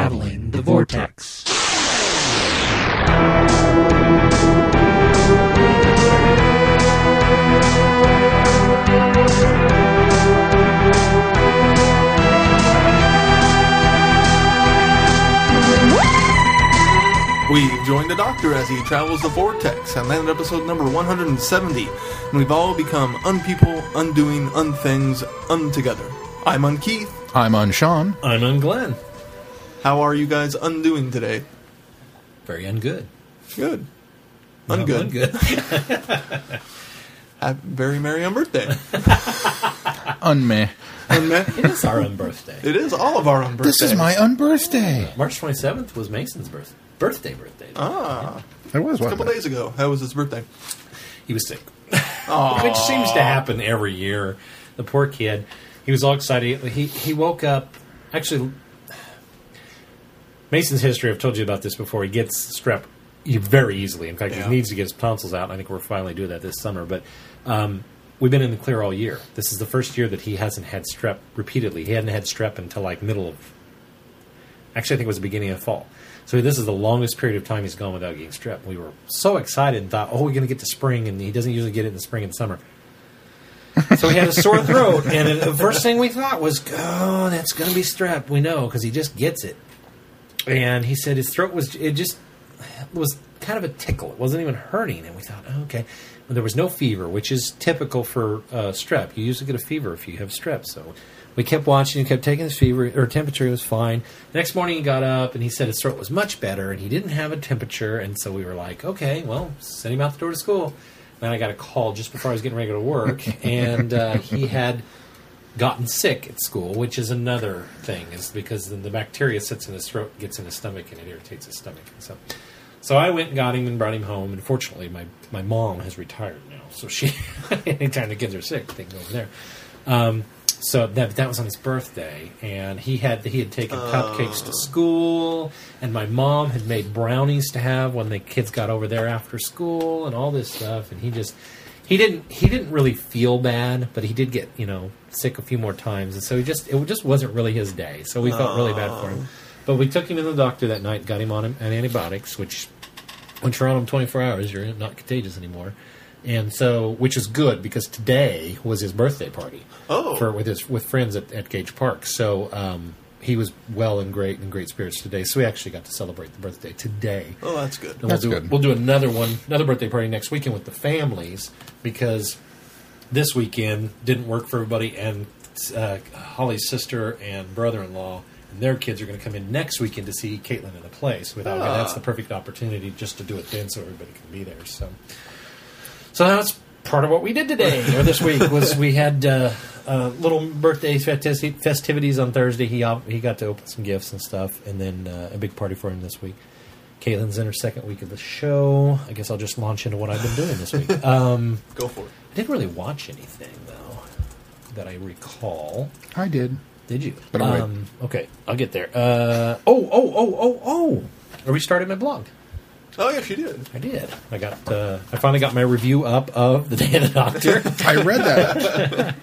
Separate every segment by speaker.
Speaker 1: traveling the vortex.
Speaker 2: We join the Doctor as he travels the vortex and land at episode number 170, and we've all become unpeople, undoing, unthings, untogether. I'm Unkeith.
Speaker 3: I'm on Sean.
Speaker 4: I'm unglenn.
Speaker 2: How are you guys undoing today?
Speaker 4: Very ungood.
Speaker 2: Good.
Speaker 4: Not
Speaker 2: Ungood.
Speaker 4: ungood.
Speaker 2: Happy, very merry on birthday.
Speaker 3: Unmeh.
Speaker 2: And that-
Speaker 4: it is our own birthday.
Speaker 2: it is all of our own birthdays.
Speaker 3: This is my unbirthday.
Speaker 4: March 27th was Mason's birth birthday birthday.
Speaker 2: ah,
Speaker 3: It was
Speaker 2: a couple days ago. That was his birthday.
Speaker 4: He was sick, which seems to happen every year. The poor kid. He was all excited. He he woke up. Actually, Mason's history. I've told you about this before. He gets strep very easily. In fact,
Speaker 2: Yeah.
Speaker 4: he needs to get his tonsils out. and I think we're finally doing that this summer. But um, we've been in the clear all year. This is the first year that he hasn't had strep repeatedly. He hadn't had strep until like middle of Actually, I think it was the beginning of fall. So this is the longest period of time he's gone without getting strep. We were so excited and thought, oh, we're going to get to spring, and he doesn't usually get it in the spring and summer. So he had a sore throat, and it- the first thing we thought was, oh, that's going to be strep. We know because he just gets it. And he said his throat was it just was kind of a tickle. It wasn't even hurting, and we thought, oh, okay. Well, there was no fever, which is typical for uh, strep. You usually get a fever if you have strep. So we kept watching, kept taking his fever or temperature. It was fine. The next morning, he got up and he said his throat was much better, and he didn't have a temperature. And so we were like, okay, well, send him out the door to school. Then I got a call just before I was getting ready to go to work, and uh, he had gotten sick at school, which is another thing, is because then the bacteria sits in his throat, gets in his stomach, and it irritates his stomach. And so, so I went and got him and brought him home. And fortunately, my, my mom has retired now, so she anytime the kids are sick, they can go over there. Um, so that that was on his birthday, and he had he had taken cupcakes to school, and my mom had made brownies to have when the kids got over there after school, and all this stuff, and he just he didn't he didn't really feel bad, but he did get you know sick a few more times, and so he just it just wasn't really his day. So we felt really bad for him, but we took him to the doctor that night, got him on an antibiotics, which once you're on them 24 hours, you're not contagious anymore. And so, which is good because today was his birthday party.
Speaker 2: Oh.
Speaker 4: for with his with friends at, at Gage Park. So um, he was well and great in great spirits today. So we actually got to celebrate the birthday today.
Speaker 2: Oh, that's good.
Speaker 4: And
Speaker 3: That's
Speaker 4: we'll do,
Speaker 3: good.
Speaker 4: We'll do another one, another birthday party next weekend with the families because this weekend didn't work for everybody, and uh, Holly's sister and brother-in-law and their kids are going to come in next weekend to see Caitlin in the play. So we thought,
Speaker 3: Ah.
Speaker 4: okay, that's the perfect opportunity just to do it then, so everybody can be there. So, so that's part of what we did today or this week was we had. Uh, uh, little birthday festi- festivities on Thursday. He op- he got to open some gifts and stuff, and then uh, a big party for him this week. Caitlin's in her second week of the show. I guess I'll just launch into what I've been doing this week. Uh,
Speaker 2: Go for it.
Speaker 4: I didn't really watch anything though that I recall.
Speaker 3: I did.
Speaker 4: Did you?
Speaker 3: But I'll wait.
Speaker 4: um, okay, I'll get there. Uh, oh, oh, oh, oh, oh! I restarted my blog.
Speaker 2: Oh, yes, you did.
Speaker 4: I did. I got. Uh, I finally got my review up of the Day of the Doctor.
Speaker 3: I read that.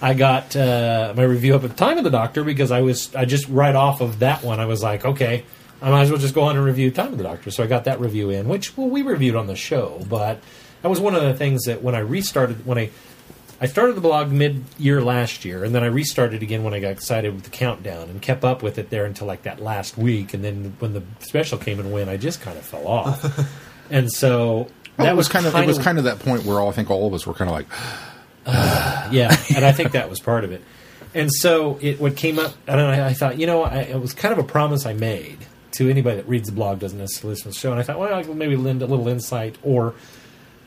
Speaker 4: I got uh, my review up at the time of the doctor because I was I just right off of that one I was like okay I might as well just go on and review time of the doctor so I got that review in which well we reviewed on the show but that was one of the things that when I restarted when I I started the blog mid year last year and then I restarted again when I got excited with the countdown and kept up with it there until like that last week and then when the special came and went I just kind of fell off and so.
Speaker 3: that was kind of it was kind of that point where all, I think all of us were kind of like,
Speaker 4: yeah, and I think that was part of it. And so it what came up, and I, I thought, you know, I, it was kind of a promise I made to anybody that reads the blog doesn't necessarily listen to the show. And I thought, well, I can maybe lend a little insight, or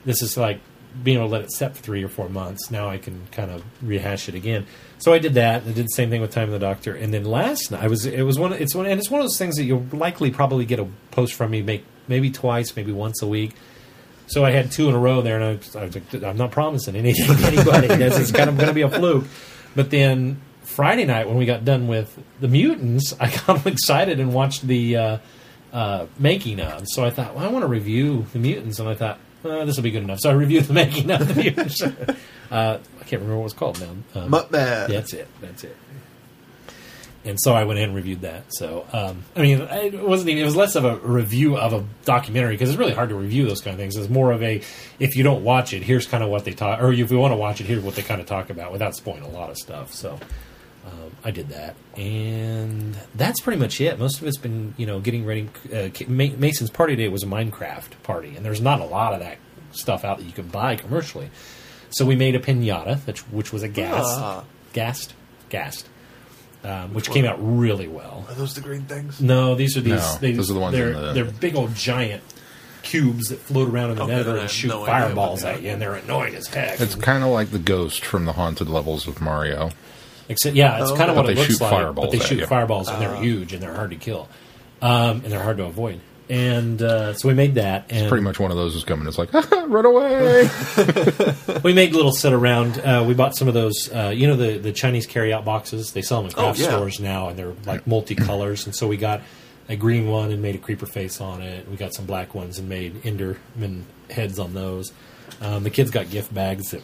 Speaker 4: this is like being able to let it set for three or four months. Now I can kind of rehash it again. So I did that. and I did the same thing with Time of the Doctor. And then last night, I was it was one. It's one, and it's one of those things that you'll likely probably get a post from me, make maybe twice, maybe once a week. So I had two in a row there, and I was, I was like, I'm not promising anything to anybody. This is kind of going to be a fluke. But then Friday night, when we got done with the mutants, I got excited and watched the uh, uh, making of. So I thought, well, I want to review the mutants, and I thought uh, this will be good enough. So I reviewed the making of the mutants. uh, I can't remember what it was called now. Um,
Speaker 2: Mutt bad.
Speaker 4: that's it. That's it. and so I went in and reviewed that. So um, I mean, I- it wasn't even it was less of a review of a documentary because it's really hard to review those kind of things. It's more of a if you don't watch it, here's kind of what they talk, or if you want to watch it, here's what they kind of talk about without spoiling a lot of stuff. So um, I did that, and that's pretty much it. Most of it's been you know getting ready. Uh, K- Ma- Mason's party day was a Minecraft party, and there's not a lot of that stuff out that you can buy commercially. So we made a pinata, which, which was a gas,
Speaker 2: Ah.
Speaker 4: gassed, gassed, um, which came out really well.
Speaker 2: Are those the green things?
Speaker 4: No, these are these.
Speaker 3: No,
Speaker 4: they,
Speaker 3: those are the ones
Speaker 4: They're,
Speaker 3: in the-
Speaker 4: they're big old giant cubes that float around in the
Speaker 2: Okay,
Speaker 4: nether
Speaker 2: I
Speaker 4: and
Speaker 2: have
Speaker 4: shoot
Speaker 2: no idea what
Speaker 4: fireballs
Speaker 2: they are.
Speaker 4: at you, and they're annoying as heck.
Speaker 3: It's kind of like the ghost from the haunted levels of Mario.
Speaker 4: Except, yeah, it's
Speaker 2: Oh.
Speaker 4: kind of
Speaker 3: But
Speaker 4: what it
Speaker 3: they
Speaker 4: looks
Speaker 3: shoot
Speaker 4: like.
Speaker 3: fireballs
Speaker 4: but they
Speaker 3: at
Speaker 4: shoot
Speaker 3: you.
Speaker 4: fireballs, and they're huge, and they're hard to kill, um, and they're hard to avoid. And uh, so we made that, and
Speaker 3: Pretty much one of those is coming. It's like, run away.
Speaker 4: we made a little sit around. Uh, we bought some of those, uh, you know, the the Chinese carryout boxes. They sell them in craft
Speaker 2: Oh, yeah.
Speaker 4: stores now, and they're like multicolors. and so we got a green one and made a creeper face on it. We got some black ones and made Enderman heads on those. Um, the kids got gift bags that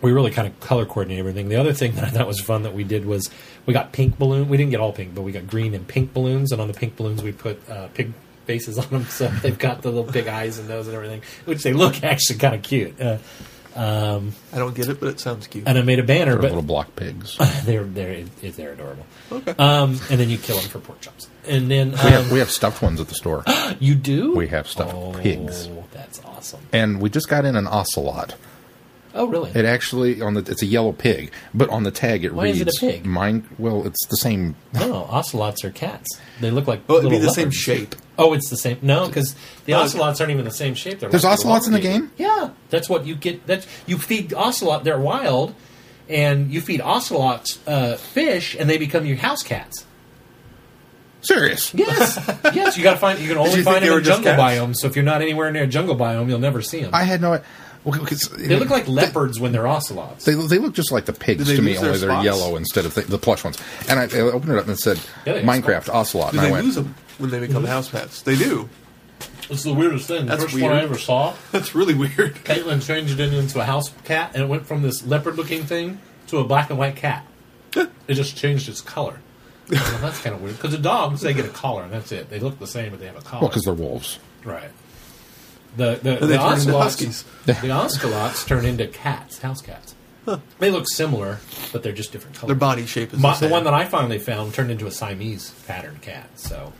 Speaker 4: we really kind of color coordinated everything. The other thing that I thought was fun that we did was we got pink balloon. We didn't get all pink, but we got green and pink balloons. And on the pink balloons, we put uh, pig faces on them, so they've got the little pig eyes and nose and everything, which they look actually kind of cute. Uh,
Speaker 2: I don't get it, but it sounds cute.
Speaker 4: and I made a banner,
Speaker 3: They're
Speaker 4: but
Speaker 3: little block pigs.
Speaker 4: they're they're they're adorable. Um, and then you kill them for pork chops, and then
Speaker 3: we, have,
Speaker 4: um,
Speaker 3: we have stuffed ones at the store,
Speaker 4: you do.
Speaker 3: we have stuffed
Speaker 4: oh,
Speaker 3: pigs.
Speaker 4: That's awesome.
Speaker 3: and we just got in an ocelot.
Speaker 4: Oh, really?
Speaker 3: It actually on the it's a yellow pig, but on the tag it
Speaker 4: Why is
Speaker 3: reads
Speaker 4: it a pig?
Speaker 3: Mine. Well, it's the same.
Speaker 4: No, ocelots are cats. They look like
Speaker 2: well, Oh, it'd be
Speaker 4: little
Speaker 2: the same
Speaker 4: leopards.
Speaker 2: shape. Oh,
Speaker 4: Oh, it's the same. No, because the
Speaker 2: No,
Speaker 4: ocelots aren't even the same shape. They're
Speaker 3: There's
Speaker 4: like
Speaker 3: ocelots in the game.
Speaker 4: Yeah, that's what you get. That's you feed ocelot. They're wild, and you feed ocelots uh, fish, and they become your house cats.
Speaker 3: Serious.
Speaker 4: Yes, yes. You got to find. You can only
Speaker 2: you think
Speaker 4: find
Speaker 2: they
Speaker 4: them
Speaker 2: were
Speaker 4: in
Speaker 2: just
Speaker 4: jungle
Speaker 2: cats?
Speaker 4: biomes. So if you're not anywhere near a jungle biome, you'll never see them.
Speaker 3: I had no. Okay, because-
Speaker 4: they look like leopards when they're ocelots.
Speaker 3: They, they look just like the pigs
Speaker 2: Do they
Speaker 3: to me,
Speaker 2: lose their
Speaker 3: only they're
Speaker 2: spots?
Speaker 3: yellow instead of the, the plush ones. And I, I opened it up and it said
Speaker 4: Yeah, they have
Speaker 3: Minecraft Ocelot,
Speaker 2: Do
Speaker 3: and I
Speaker 2: they
Speaker 3: went,
Speaker 2: lose them when they become house pets? They do.
Speaker 4: It's the weirdest thing. The
Speaker 2: That's
Speaker 4: first one I
Speaker 2: weird.
Speaker 4: ever saw,
Speaker 2: That's really weird.
Speaker 4: Caitlin changed it into a house cat, and it went from this leopard-looking thing to a black and white cat. it just changed its color. Well, that's kind of weird because the dogs they get a collar and that's it. They look the same, but they have a collar.
Speaker 3: well, because they're wolves.
Speaker 4: Right. The the,
Speaker 2: And
Speaker 4: the
Speaker 2: they turn into
Speaker 4: ocelots
Speaker 2: huskies.
Speaker 4: the ocelots turn into cats, house cats. They look similar, but they're just different colors.
Speaker 2: Their body shape is
Speaker 4: My,
Speaker 2: the,
Speaker 4: the
Speaker 2: same.
Speaker 4: one that I finally found turned into a Siamese pattern cat. So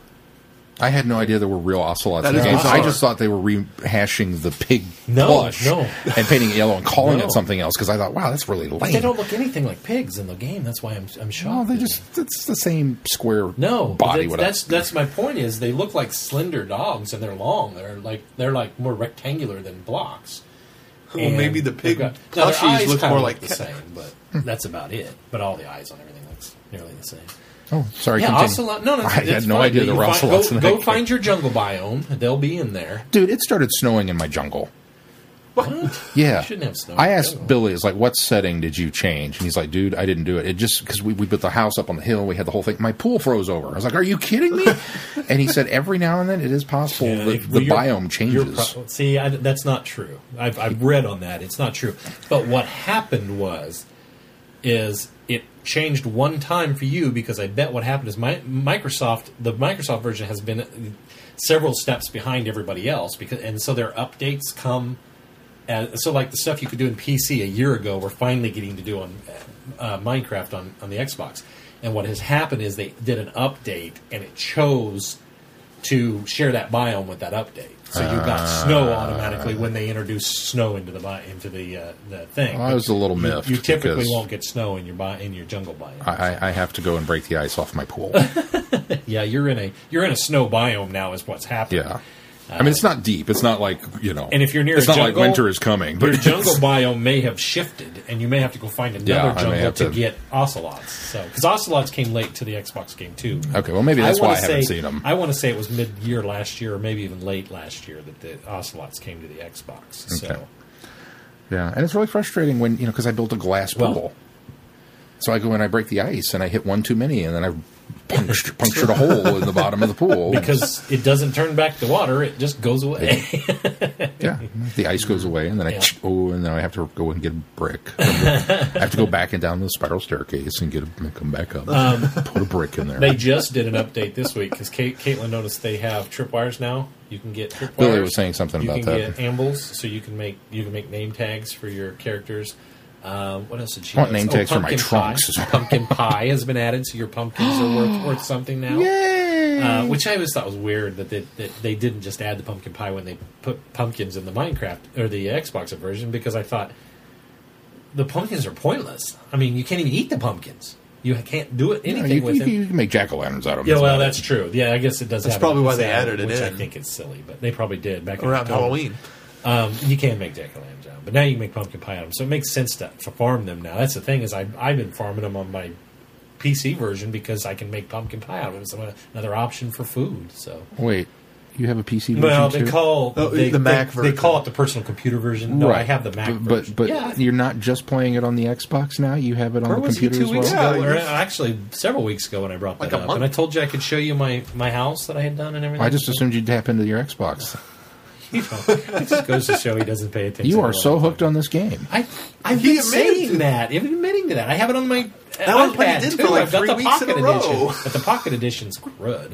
Speaker 3: I had no idea there were real ocelots in
Speaker 2: That
Speaker 3: the
Speaker 2: is
Speaker 3: game.
Speaker 2: bizarre.
Speaker 3: I just thought they were rehashing the pig
Speaker 4: No,
Speaker 3: plush
Speaker 4: no.
Speaker 3: and painting it yellow and calling
Speaker 4: No.
Speaker 3: it something else because I thought, wow, that's really lame.
Speaker 4: they don't look anything like pigs in the game. That's why I'm I'm shocked.
Speaker 3: no, they just it's the same square
Speaker 4: no
Speaker 3: body.
Speaker 4: That's,
Speaker 3: with a-
Speaker 4: that's that's my point. Is they look like slender dogs and they're long. They're like they're like more rectangular than blocks.
Speaker 2: Well, maybe the
Speaker 4: they've
Speaker 2: pig
Speaker 4: got- now, their
Speaker 2: plushies
Speaker 4: eyes
Speaker 2: look
Speaker 4: kinda
Speaker 2: more like
Speaker 4: the
Speaker 2: cat.
Speaker 4: same, but that's about it. But all the eyes on everything looks nearly the same.
Speaker 3: oh, sorry.
Speaker 4: Yeah,
Speaker 3: continue.
Speaker 4: ocelot. No, no,
Speaker 3: I
Speaker 4: that's
Speaker 3: had no
Speaker 4: fine.
Speaker 3: idea
Speaker 4: You
Speaker 3: there were
Speaker 4: find-
Speaker 3: ocelots
Speaker 4: Go,
Speaker 3: in that
Speaker 4: go
Speaker 3: game.
Speaker 4: find your jungle biome. They'll be in there.
Speaker 3: Dude, it started snowing in my jungle.
Speaker 4: What?
Speaker 3: Yeah.
Speaker 4: You shouldn't have snow.
Speaker 3: I asked
Speaker 4: Bill.
Speaker 3: Billy, it's like, what setting did you change? And he's like, dude, I didn't do it. It just, because we, we put the house up on the hill, we had the whole thing. My pool froze over. I was like, are you kidding me? and he said, every now and then it is possible
Speaker 4: Yeah,
Speaker 3: that
Speaker 4: if-
Speaker 3: the
Speaker 4: well, your-
Speaker 3: biome
Speaker 4: your
Speaker 3: changes.
Speaker 4: pro- see, I, that's not true. I've, I've read on that. It's not true. But what happened was, is it changed one time for you because I bet what happened is my, Microsoft, the Microsoft version has been several steps behind everybody else because, and so their updates come. As, Uh, so, like the stuff you could do in PC a year ago, we're finally getting to do on uh, Minecraft on, on the Xbox. And what has happened is they did an update, and it chose to share that biome with that update. So you got snow
Speaker 3: Ah.
Speaker 4: automatically when they introduce snow into the bi- into the uh, the thing.
Speaker 3: I was a little
Speaker 4: You-
Speaker 3: miffed
Speaker 4: You, typically
Speaker 3: because-
Speaker 4: won't get snow in your bi- in your jungle biome.
Speaker 3: I, I, I have to go and break the ice off my pool.
Speaker 4: yeah, you're in a you're in a snow biome now is what's happening.
Speaker 3: yeah. I mean, it's not deep. It's not like, you know.
Speaker 4: And if you're near
Speaker 3: It's
Speaker 4: a
Speaker 3: not
Speaker 4: jungle,
Speaker 3: like winter is coming.
Speaker 4: Your
Speaker 3: But
Speaker 4: jungle biome may have shifted, and you may have to go find another
Speaker 3: Yeah, I may
Speaker 4: jungle
Speaker 3: have
Speaker 4: to,
Speaker 3: to-
Speaker 4: get ocelots. So, because ocelots came late to the Xbox game too.
Speaker 3: Okay, well, maybe that's why
Speaker 4: wanna
Speaker 3: I haven't
Speaker 4: say-
Speaker 3: seen 'em.
Speaker 4: I want to say it was mid-year last year, or maybe even late last year, that the ocelots came to the Xbox. So,
Speaker 3: Okay. yeah. And it's really frustrating when, you know, because I built a glass
Speaker 4: Well,
Speaker 3: pool. So I go and I break the ice, and I hit one too many, and then I punctured, punctured a hole in the bottom of the pool.
Speaker 4: because it doesn't turn back the water; it just goes away.
Speaker 3: yeah, the ice goes away, and then I oh, and then I have to go and get a brick. I have to go back and down the spiral staircase and get a, and come back up,
Speaker 4: Um,
Speaker 3: put a brick in there.
Speaker 4: they just did an update this week because Kate, Caitlin noticed they have tripwires now. You can get tripwires.
Speaker 3: Billy was saying something
Speaker 4: you
Speaker 3: about
Speaker 4: can
Speaker 3: that.
Speaker 4: get ambles, so you can make you can make name tags for your characters. Um, what else did she?
Speaker 3: I want
Speaker 4: notice?
Speaker 3: name tags for my
Speaker 4: pumpkin
Speaker 3: trunks as
Speaker 4: Pie.
Speaker 3: well.
Speaker 4: pumpkin pie has been added, so your pumpkins are worth worth something now.
Speaker 3: Yay!
Speaker 4: Uh, which I always thought was weird that they, that they didn't just add the pumpkin pie when they put pumpkins in the Minecraft or the Xbox version because I thought the pumpkins are pointless. I mean, you can't even eat the pumpkins. You can't do it
Speaker 3: Yeah,
Speaker 4: anything
Speaker 3: you,
Speaker 4: with
Speaker 3: you-
Speaker 4: them.
Speaker 3: you can make jack o' lanterns out of them.
Speaker 4: yeah, well, that's true. Yeah, I guess it does.
Speaker 2: That's
Speaker 4: have
Speaker 2: probably
Speaker 4: an
Speaker 2: why they
Speaker 4: episode,
Speaker 2: added it
Speaker 4: which I
Speaker 2: in.
Speaker 4: think it's silly, but they probably did back in
Speaker 2: around
Speaker 4: October.
Speaker 2: Halloween.
Speaker 4: Um, you can make jack o' lanterns, out, but now you can make pumpkin pie out of them. So it makes sense to, to farm them now. That's the thing is I I've been farming them on my PC version because I can make pumpkin pie out of them. It's another option for food. So
Speaker 3: Wait, you have a PC version
Speaker 4: well, they
Speaker 3: too?
Speaker 4: call
Speaker 2: Oh,
Speaker 4: they,
Speaker 2: the Mac
Speaker 4: they,
Speaker 2: version.
Speaker 4: They call it the personal computer version. No, I have the Mac
Speaker 3: but,
Speaker 4: version.
Speaker 3: But, but
Speaker 4: yeah,
Speaker 3: you're not just playing it on the Xbox now. You have it on
Speaker 4: where
Speaker 3: the
Speaker 4: was he
Speaker 3: computer
Speaker 4: two
Speaker 3: as
Speaker 4: weeks
Speaker 3: well.
Speaker 2: well?
Speaker 4: ago?
Speaker 2: Yeah,
Speaker 4: Or
Speaker 2: you-
Speaker 4: actually, several weeks ago when I brought that
Speaker 2: Like a
Speaker 4: up,
Speaker 2: month.
Speaker 4: and I told you I could show you my my house that I had done and everything.
Speaker 3: I just assumed you'd tap into your Xbox.
Speaker 4: You know, it just goes to show he doesn't pay attention.
Speaker 3: You are
Speaker 4: to
Speaker 3: so
Speaker 4: what-
Speaker 3: hooked on this game.
Speaker 4: I, I've
Speaker 2: He
Speaker 4: been
Speaker 2: admitted
Speaker 4: saying
Speaker 2: to-
Speaker 4: that. I've been admitting to that. I have it on my
Speaker 2: That one played
Speaker 4: iPad
Speaker 2: it
Speaker 4: too.
Speaker 2: for like
Speaker 4: I've got
Speaker 2: three
Speaker 4: the
Speaker 2: weeks in
Speaker 4: Pocket
Speaker 2: a row.
Speaker 4: Edition, but the Pocket Edition's crud.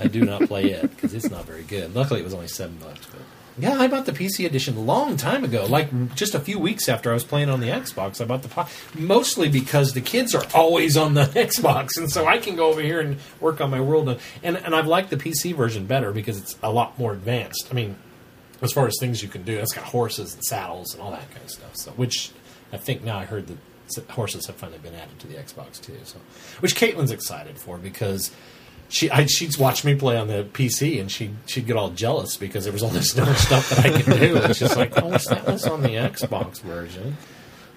Speaker 4: I do not play it because it's not very good. Luckily, it was only seven bucks. But yeah, I bought the PC edition a long time ago, like just a few weeks after I was playing on the Xbox. I bought the po- mostly because the kids are always on the Xbox, and so I can go over here and work on my world. of- And and I've liked the PC version better because it's a lot more advanced. I mean, as far as things you can do. That's got horses and saddles and all that kind of stuff. So, which I think now I heard that s- horses have finally been added to the Xbox too. So, which Caitlin's excited for because she I, she'd watch me play on the PC and she she'd get all jealous because there was all this other stuff that I could do. And she's like, "I wish that was on the Xbox version."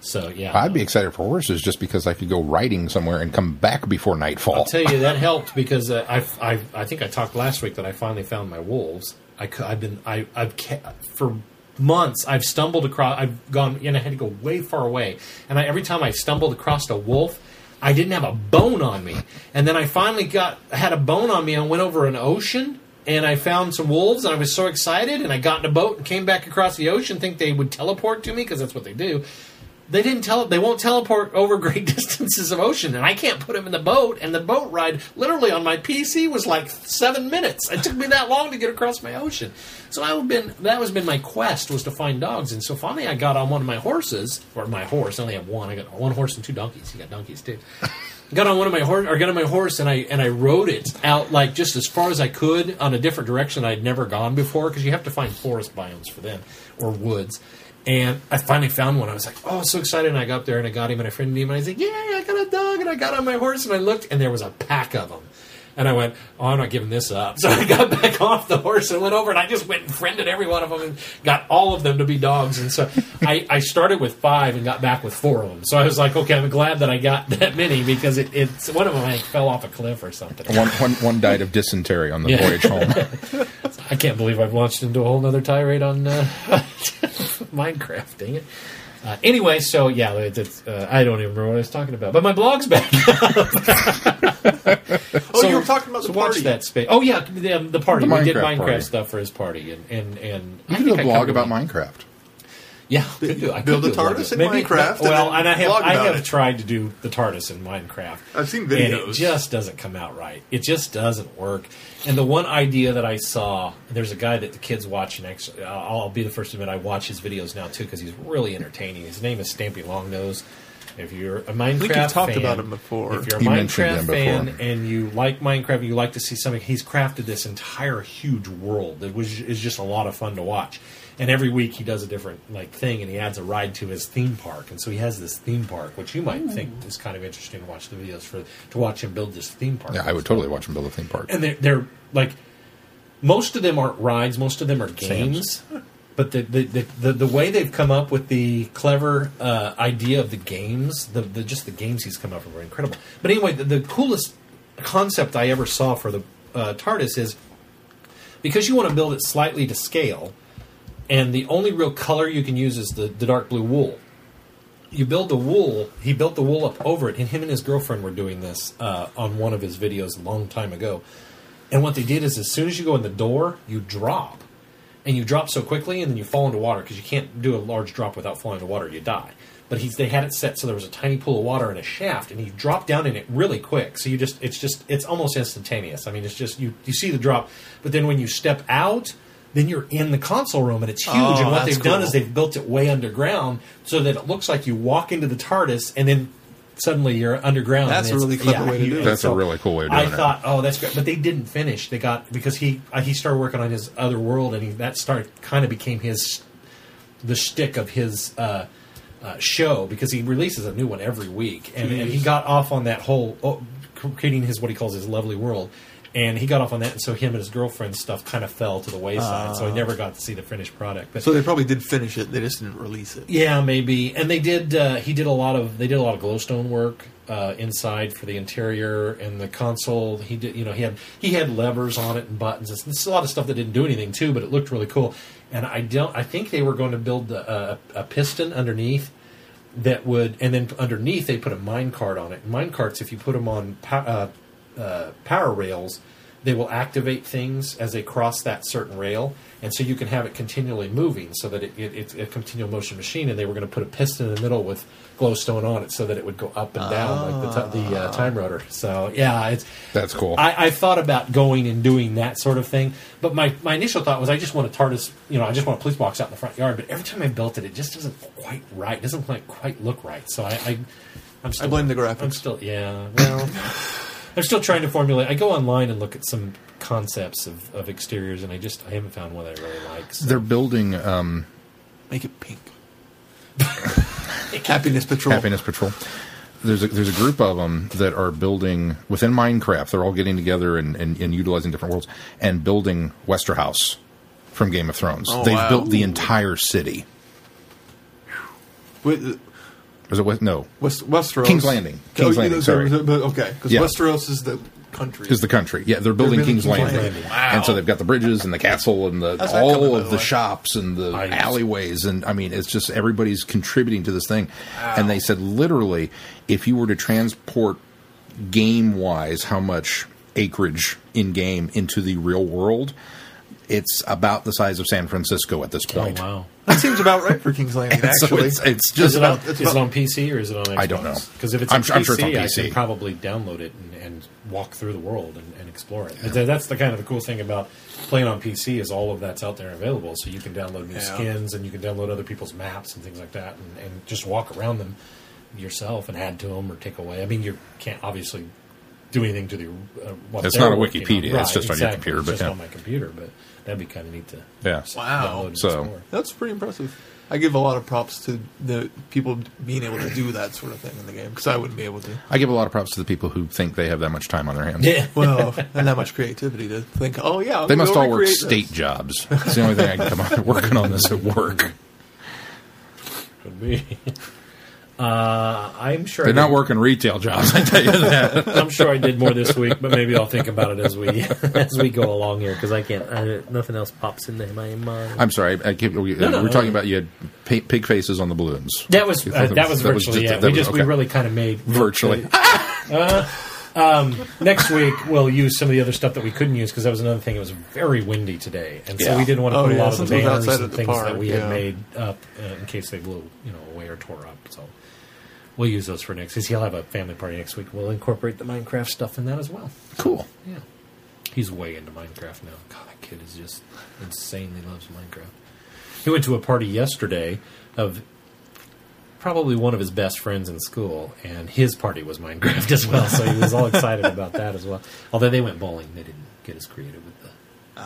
Speaker 4: So yeah,
Speaker 3: I'd be excited for horses just because I could go riding somewhere and come back before nightfall.
Speaker 4: I'll tell you that helped because uh, I, I I think I talked last week that I finally found my wolves. I cou- I've been I I've ca- for months I've stumbled across I've gone and I had to go way far away and I, every time I stumbled across a wolf I didn't have a bone on me and then I finally got had a bone on me and went over an ocean and I found some wolves and I was so excited and I got in a boat and came back across the ocean think they would teleport to me because that's what they do they didn't tell they won't teleport over great distances of ocean and i can't put them in the boat and the boat ride literally on my pc was like seven minutes it took me that long to get across my ocean so i've been that was been my quest was to find dogs and so finally i got on one of my horses or my horse i only have one i got one horse and two donkeys you got donkeys too got on one of my horse or got on my horse and I and I rode it out like just as far as I could on a different direction I'd never gone before because you have to find forest biomes for them or woods. And I finally found one. I was like, oh, so excited. And I got up there and I got him and I friended him. And I was like, yay, I got a dog. And I got on my horse and I looked and there was a pack of them. And I went, oh, I'm not giving this up. So I got back off the horse and went over and I just went and friended every one of them and got all of them to be dogs. And so I, I started with five and got back with four of them. So I was like, okay, I'm glad that I got that many because it, it's one of them like, fell off a cliff or something.
Speaker 3: One, one, one died of dysentery on the
Speaker 4: Yeah.
Speaker 3: voyage home.
Speaker 4: I can't believe I've launched into a whole nother tirade on uh, Minecraft. Dang it. Uh, anyway, so yeah, it's, it's, uh, I don't even remember what I was talking about, but my blog's back.
Speaker 2: Oh,
Speaker 4: So-
Speaker 2: you were talking about
Speaker 4: so
Speaker 2: the
Speaker 4: watch
Speaker 2: party.
Speaker 4: that space. Oh yeah, the, the party.
Speaker 3: The
Speaker 4: we did
Speaker 3: Minecraft
Speaker 4: Minecraft
Speaker 3: party.
Speaker 4: stuff for his party, and and and
Speaker 3: You
Speaker 4: I
Speaker 3: can do
Speaker 4: think
Speaker 3: a
Speaker 4: I
Speaker 3: blog
Speaker 4: covered
Speaker 3: about
Speaker 4: it.
Speaker 3: Minecraft.
Speaker 4: Yeah, I could do. I could
Speaker 2: Build a
Speaker 4: do blog
Speaker 2: TARDIS
Speaker 4: about it.
Speaker 2: in Minecraft and
Speaker 4: well,
Speaker 2: then
Speaker 4: and I have
Speaker 2: blog
Speaker 4: I
Speaker 2: about
Speaker 4: have
Speaker 2: it.
Speaker 4: tried to do the TARDIS in Minecraft.
Speaker 2: I've seen
Speaker 4: And it
Speaker 2: videos.
Speaker 4: just doesn't come out right. It just doesn't work. And the one idea that I saw, there's a guy that the kids watch, and actually, I'll, I'll be the first to admit I watch his videos now too because he's really entertaining. His name is Stampy Longnose. If you're a Minecraft,
Speaker 2: think you've talked
Speaker 4: fan-
Speaker 2: about him before.
Speaker 4: If you're a
Speaker 3: You mentioned
Speaker 4: Minecraft
Speaker 3: him
Speaker 4: fan
Speaker 3: before.
Speaker 4: and you like Minecraft, and you like to see something. He's crafted this entire huge world that was is just a lot of fun to watch. And every week he does a different like thing, and he adds a ride to his theme park. And so he has this theme park, which you might think is kind of interesting to watch the videos for to watch him build this theme park.
Speaker 3: Yeah, I would totally watch him build a theme park.
Speaker 4: And they're, they're like most of them aren't rides, most of them are games. But the, the, the, the, the way they've come up with the clever uh, idea of the games, the, the just the games he's come up with are incredible. But anyway, the, the coolest concept I ever saw for the uh, TARDIS is because you want to build it slightly to scale, and the only real color you can use is the, the dark blue wool. you build the wool. He built the wool up over it, and him and his girlfriend were doing this uh, on one of his videos a long time ago. And what they did is, as soon as you go in the door, you drop, and you drop so quickly, and then you fall into water because you can't do a large drop without falling into water. You die. But he's, they had it set so there was a tiny pool of water and a shaft, and you drop down in it really quick. So you just it's just it's almost instantaneous. I mean, it's just you you see the drop, but then when you step out, then you're in the console room, and it's huge.
Speaker 2: Oh,
Speaker 4: and what
Speaker 2: that's
Speaker 4: they've done
Speaker 2: cool.
Speaker 4: is they they've built it way underground so that it looks like you walk into the TARDIS and then suddenly you're underground.
Speaker 2: That's
Speaker 4: and it's-
Speaker 2: a really clever way to
Speaker 4: you-
Speaker 2: do it.
Speaker 3: That's
Speaker 4: so
Speaker 3: a really cool way of doing
Speaker 4: I
Speaker 3: it.
Speaker 4: thought, oh, that's great, but they didn't finish. They got because he uh, he started working on his other world, and he, that start kind of became his the shtick of his. Uh, uh, show because he releases a new one every week, and, and he got off on that whole oh, creating his what he calls his lovely world, and he got off on that, and so him and his girlfriend's stuff kind of fell to the wayside. so I never got to see the finished product. But
Speaker 2: So they probably did finish it. They just didn't release it.
Speaker 4: yeah, maybe. And they did. Uh, he did a lot of. They did a lot of glowstone work uh, inside for the interior and the console. He did. You know, he had he had levers on it and buttons. It's, it's a lot of stuff that didn't do anything too, but it looked really cool. And I don't. I think they were going to build a, a, a piston underneath that would, and then underneath they put a mine cart on it. Mine carts, if you put them on pa- uh, uh, power rails, they will activate things as they cross that certain rail, and so you can have it continually moving, so that it, it, it's a continual motion machine. And they were going to put a piston in the middle with glowstone on it, so that it would go up and down like the, t- the uh, time rotor. So yeah, it's
Speaker 3: Ah. That's cool.
Speaker 4: I, I thought about going and doing that sort of thing, but my, my initial thought was I just want a TARDIS, you know, I just want a police box out in the front yard. But every time I built it, it just doesn't quite right. Doesn't like quite look right. So I, I I'm still,
Speaker 2: blame the graphics.
Speaker 4: I'm still yeah. Well, I'm still trying to formulate. I go online and look at some concepts of, of exteriors, and I just I haven't found one that I really like. So.
Speaker 3: They're building um,
Speaker 2: Make it pink. Happiness Patrol.
Speaker 3: Happiness Patrol. There's a, there's a group of them that are building within Minecraft. They're all getting together and, and, and utilizing different worlds and building Westerhouse from Game of Thrones.
Speaker 2: Oh,
Speaker 3: They've
Speaker 2: wow.
Speaker 3: built the entire city.
Speaker 2: Wait,
Speaker 3: Is it West? No,
Speaker 2: uh, West, Westeros. Oh,
Speaker 3: King's Landing. King's
Speaker 2: you know,
Speaker 3: Landing, sorry.
Speaker 2: but- but- Okay, because
Speaker 3: Yeah.
Speaker 2: Westeros is the country.
Speaker 3: is the country. Yeah, they're building,
Speaker 2: building
Speaker 3: King's,
Speaker 2: King's
Speaker 3: Landing.
Speaker 2: Landing.
Speaker 3: And so they've got the bridges and the castle and the
Speaker 2: How's that coming,
Speaker 3: all
Speaker 2: by
Speaker 3: of
Speaker 2: the
Speaker 3: the,
Speaker 2: way?
Speaker 3: shops and the
Speaker 4: Nice.
Speaker 3: alleyways and I mean it's just everybody's contributing to this thing. And they said literally if you were to transport game wise how much acreage in game into the real world it's about the size of San Francisco at this
Speaker 4: oh
Speaker 3: point.
Speaker 4: wow.
Speaker 2: that seems about right for King's Landing,
Speaker 3: And so
Speaker 2: actually.
Speaker 3: it's, it's
Speaker 4: Is
Speaker 3: just
Speaker 4: it, on,
Speaker 2: about- it's
Speaker 4: is it
Speaker 2: about-
Speaker 4: on PC or is it on Xbox?
Speaker 3: I don't know.
Speaker 4: Because if it's
Speaker 3: I'm
Speaker 4: on
Speaker 3: sure- I'm sure it's
Speaker 4: PC,
Speaker 3: on
Speaker 4: I
Speaker 3: PC.
Speaker 4: can probably download it and, and walk through the world and, and explore it. Th- That's the kind of the cool thing about playing on PC is all of that's out there available. So you can download new
Speaker 2: Yeah.
Speaker 4: skins and you can download other people's maps and things like that and, and just walk around them yourself and add to them or take away. I mean, you can't obviously do anything to the. Uh, what
Speaker 3: It's
Speaker 4: they're
Speaker 3: not a
Speaker 4: working on.
Speaker 3: Wikipedia, it's
Speaker 4: Right,
Speaker 3: just on your
Speaker 4: exactly.
Speaker 3: computer,
Speaker 4: It's
Speaker 3: but
Speaker 4: just
Speaker 3: yeah.
Speaker 4: on my computer, but that'd be kind of neat to.
Speaker 3: Yeah.
Speaker 2: Wow.
Speaker 4: download and
Speaker 3: So-
Speaker 4: explore.
Speaker 2: That's pretty impressive. I give a lot of props to the people being able to do that sort of thing in the game because I wouldn't be able to.
Speaker 3: I give a lot of props to the people who think they have that much time on their hands.
Speaker 4: Yeah.
Speaker 2: Well, and that much creativity to think, oh yeah, I'm
Speaker 3: They
Speaker 2: gonna
Speaker 3: must all work
Speaker 2: recreate
Speaker 3: state
Speaker 2: this.
Speaker 3: jobs. It's the only thing I can come on working on this at work.
Speaker 4: Could be. Uh, I'm sure
Speaker 3: They're
Speaker 4: I
Speaker 3: not
Speaker 4: did-
Speaker 3: working retail jobs. I tell you that.
Speaker 4: I'm sure I did more this week, but maybe I'll think about it as we as we go along here because I can't. I, nothing else pops into my mind.
Speaker 3: I'm sorry. I keep, we,
Speaker 4: no,
Speaker 3: we're
Speaker 4: no.
Speaker 3: talking about you had pa- pig faces on the balloons.
Speaker 4: that was uh, that was
Speaker 3: That was
Speaker 4: virtually
Speaker 3: just-
Speaker 4: it.
Speaker 3: that
Speaker 4: We
Speaker 3: was-
Speaker 4: just we
Speaker 3: okay.
Speaker 4: really kind of made
Speaker 3: Virtually.
Speaker 4: next week we'll use some of the other stuff that we couldn't use because that was another thing. It was very windy today, and so
Speaker 3: Yeah.
Speaker 4: we didn't want to
Speaker 2: Oh,
Speaker 4: put a
Speaker 2: yeah,
Speaker 4: lot of
Speaker 2: since
Speaker 4: the
Speaker 2: it was
Speaker 4: banners
Speaker 2: outside
Speaker 4: and
Speaker 2: of the
Speaker 4: things
Speaker 2: park,
Speaker 4: that we
Speaker 2: yeah.
Speaker 4: had made up uh, in case they blew you know away or tore up. So we'll use those for next. Because he'll have a family party next week. We'll incorporate the Minecraft stuff in that as well.
Speaker 3: cool.
Speaker 4: Yeah. He's way into Minecraft now. God, that kid is just insanely loves Minecraft. He went to a party yesterday of probably one of his best friends in school, and his party was Minecraft as well, so he was all excited about that as well. Although they went bowling, they didn't get as creative with the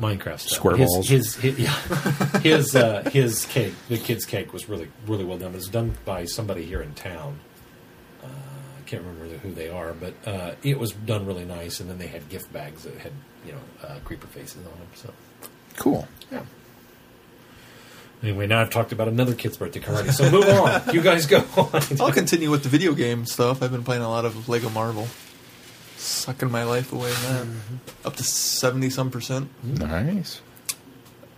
Speaker 4: Minecraft stuff.
Speaker 3: Square
Speaker 4: his,
Speaker 3: balls.
Speaker 4: His, his, yeah. his, uh, his cake, the kid's cake was really, really well done. It was done by somebody here in town. Uh, I can't remember who they are, but uh, it was done really nice. And then they had gift bags that had you know uh, creeper faces on them. So
Speaker 3: Cool.
Speaker 4: yeah. Anyway, now I've talked about another kid's birthday party, so move on. You guys go on.
Speaker 2: I'll continue with the video game stuff. I've been playing a lot of Lego Marvel, sucking my life away, man. Up to seventy some percent.
Speaker 3: Nice.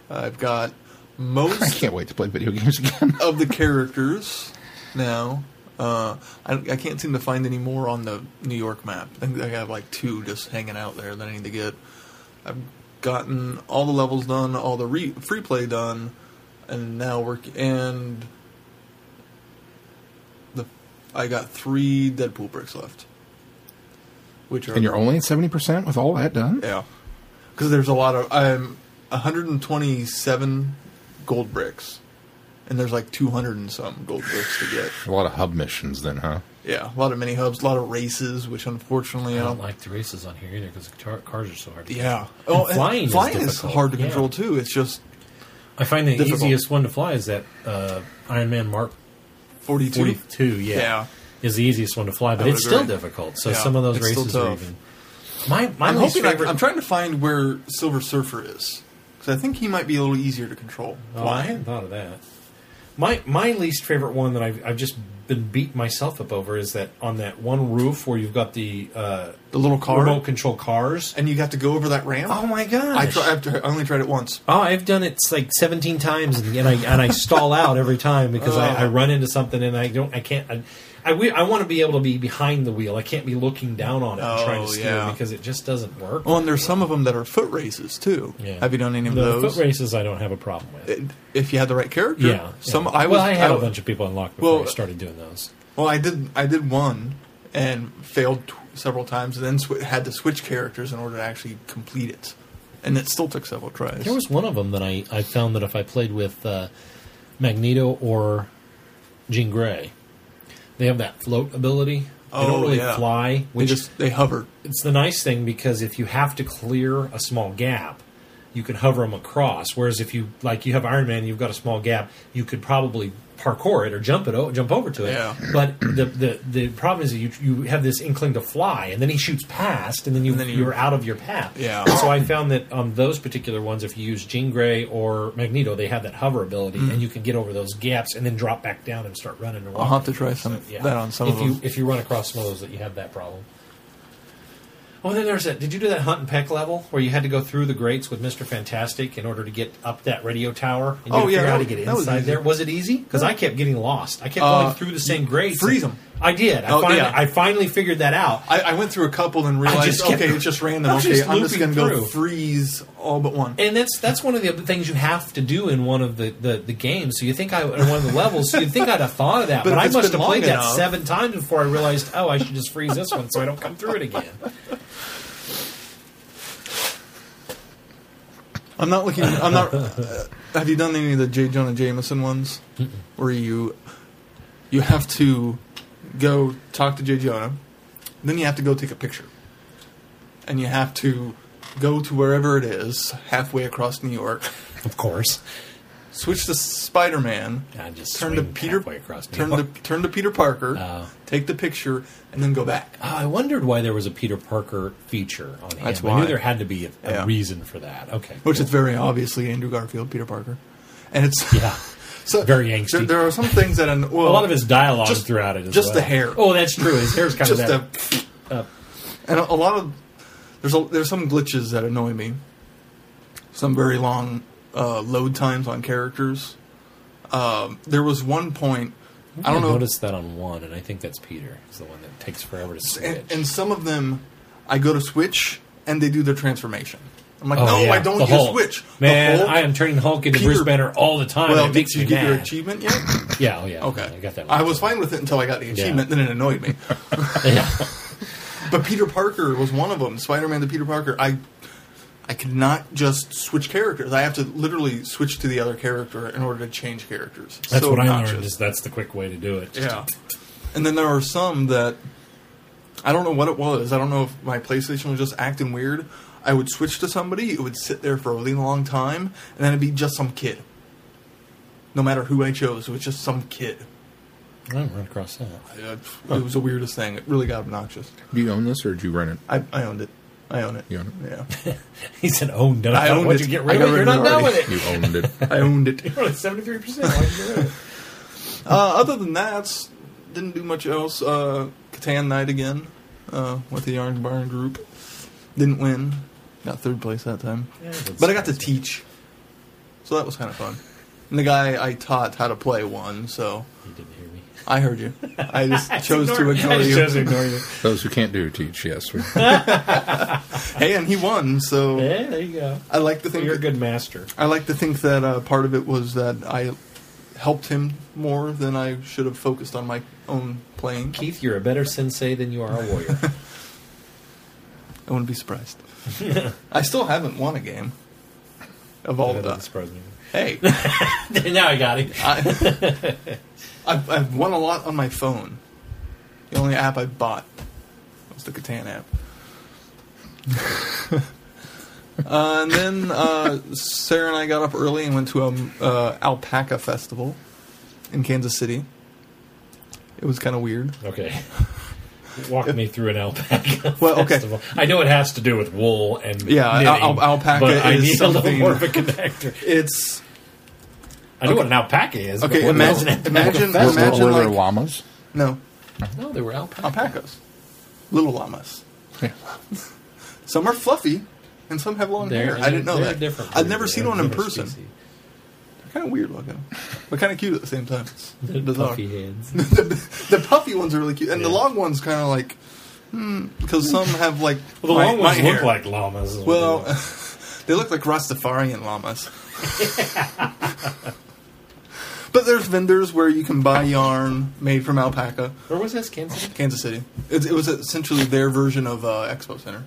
Speaker 2: I've got
Speaker 3: I
Speaker 2: most
Speaker 3: can't wait to play video games again.
Speaker 2: of the characters. now. Uh, I, I can't seem to find any more on the New York map. I think I have like two just hanging out there that I need to get. I've gotten all the levels done, all the re- free play done, and now work and the I got three Deadpool bricks left, which are
Speaker 3: And you're only at 70% with all that done?
Speaker 2: yeah, because there's a lot of um, I'm 127 gold bricks, and there's like 200 and some gold bricks to get.
Speaker 3: A lot of hub missions then, huh?
Speaker 2: Yeah, a lot of mini hubs, a lot of races, which unfortunately um,
Speaker 4: I don't like the races on here either because tar- cars are so hard. To
Speaker 2: Yeah,
Speaker 4: Oh,
Speaker 2: and
Speaker 4: flying is
Speaker 2: flying is,
Speaker 4: difficult,
Speaker 2: hard to
Speaker 4: yeah.
Speaker 2: control too. It's just
Speaker 4: I find the
Speaker 2: Difficult.
Speaker 4: easiest one to fly is that uh, Iron Man Mark
Speaker 2: 42.
Speaker 4: 42. Yeah,
Speaker 2: Yeah.
Speaker 4: is the easiest one to fly, but
Speaker 2: would
Speaker 4: it's still
Speaker 2: agree.
Speaker 4: difficult. So
Speaker 2: Yeah,
Speaker 4: some of those
Speaker 2: it's still
Speaker 4: races are
Speaker 2: tough.
Speaker 4: even. My my
Speaker 2: I'm
Speaker 4: least
Speaker 2: hoping I,
Speaker 4: favorite.
Speaker 2: I'm trying to find where Silver Surfer is because I think he might be a little easier to control.
Speaker 4: Oh, I hadn't thought of that. My my least favorite one that I've, I've just been beating myself up over is that on that one roof where you've got the uh,
Speaker 2: The little car,
Speaker 4: remote control cars.
Speaker 2: and you have to go over that ramp.
Speaker 4: Oh my gosh!
Speaker 2: I, try, I've, I only tried it once.
Speaker 4: Oh, I've done it like seventeen times, and, and I and I stall out every time because I, I run into something and I don't, I can't, I, I, we- I want to be able to be behind the wheel. I can't be looking down on it and
Speaker 2: Oh,
Speaker 4: trying to steer
Speaker 2: yeah.
Speaker 4: because it just doesn't work.
Speaker 2: Well, Oh, and there's some of them that are foot races too.
Speaker 4: Yeah.
Speaker 2: Have you done any of
Speaker 4: the
Speaker 2: those?
Speaker 4: foot races? I don't have a problem with.
Speaker 2: It- If you had the right character,
Speaker 4: yeah,
Speaker 2: Some
Speaker 4: yeah.
Speaker 2: I was
Speaker 4: well, Uh, I had
Speaker 2: a
Speaker 4: a bunch of people unlocked before
Speaker 2: Well,
Speaker 4: I started doing those.
Speaker 2: Well, I did. I did one and failed t- several times, and then sw- had to switch characters in order to actually complete it. And it still took several tries.
Speaker 4: There was one of them that I, I found that if I played with uh, Magneto or Jean Grey, they have that float ability. They
Speaker 2: Oh,
Speaker 4: don't really
Speaker 2: yeah.
Speaker 4: fly,
Speaker 2: they
Speaker 4: which
Speaker 2: just they hovered.
Speaker 4: it's the nice thing because if you have to clear a small gap, you can hover them across. Whereas if you like you have Iron Man, you've got a small gap, you could probably parkour it or jump it, o- jump over to it.
Speaker 2: Yeah.
Speaker 4: But the, the the problem is that you you have this inkling to fly, and then he shoots past, and then you
Speaker 2: then you-
Speaker 4: you're out of your path.
Speaker 2: Yeah.
Speaker 4: So I found that on those particular ones, if you use Jean Grey or Magneto, they have that hover ability, and you can get over those gaps and then drop back down and start running. Or
Speaker 2: Mm. I'll have
Speaker 4: walking.
Speaker 2: to try some
Speaker 4: Yeah.
Speaker 2: that on some
Speaker 4: if
Speaker 2: of
Speaker 4: you
Speaker 2: them.
Speaker 4: if you run across some of those that you have that problem. Oh, then there's that. Did you do that hunt and peck level where you had to go through the grates with Mister Fantastic in order to get up that radio tower? And you had
Speaker 2: Oh,
Speaker 4: to
Speaker 2: yeah,
Speaker 4: figure out
Speaker 2: that
Speaker 4: how to
Speaker 2: was-
Speaker 4: get
Speaker 2: that was
Speaker 4: inside
Speaker 2: easy.
Speaker 4: there. Was it easy? Because I kept getting lost. I kept
Speaker 2: Uh,
Speaker 4: going through the same grates.
Speaker 2: freeze 'em.
Speaker 4: I did. I,
Speaker 2: Oh,
Speaker 4: finally,
Speaker 2: yeah.
Speaker 4: I finally figured that out.
Speaker 2: I, I went through a couple and
Speaker 4: just
Speaker 2: realized,
Speaker 4: kept-
Speaker 2: okay, it's just random.
Speaker 4: I was
Speaker 2: okay,
Speaker 4: just
Speaker 2: I'm just
Speaker 4: looping
Speaker 2: going to go
Speaker 4: through.
Speaker 2: freeze all but one.
Speaker 4: and that's that's one of the things you have to do in one of the, the, the games. So you think I in one of the levels, so you think I'd have thought of that,
Speaker 2: But
Speaker 4: but,
Speaker 2: if
Speaker 4: I
Speaker 2: it's
Speaker 4: must
Speaker 2: been
Speaker 4: have played
Speaker 2: long
Speaker 4: that
Speaker 2: enough-
Speaker 4: seven times before I realized, oh, I should just freeze this one so I don't come through it again.
Speaker 2: I'm not looking. I'm not. Uh, have you done any of the J. Jonah Jameson ones, where you you have to go talk to J. Jonah, then you have to go take a picture, and you have to go to wherever it is halfway across New York,
Speaker 4: Of course,
Speaker 2: switch to Spider-Man,
Speaker 4: I just
Speaker 2: turn to
Speaker 4: swing
Speaker 2: Peter,
Speaker 4: halfway across New
Speaker 2: turn to
Speaker 4: York.
Speaker 2: turn to Peter Parker,
Speaker 4: Oh.
Speaker 2: take the picture, and then go back.
Speaker 4: Uh, I wondered why there was a Peter Parker feature on him.
Speaker 2: That's
Speaker 4: I
Speaker 2: why.
Speaker 4: knew there had to be a, a
Speaker 2: Yeah.
Speaker 4: reason for that. Okay,
Speaker 2: which
Speaker 4: cool.
Speaker 2: is very obviously Andrew Garfield, Peter Parker, and it's
Speaker 4: yeah.
Speaker 2: so
Speaker 4: very angsty.
Speaker 2: There, there are some things that an, well,
Speaker 4: A lot of his dialogue
Speaker 2: just-
Speaker 4: throughout it, as
Speaker 2: just
Speaker 4: well.
Speaker 2: the hair.
Speaker 4: Oh, that's true. His hair's kind of
Speaker 2: just
Speaker 4: that.
Speaker 2: a, and a, a lot of there's a, there's some glitches that annoy me. Some very long uh, load times on characters. Um, there was one point I don't know.
Speaker 4: noticed that on one, and I think that's Peter. Is the one that takes forever to switch.
Speaker 2: and, and some of them I go to switch and they do their transformation. I'm like,
Speaker 4: Oh,
Speaker 2: no,
Speaker 4: yeah.
Speaker 2: I don't
Speaker 4: The
Speaker 2: use
Speaker 4: Hulk.
Speaker 2: switch. The
Speaker 4: Man,
Speaker 2: Hulk-
Speaker 4: I am turning Hulk into
Speaker 2: Peter-
Speaker 4: Bruce Banner all the time.
Speaker 2: well,
Speaker 4: it
Speaker 2: did
Speaker 4: makes
Speaker 2: you
Speaker 4: me
Speaker 2: get your
Speaker 4: mad.
Speaker 2: achievement yet?
Speaker 4: Yeah, oh yeah.
Speaker 2: Okay,
Speaker 4: I got that.
Speaker 2: I was fine with it until I got the achievement, then it annoyed me.
Speaker 4: Yeah.
Speaker 2: But Peter Parker was one of them. Spider-Man to Peter Parker. I I could not just switch characters. I have to literally switch to the other character in order to change characters.
Speaker 4: That's
Speaker 2: So
Speaker 4: what I
Speaker 2: obnoxious.
Speaker 4: learned. Is that's the quick way to do it. Just-
Speaker 2: Yeah. And then there are some that I don't know what it was. I don't know if my PlayStation was just acting weird. I would switch to somebody, it would sit there for a really long time, and then it'd be just some kid. No matter who I chose, it was just some kid.
Speaker 4: I didn't run across that.
Speaker 2: It it was the weirdest thing. It really got obnoxious.
Speaker 3: Do you own this or do you rent it?
Speaker 2: I, I owned it. I own it.
Speaker 3: You own
Speaker 2: Yeah.
Speaker 4: He said, "Oh no, I
Speaker 2: I owned
Speaker 4: owned
Speaker 2: it.
Speaker 4: you get rid
Speaker 2: I
Speaker 4: of
Speaker 2: got
Speaker 4: it. You're
Speaker 2: rid of
Speaker 4: not
Speaker 2: it
Speaker 4: done with it.
Speaker 2: already.
Speaker 3: You owned it.
Speaker 2: I owned it.
Speaker 4: You're at seventy three percent.
Speaker 2: Uh, other than that, didn't do much else. Uh, Catan night again uh, with the Yarn Barn group. Didn't win. Got third place that time. but I got to teach. So that was kind of fun. And the guy I taught how to play won, so
Speaker 4: You didn't hear me.
Speaker 2: I heard you. I just chose to
Speaker 4: Ignore-
Speaker 2: ignore
Speaker 4: I just
Speaker 2: you.
Speaker 4: chose to ignore you.
Speaker 3: Those who can't do teach, yes. We-
Speaker 2: Hey, and he won, so
Speaker 4: Yeah, there you go.
Speaker 2: I like to
Speaker 4: So
Speaker 2: think
Speaker 4: you're a good master.
Speaker 2: I like to think that uh, part of it was that I helped him more than I should have focused on my own playing.
Speaker 4: Keith, you're a better sensei than you are a warrior.
Speaker 2: I wouldn't be surprised. I still haven't won a game of all
Speaker 4: That
Speaker 2: of
Speaker 4: doesn't
Speaker 2: that.
Speaker 4: surprise me.
Speaker 2: Hey,
Speaker 4: now I got it.
Speaker 2: I, I've, I've won a lot on my phone. The only app I bought was the Catan app. uh, and then uh, Sarah and I got up early and went to an uh, alpaca festival in Kansas City. It was kind of weird.
Speaker 4: Okay. Walk me through an alpaca
Speaker 2: Well, okay.
Speaker 4: festival. I know it has to do with wool and
Speaker 2: Yeah, al-
Speaker 4: knitting,
Speaker 2: al- alpaca
Speaker 4: but I
Speaker 2: is
Speaker 4: need a little
Speaker 2: something-
Speaker 4: more of a connector.
Speaker 2: It's
Speaker 4: I know what an alpaca is. but
Speaker 2: okay.
Speaker 4: what
Speaker 2: Imagine,
Speaker 4: is an alpaca
Speaker 2: imagine,
Speaker 3: were,
Speaker 2: imagine
Speaker 3: were there
Speaker 2: like
Speaker 3: llamas?
Speaker 2: no
Speaker 4: festival? No, they were alpaca.
Speaker 2: alpacas, little llamas.
Speaker 3: Yeah.
Speaker 2: Some are fluffy, and some have long
Speaker 4: They're-
Speaker 2: hair. I didn't know
Speaker 4: they're
Speaker 2: that.
Speaker 4: Different
Speaker 2: I've never seen
Speaker 4: They're
Speaker 2: one in
Speaker 4: different
Speaker 2: person.
Speaker 4: species.
Speaker 2: kind of weird looking, but kind of cute at the same time. It's
Speaker 4: They're
Speaker 2: bizarre.
Speaker 4: puffy heads.
Speaker 2: the, the puffy ones are really cute, and the
Speaker 4: Yeah.
Speaker 2: long ones kind of like because some have like
Speaker 4: Well, the
Speaker 2: my-
Speaker 4: long
Speaker 2: my
Speaker 4: ones
Speaker 2: hair.
Speaker 4: look like llamas.
Speaker 2: well, they look like Rastafarian llamas. but there's vendors where you can buy yarn made from alpaca,
Speaker 4: where was this, Kansas? City?
Speaker 2: Kansas City. It, it was essentially their version of uh, Expo Center.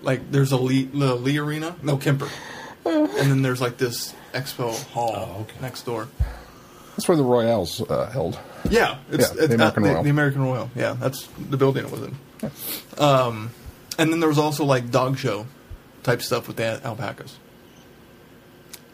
Speaker 2: Like there's a Lee, the Lee Arena, no Kemper, and then there's like this Expo Hall
Speaker 4: Oh, okay.
Speaker 2: next door.
Speaker 3: That's where the Royales uh, held.
Speaker 2: Yeah, it's,
Speaker 3: Yeah,
Speaker 2: it's
Speaker 3: the
Speaker 2: uh,
Speaker 3: American Royal.
Speaker 2: The, American Royal. Yeah, that's the building it was in. Um, and then there was also like dog show type stuff with the alpacas.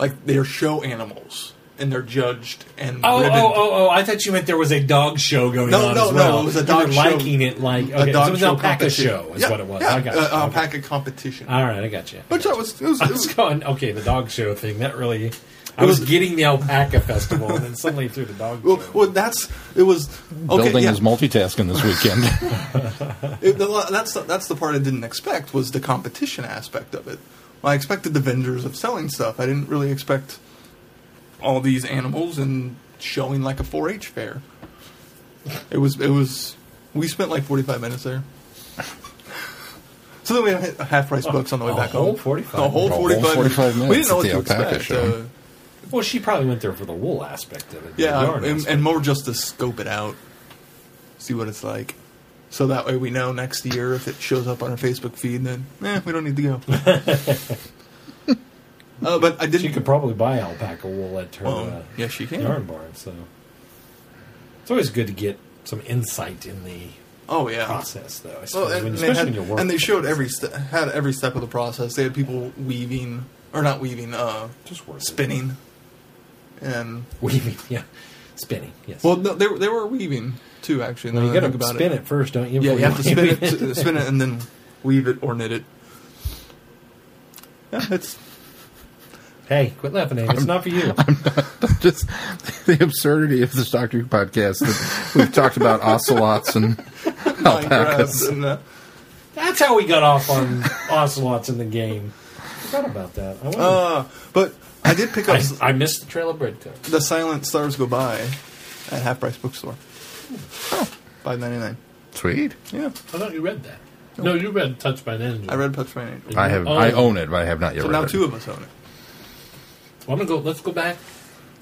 Speaker 2: Like they're show animals and they're judged and
Speaker 4: Oh,
Speaker 2: ribboned.
Speaker 4: oh, oh, oh! I thought you meant there was a dog show going
Speaker 2: No,
Speaker 4: on
Speaker 2: no,
Speaker 4: as
Speaker 2: no,
Speaker 4: well.
Speaker 2: it was a
Speaker 4: You
Speaker 2: dog
Speaker 4: were
Speaker 2: show.
Speaker 4: liking it like okay,
Speaker 2: a dog
Speaker 4: so it was
Speaker 2: show
Speaker 4: an alpaca
Speaker 2: competition.
Speaker 4: show is
Speaker 2: Yeah,
Speaker 4: what it was.
Speaker 2: Yeah,
Speaker 4: I got
Speaker 2: uh,
Speaker 4: you. Okay.
Speaker 2: alpaca competition.
Speaker 4: All right, I got you.
Speaker 2: Which I was, it was,
Speaker 4: I
Speaker 2: it
Speaker 4: was
Speaker 2: was
Speaker 4: going okay. The dog show thing that really. I was
Speaker 2: was-
Speaker 4: getting the alpaca festival, and then suddenly through the dog show.
Speaker 2: well, well, that's it was okay.
Speaker 3: Building
Speaker 2: yeah,
Speaker 3: is multitasking this weekend.
Speaker 2: It- the- that's the, that's the part I didn't expect was the competition aspect of it. Well, I expected the vendors of selling stuff. I didn't really expect all these animals and showing like a 4-H fair. It was it was we spent like 45 minutes there. So then we had half price books on the way
Speaker 4: A
Speaker 2: back
Speaker 4: whole
Speaker 2: home.
Speaker 4: 45
Speaker 2: The whole
Speaker 3: minutes. A
Speaker 2: 45,
Speaker 3: whole 45
Speaker 2: We didn't know what
Speaker 3: minutes
Speaker 2: to
Speaker 3: at the alpaca
Speaker 2: expect.
Speaker 3: show.
Speaker 2: Uh,
Speaker 4: well, she probably went there for the wool aspect of it. the
Speaker 2: yeah,
Speaker 4: yarn
Speaker 2: and,
Speaker 4: aspect.
Speaker 2: and more just to scope it out, see what it's like, so that way we know next year if it shows up on our Facebook feed, then eh, we don't need to go. uh, but I
Speaker 4: she
Speaker 2: didn't.
Speaker 4: could probably buy alpaca wool at her
Speaker 2: well,
Speaker 4: uh,
Speaker 2: yes, she can.
Speaker 4: yarn barn. So it's always good to get some insight in the
Speaker 2: Oh yeah.
Speaker 4: process, though. I
Speaker 2: Well,
Speaker 4: suppose,
Speaker 2: and,
Speaker 4: when,
Speaker 2: and they
Speaker 4: especially when
Speaker 2: had,
Speaker 4: you work.
Speaker 2: and they showed every st- had every step of the process. They had people weaving or not weaving, uh,
Speaker 4: just work
Speaker 2: spinning, and
Speaker 4: weaving, yeah, spinning. Yes.
Speaker 2: well, no, they were- they were weaving too. Actually, now
Speaker 4: Well, you
Speaker 2: that I
Speaker 4: got
Speaker 2: think
Speaker 4: to
Speaker 2: about
Speaker 4: spin
Speaker 2: it.
Speaker 4: it. first, don't you?
Speaker 2: Yeah,
Speaker 4: before
Speaker 2: you have to spin
Speaker 4: weave
Speaker 2: it, to- uh, spin it, and then weave it or knit it. Yeah, it's
Speaker 4: Hey, quit laughing, Abe. It's not for you.
Speaker 3: just the absurdity of this Doctor Who podcast that we've talked about ocelots and
Speaker 2: Minecraft
Speaker 3: alpacas.
Speaker 2: and uh,
Speaker 4: That's how we got off on ocelots in the game. Forgot about that. I, wonder-
Speaker 2: uh, but I did pick up
Speaker 4: I,
Speaker 2: s-
Speaker 4: I missed the trail of bread there.
Speaker 2: the Silent Stars Go By at Half Price Bookstore. Oh. Five ninety nine.
Speaker 3: Sweet.
Speaker 2: Yeah,
Speaker 5: I thought you read that. No, you read Touched by an Angel.
Speaker 2: I read Pucks by an Angel.
Speaker 3: I have. I own it, but I have not yet.
Speaker 2: Oh. So
Speaker 3: read
Speaker 2: now
Speaker 3: it.
Speaker 2: two of us own it.
Speaker 5: Well, I'm gonna go. Let's go back.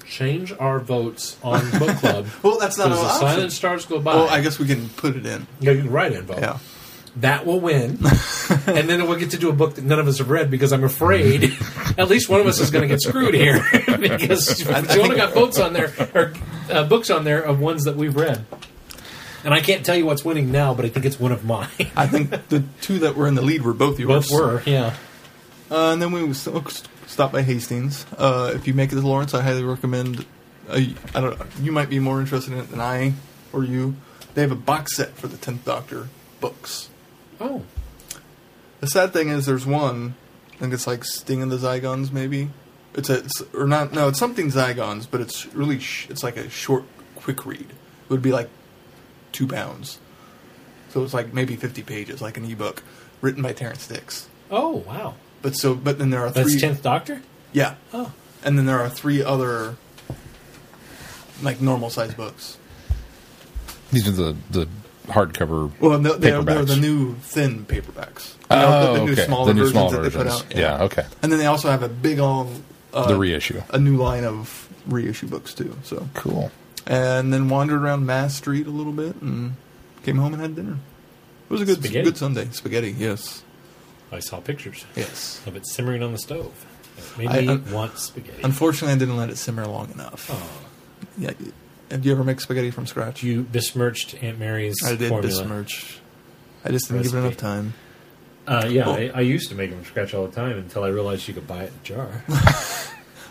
Speaker 5: Change our votes on book club.
Speaker 2: Well, that's not an
Speaker 5: Because the
Speaker 2: option.
Speaker 5: silent stars go by.
Speaker 2: Well, I guess we can put it in.
Speaker 4: Yeah, you can write it,
Speaker 2: Yeah.
Speaker 4: That will win, and then we'll get to do a book that none of us have read because I'm afraid at least one of us is going to get screwed here because we only got votes on there or uh, books on there of ones that we've read, and I can't tell you what's winning now, but I think it's one of mine.
Speaker 2: I think the two that were in the lead were both yours.
Speaker 4: Both were, yeah.
Speaker 2: Uh, and then we was- stopped by Hastings. Uh, if you make it to Lawrence, I highly recommend. Uh, I don't. You might be more interested in it than I or you. They have a box set for the Tenth Doctor books.
Speaker 4: Oh,
Speaker 2: The sad thing is, there's one. I think it's like Sting and the Zygons, maybe. It's a it's, or not. No, it's something Zygons, but it's really sh- it's like a short, quick read. It would be like two pounds. So it's like maybe fifty pages, like an ebook written by Terrence Dix.
Speaker 4: oh, wow.
Speaker 2: But so, but then there are
Speaker 4: That's
Speaker 2: three.
Speaker 4: tenth Doctor.
Speaker 2: Yeah,
Speaker 4: Oh,
Speaker 2: and then there are three other like normal sized books.
Speaker 3: These are the the hardcover.
Speaker 2: Well, no, they're, they're the
Speaker 3: Paperbacks.
Speaker 2: new thin paperbacks. You know,
Speaker 3: oh,
Speaker 2: the, the new
Speaker 3: okay.
Speaker 2: smaller
Speaker 3: the new
Speaker 2: versions
Speaker 3: smaller
Speaker 2: that they
Speaker 3: versions.
Speaker 2: put out.
Speaker 3: yeah. okay.
Speaker 2: And then they also have a big old uh,
Speaker 3: the reissue.
Speaker 2: a new line of reissue books too. So
Speaker 3: Cool.
Speaker 2: and then wandered around Mass Street a little bit and came home and had dinner. It was a good
Speaker 4: Spaghetti.
Speaker 2: good Sunday. Spaghetti, yes,
Speaker 4: I saw pictures
Speaker 2: yes.
Speaker 4: of it simmering on the stove. It made
Speaker 2: I-
Speaker 4: me
Speaker 2: un-
Speaker 4: want spaghetti.
Speaker 2: Unfortunately, I didn't let it simmer long enough.
Speaker 4: Oh.
Speaker 2: Yeah. Have you ever make spaghetti from scratch?
Speaker 4: you besmirched Aunt Mary's
Speaker 2: I did
Speaker 4: formula.
Speaker 2: besmirch. I just didn't give it
Speaker 4: Recipe.
Speaker 2: enough time.
Speaker 4: Uh, yeah,
Speaker 2: Oh.
Speaker 4: I, I used to make them from scratch all the time until I realized you could buy it in a jar.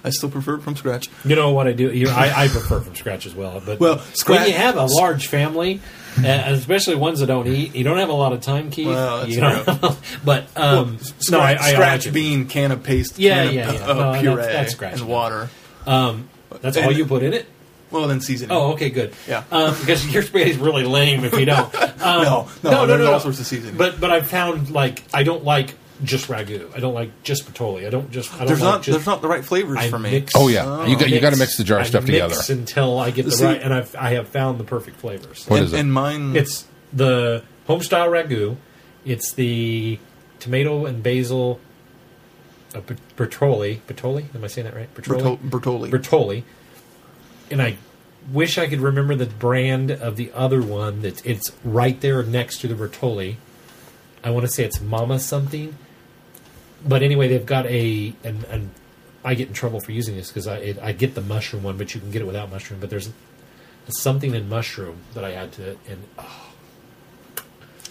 Speaker 2: I still prefer it from scratch.
Speaker 4: You know what I do? You know, I, I prefer from scratch as well. But
Speaker 2: Well,
Speaker 4: when
Speaker 2: scratch-
Speaker 4: you have a large family, uh, and especially ones that don't eat, you don't have a lot of time, Keith.
Speaker 2: Well, that's
Speaker 4: you know?
Speaker 2: true.
Speaker 4: but um,
Speaker 2: Scratch,
Speaker 4: no, I, I
Speaker 2: scratch
Speaker 4: like it.
Speaker 2: bean, can of paste,
Speaker 4: Yeah,
Speaker 2: can of
Speaker 4: yeah,
Speaker 2: p-
Speaker 4: yeah.
Speaker 2: uh,
Speaker 4: No, that's-
Speaker 2: puree,
Speaker 4: that's scratch.
Speaker 2: and water.
Speaker 4: Um, that's all
Speaker 2: And-
Speaker 4: you put in it.
Speaker 2: Well, then seasoning.
Speaker 4: Oh, okay, good.
Speaker 2: Yeah.
Speaker 4: um, because your spaghetti's really lame if you don't. Um,
Speaker 2: No, no, there's all sorts of seasoning.
Speaker 4: But but I've found like I don't like just ragu. I don't like just patoli. I don't just. I don't
Speaker 2: there's
Speaker 4: like
Speaker 2: not
Speaker 4: just,
Speaker 2: there's not the right flavors
Speaker 4: I
Speaker 2: for me.
Speaker 4: mix-
Speaker 3: Oh yeah, you got you got to mix the jar
Speaker 4: I
Speaker 3: stuff together.
Speaker 4: mix until I get the
Speaker 2: See-
Speaker 4: right, and I've I have found the perfect flavors.
Speaker 3: What
Speaker 2: and,
Speaker 3: is it?
Speaker 2: and mine,
Speaker 4: It's the homestyle ragu. It's the tomato and basil. Uh, pat- Bertoli, Bertoli, am I saying that right?
Speaker 2: Bertol- Bertoli.
Speaker 4: Bertoli. And I wish I could remember the brand of the other one that it's right there next to the Bertoli. I want to say it's Mama something. But anyway, they've got a and, and I get in trouble for using this because I it, I get the mushroom one, but you can get it without mushroom. But there's something in mushroom that I had to and oh,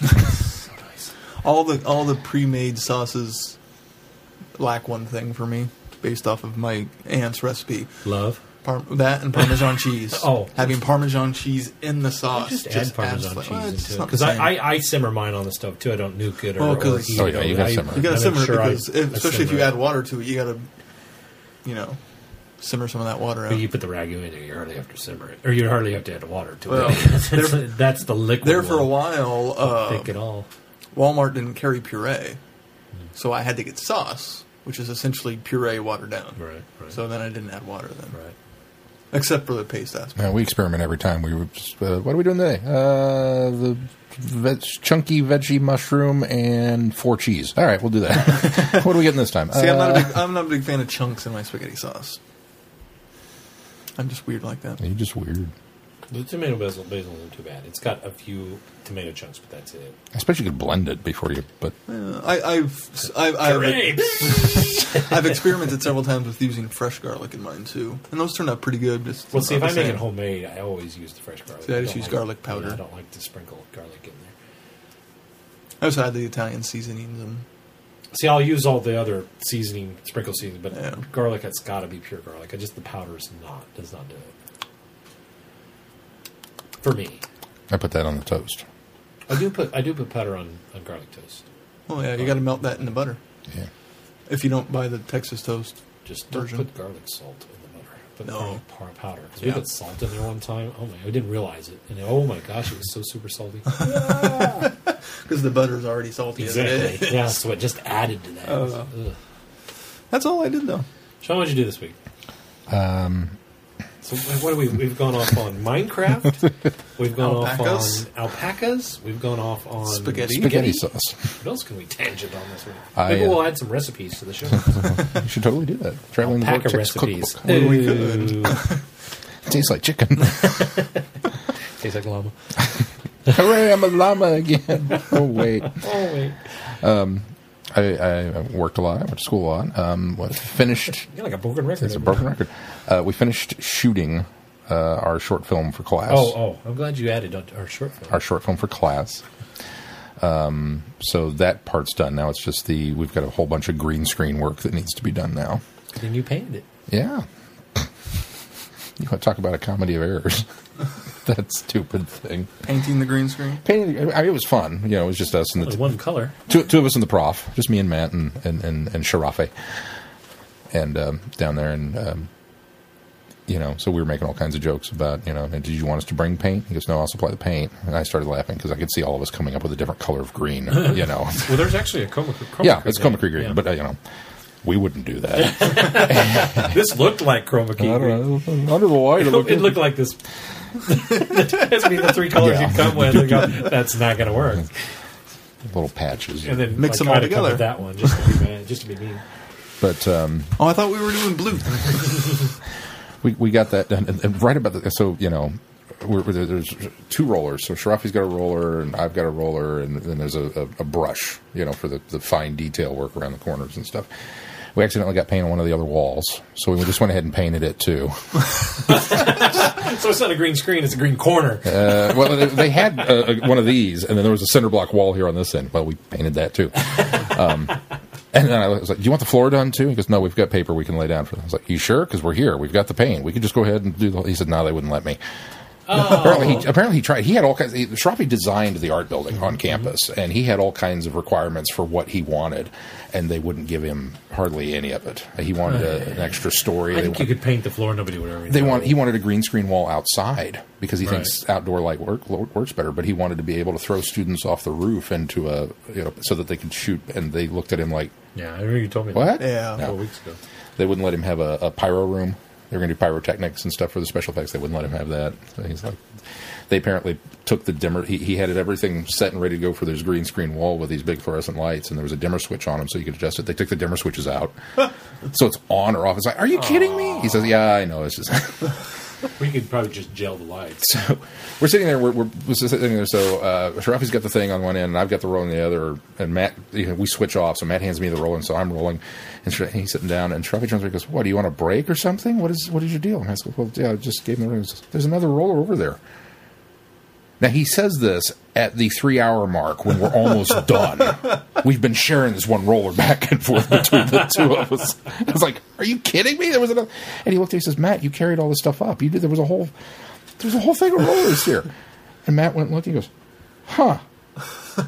Speaker 4: so nice.
Speaker 2: all the all the pre-made sauces lack one thing for me, based off of my aunt's recipe.
Speaker 4: Love.
Speaker 2: Par- that and Parmesan cheese.
Speaker 4: Oh.
Speaker 2: having Parmesan cheese in the sauce
Speaker 4: Just, add
Speaker 2: adds
Speaker 4: Parmesan
Speaker 2: fla-
Speaker 4: cheese
Speaker 2: Well, it's
Speaker 4: into it
Speaker 2: not the
Speaker 4: because I,
Speaker 2: same.
Speaker 4: I, I simmer mine on the stove too. I don't nuke it or,
Speaker 2: Well,
Speaker 4: or
Speaker 2: 'cause-
Speaker 4: heat
Speaker 3: Oh,
Speaker 4: it
Speaker 3: yeah,
Speaker 4: or-
Speaker 3: you gotta
Speaker 4: I-
Speaker 3: simmer it.
Speaker 2: You gotta
Speaker 4: I make
Speaker 2: simmer it
Speaker 4: sure I-
Speaker 2: because,
Speaker 4: I
Speaker 2: if, especially if
Speaker 4: simmer
Speaker 2: you
Speaker 4: it.
Speaker 2: add water to it, you gotta, you know, simmer some of that water
Speaker 4: But
Speaker 2: out.
Speaker 4: you put the ragu in there, you hardly have to simmer it, or you hardly have to add water to
Speaker 2: Well,
Speaker 4: it. that's, that's the liquid.
Speaker 2: There for a
Speaker 4: one.
Speaker 2: while, uh,
Speaker 4: thick at all.
Speaker 2: Walmart didn't carry puree,
Speaker 4: Hmm.
Speaker 2: so I had to get sauce, which is essentially puree watered down.
Speaker 4: Right, right,
Speaker 2: So then I didn't add water then,
Speaker 4: right.
Speaker 2: except for the paste aspect.
Speaker 3: Yeah, we experiment every time. We were just, uh, what are we doing today? Uh, the veg, chunky veggie mushroom and four cheese. All right, we'll do that. what are we getting this time?
Speaker 2: See, I'm not
Speaker 3: Uh,
Speaker 2: a big, I'm not a big fan of chunks in my spaghetti sauce. I'm just weird like that.
Speaker 3: You're just weird.
Speaker 4: The tomato basil basil isn't too bad. It's got a few tomato chunks, but that's it.
Speaker 3: I suppose you could blend it before you, but
Speaker 2: Uh, I, I've, I've, I've, I've experimented several times with using fresh garlic in mine too, and those turned out pretty good. Just
Speaker 4: well, see, if
Speaker 2: not
Speaker 4: I
Speaker 2: the
Speaker 4: make it
Speaker 2: same.
Speaker 4: homemade, I always use the fresh garlic.
Speaker 2: See, I just
Speaker 4: don't
Speaker 2: use
Speaker 4: like-
Speaker 2: garlic powder.
Speaker 4: yeah, I don't like to sprinkle garlic in there.
Speaker 2: I also had the Italian um, seasonings and
Speaker 4: See, I'll use all the other seasoning, sprinkle seasoning, but
Speaker 2: Yeah.
Speaker 4: garlic, it's got to be pure garlic. I just the powder is not does not do it for me.
Speaker 3: I put that on the toast.
Speaker 4: I do put I do put powder on, on garlic toast.
Speaker 2: Oh yeah, you got to melt that in the butter.
Speaker 3: Yeah.
Speaker 2: If you don't buy the Texas toast,
Speaker 4: Just don't
Speaker 2: Version.
Speaker 4: put garlic salt in the butter. Put
Speaker 2: No.
Speaker 4: garlic par- powder. 'Cause we
Speaker 2: Yeah.
Speaker 4: put salt in there one time. Oh my! I didn't realize it, and oh my gosh, it was so super salty.
Speaker 2: because the butter's already salty. as it is.
Speaker 4: yeah. So it just added to that.
Speaker 2: Oh.
Speaker 4: Ugh.
Speaker 2: That's all I did though.
Speaker 4: Sean, what'd you do this week? Um. So what do we? We've gone off on Minecraft. We've gone
Speaker 2: Alpacas.
Speaker 4: off on alpacas. We've gone off on
Speaker 2: Spaghetti.
Speaker 3: Spaghetti sauce.
Speaker 4: What else can we tangent on this week?
Speaker 3: I,
Speaker 4: Maybe
Speaker 3: uh,
Speaker 4: we'll add some recipes to the show.
Speaker 3: You should totally do that. Traveling
Speaker 4: Alpaca
Speaker 3: Vortex
Speaker 4: recipes.
Speaker 3: cookbook.
Speaker 2: we
Speaker 4: Ooh.
Speaker 3: Tastes like chicken.
Speaker 4: Tastes like llama.
Speaker 3: Hooray, I'm a llama again. Oh, wait.
Speaker 4: Oh wait.
Speaker 3: I, I worked a lot. I went to school a lot. Um, what- finished
Speaker 4: You're like a broken record.
Speaker 3: It's a broken record. Uh, we finished shooting uh, our short film for class.
Speaker 4: Oh, oh! I'm glad you added on- our short film.
Speaker 3: Our short film for class. Um, so that part's done. Now it's just the we've got a whole bunch of green screen work that needs to be done now.
Speaker 4: then you painted it.
Speaker 3: Yeah. You want to talk about a comedy of errors? that stupid thing.
Speaker 2: Painting the green screen.
Speaker 3: Painting. I mean, it was fun. You know, it was just us and the
Speaker 4: It was
Speaker 3: t-
Speaker 4: one color.
Speaker 3: two, two of us and the prof, just me and Matt and and and, and Sharafe, and um, down there, and um, you know, so we were making all kinds of jokes about, you know, did you want us to bring paint? He goes, no, I'll supply the paint, and I started laughing because I could see all of us coming up with a different color of green, you know.
Speaker 4: Well, there's actually a coma. coma
Speaker 3: yeah, it's Coma Creek green, but uh, you know, We wouldn't do that.
Speaker 4: This looked like chroma key.
Speaker 3: know. Under the light,
Speaker 4: it looked like this. That's me, the three colors
Speaker 3: Yeah.
Speaker 4: you come with. And go, That's not going to work.
Speaker 3: little patches.
Speaker 4: And then
Speaker 2: Mix
Speaker 4: like,
Speaker 2: them all
Speaker 4: try to come
Speaker 2: together.
Speaker 4: with That one, just to be mad, just to be mean.
Speaker 3: But um,
Speaker 2: Oh, I thought we were doing blue.
Speaker 3: we we got that done and, and right about the, so you know. We're, we're- there- there's two rollers. So Sharafi's got a roller, and I've got a roller, and then there's a, a, a brush, you know, for the, the fine detail work around the corners and stuff. We accidentally got paint on one of the other walls, so we just went ahead and painted it too.
Speaker 4: So it's not a green screen; it's a green corner.
Speaker 3: Uh, well, they, they had uh, one of these, and then there was a cinder block wall here on this end. Well, we painted that too. Um, and then I was like, "Do you want the floor done too?" He goes, "No, we've got paper we can lay down for." Them. I was like, "You sure? Because we're here. We've got the paint. We could just go ahead and do." the He said, "No, they wouldn't let me." Apparently, he, apparently he tried. He had all kinds. He, Shrapi designed the art building on campus, and he had all kinds of requirements for what he wanted, and they wouldn't give him hardly any of it. He wanted a, an extra story.
Speaker 4: I
Speaker 3: They
Speaker 4: think you could paint the floor; nobody would ever.
Speaker 3: they want he wanted a green screen wall outside because he thinks outdoor light work, lo- works better. But he wanted to be able to throw students off the roof into a you know so that they could shoot. And they looked at him like,
Speaker 4: Yeah, I remember you told me
Speaker 3: "What?
Speaker 4: that
Speaker 2: Yeah.
Speaker 4: a couple weeks ago.
Speaker 3: They wouldn't let him have a, a pyro room. They were going to do pyrotechnics and stuff for the special effects. They wouldn't let him have that. So he's like, they apparently took the dimmer. He, he had it everything set and ready to go for this green screen wall with these big fluorescent lights, and there was a dimmer switch on him so you could adjust it. They took the dimmer switches out, so it's on or off. It's like, are you kidding me? He says, yeah, I know. It's just.
Speaker 4: We could probably just gel the lights.
Speaker 3: So we're sitting there. We're, we're we're sitting there. So uh, Sharafi's got the thing on one end, and I've got the roll on the other. And Matt, you know, we switch off. So Matt hands me the roll, and so I'm rolling, and Shara- he's sitting down. And Sharafi turns around and goes, "What? Do you want a break or something? What is what is your deal?" And I said, "Well, yeah, I just gave him the ring." He says, There's another roller over there. Now he says this at the three hour mark when we're almost done. We've been sharing this one roller back and forth between the two of us. I was like, "Are you kidding me?" There was another, and he looked at me and says, "Matt, you carried all this stuff up. You did. There was a whole, there's a whole thing of rollers here." And Matt went and looked. And he goes, "Huh?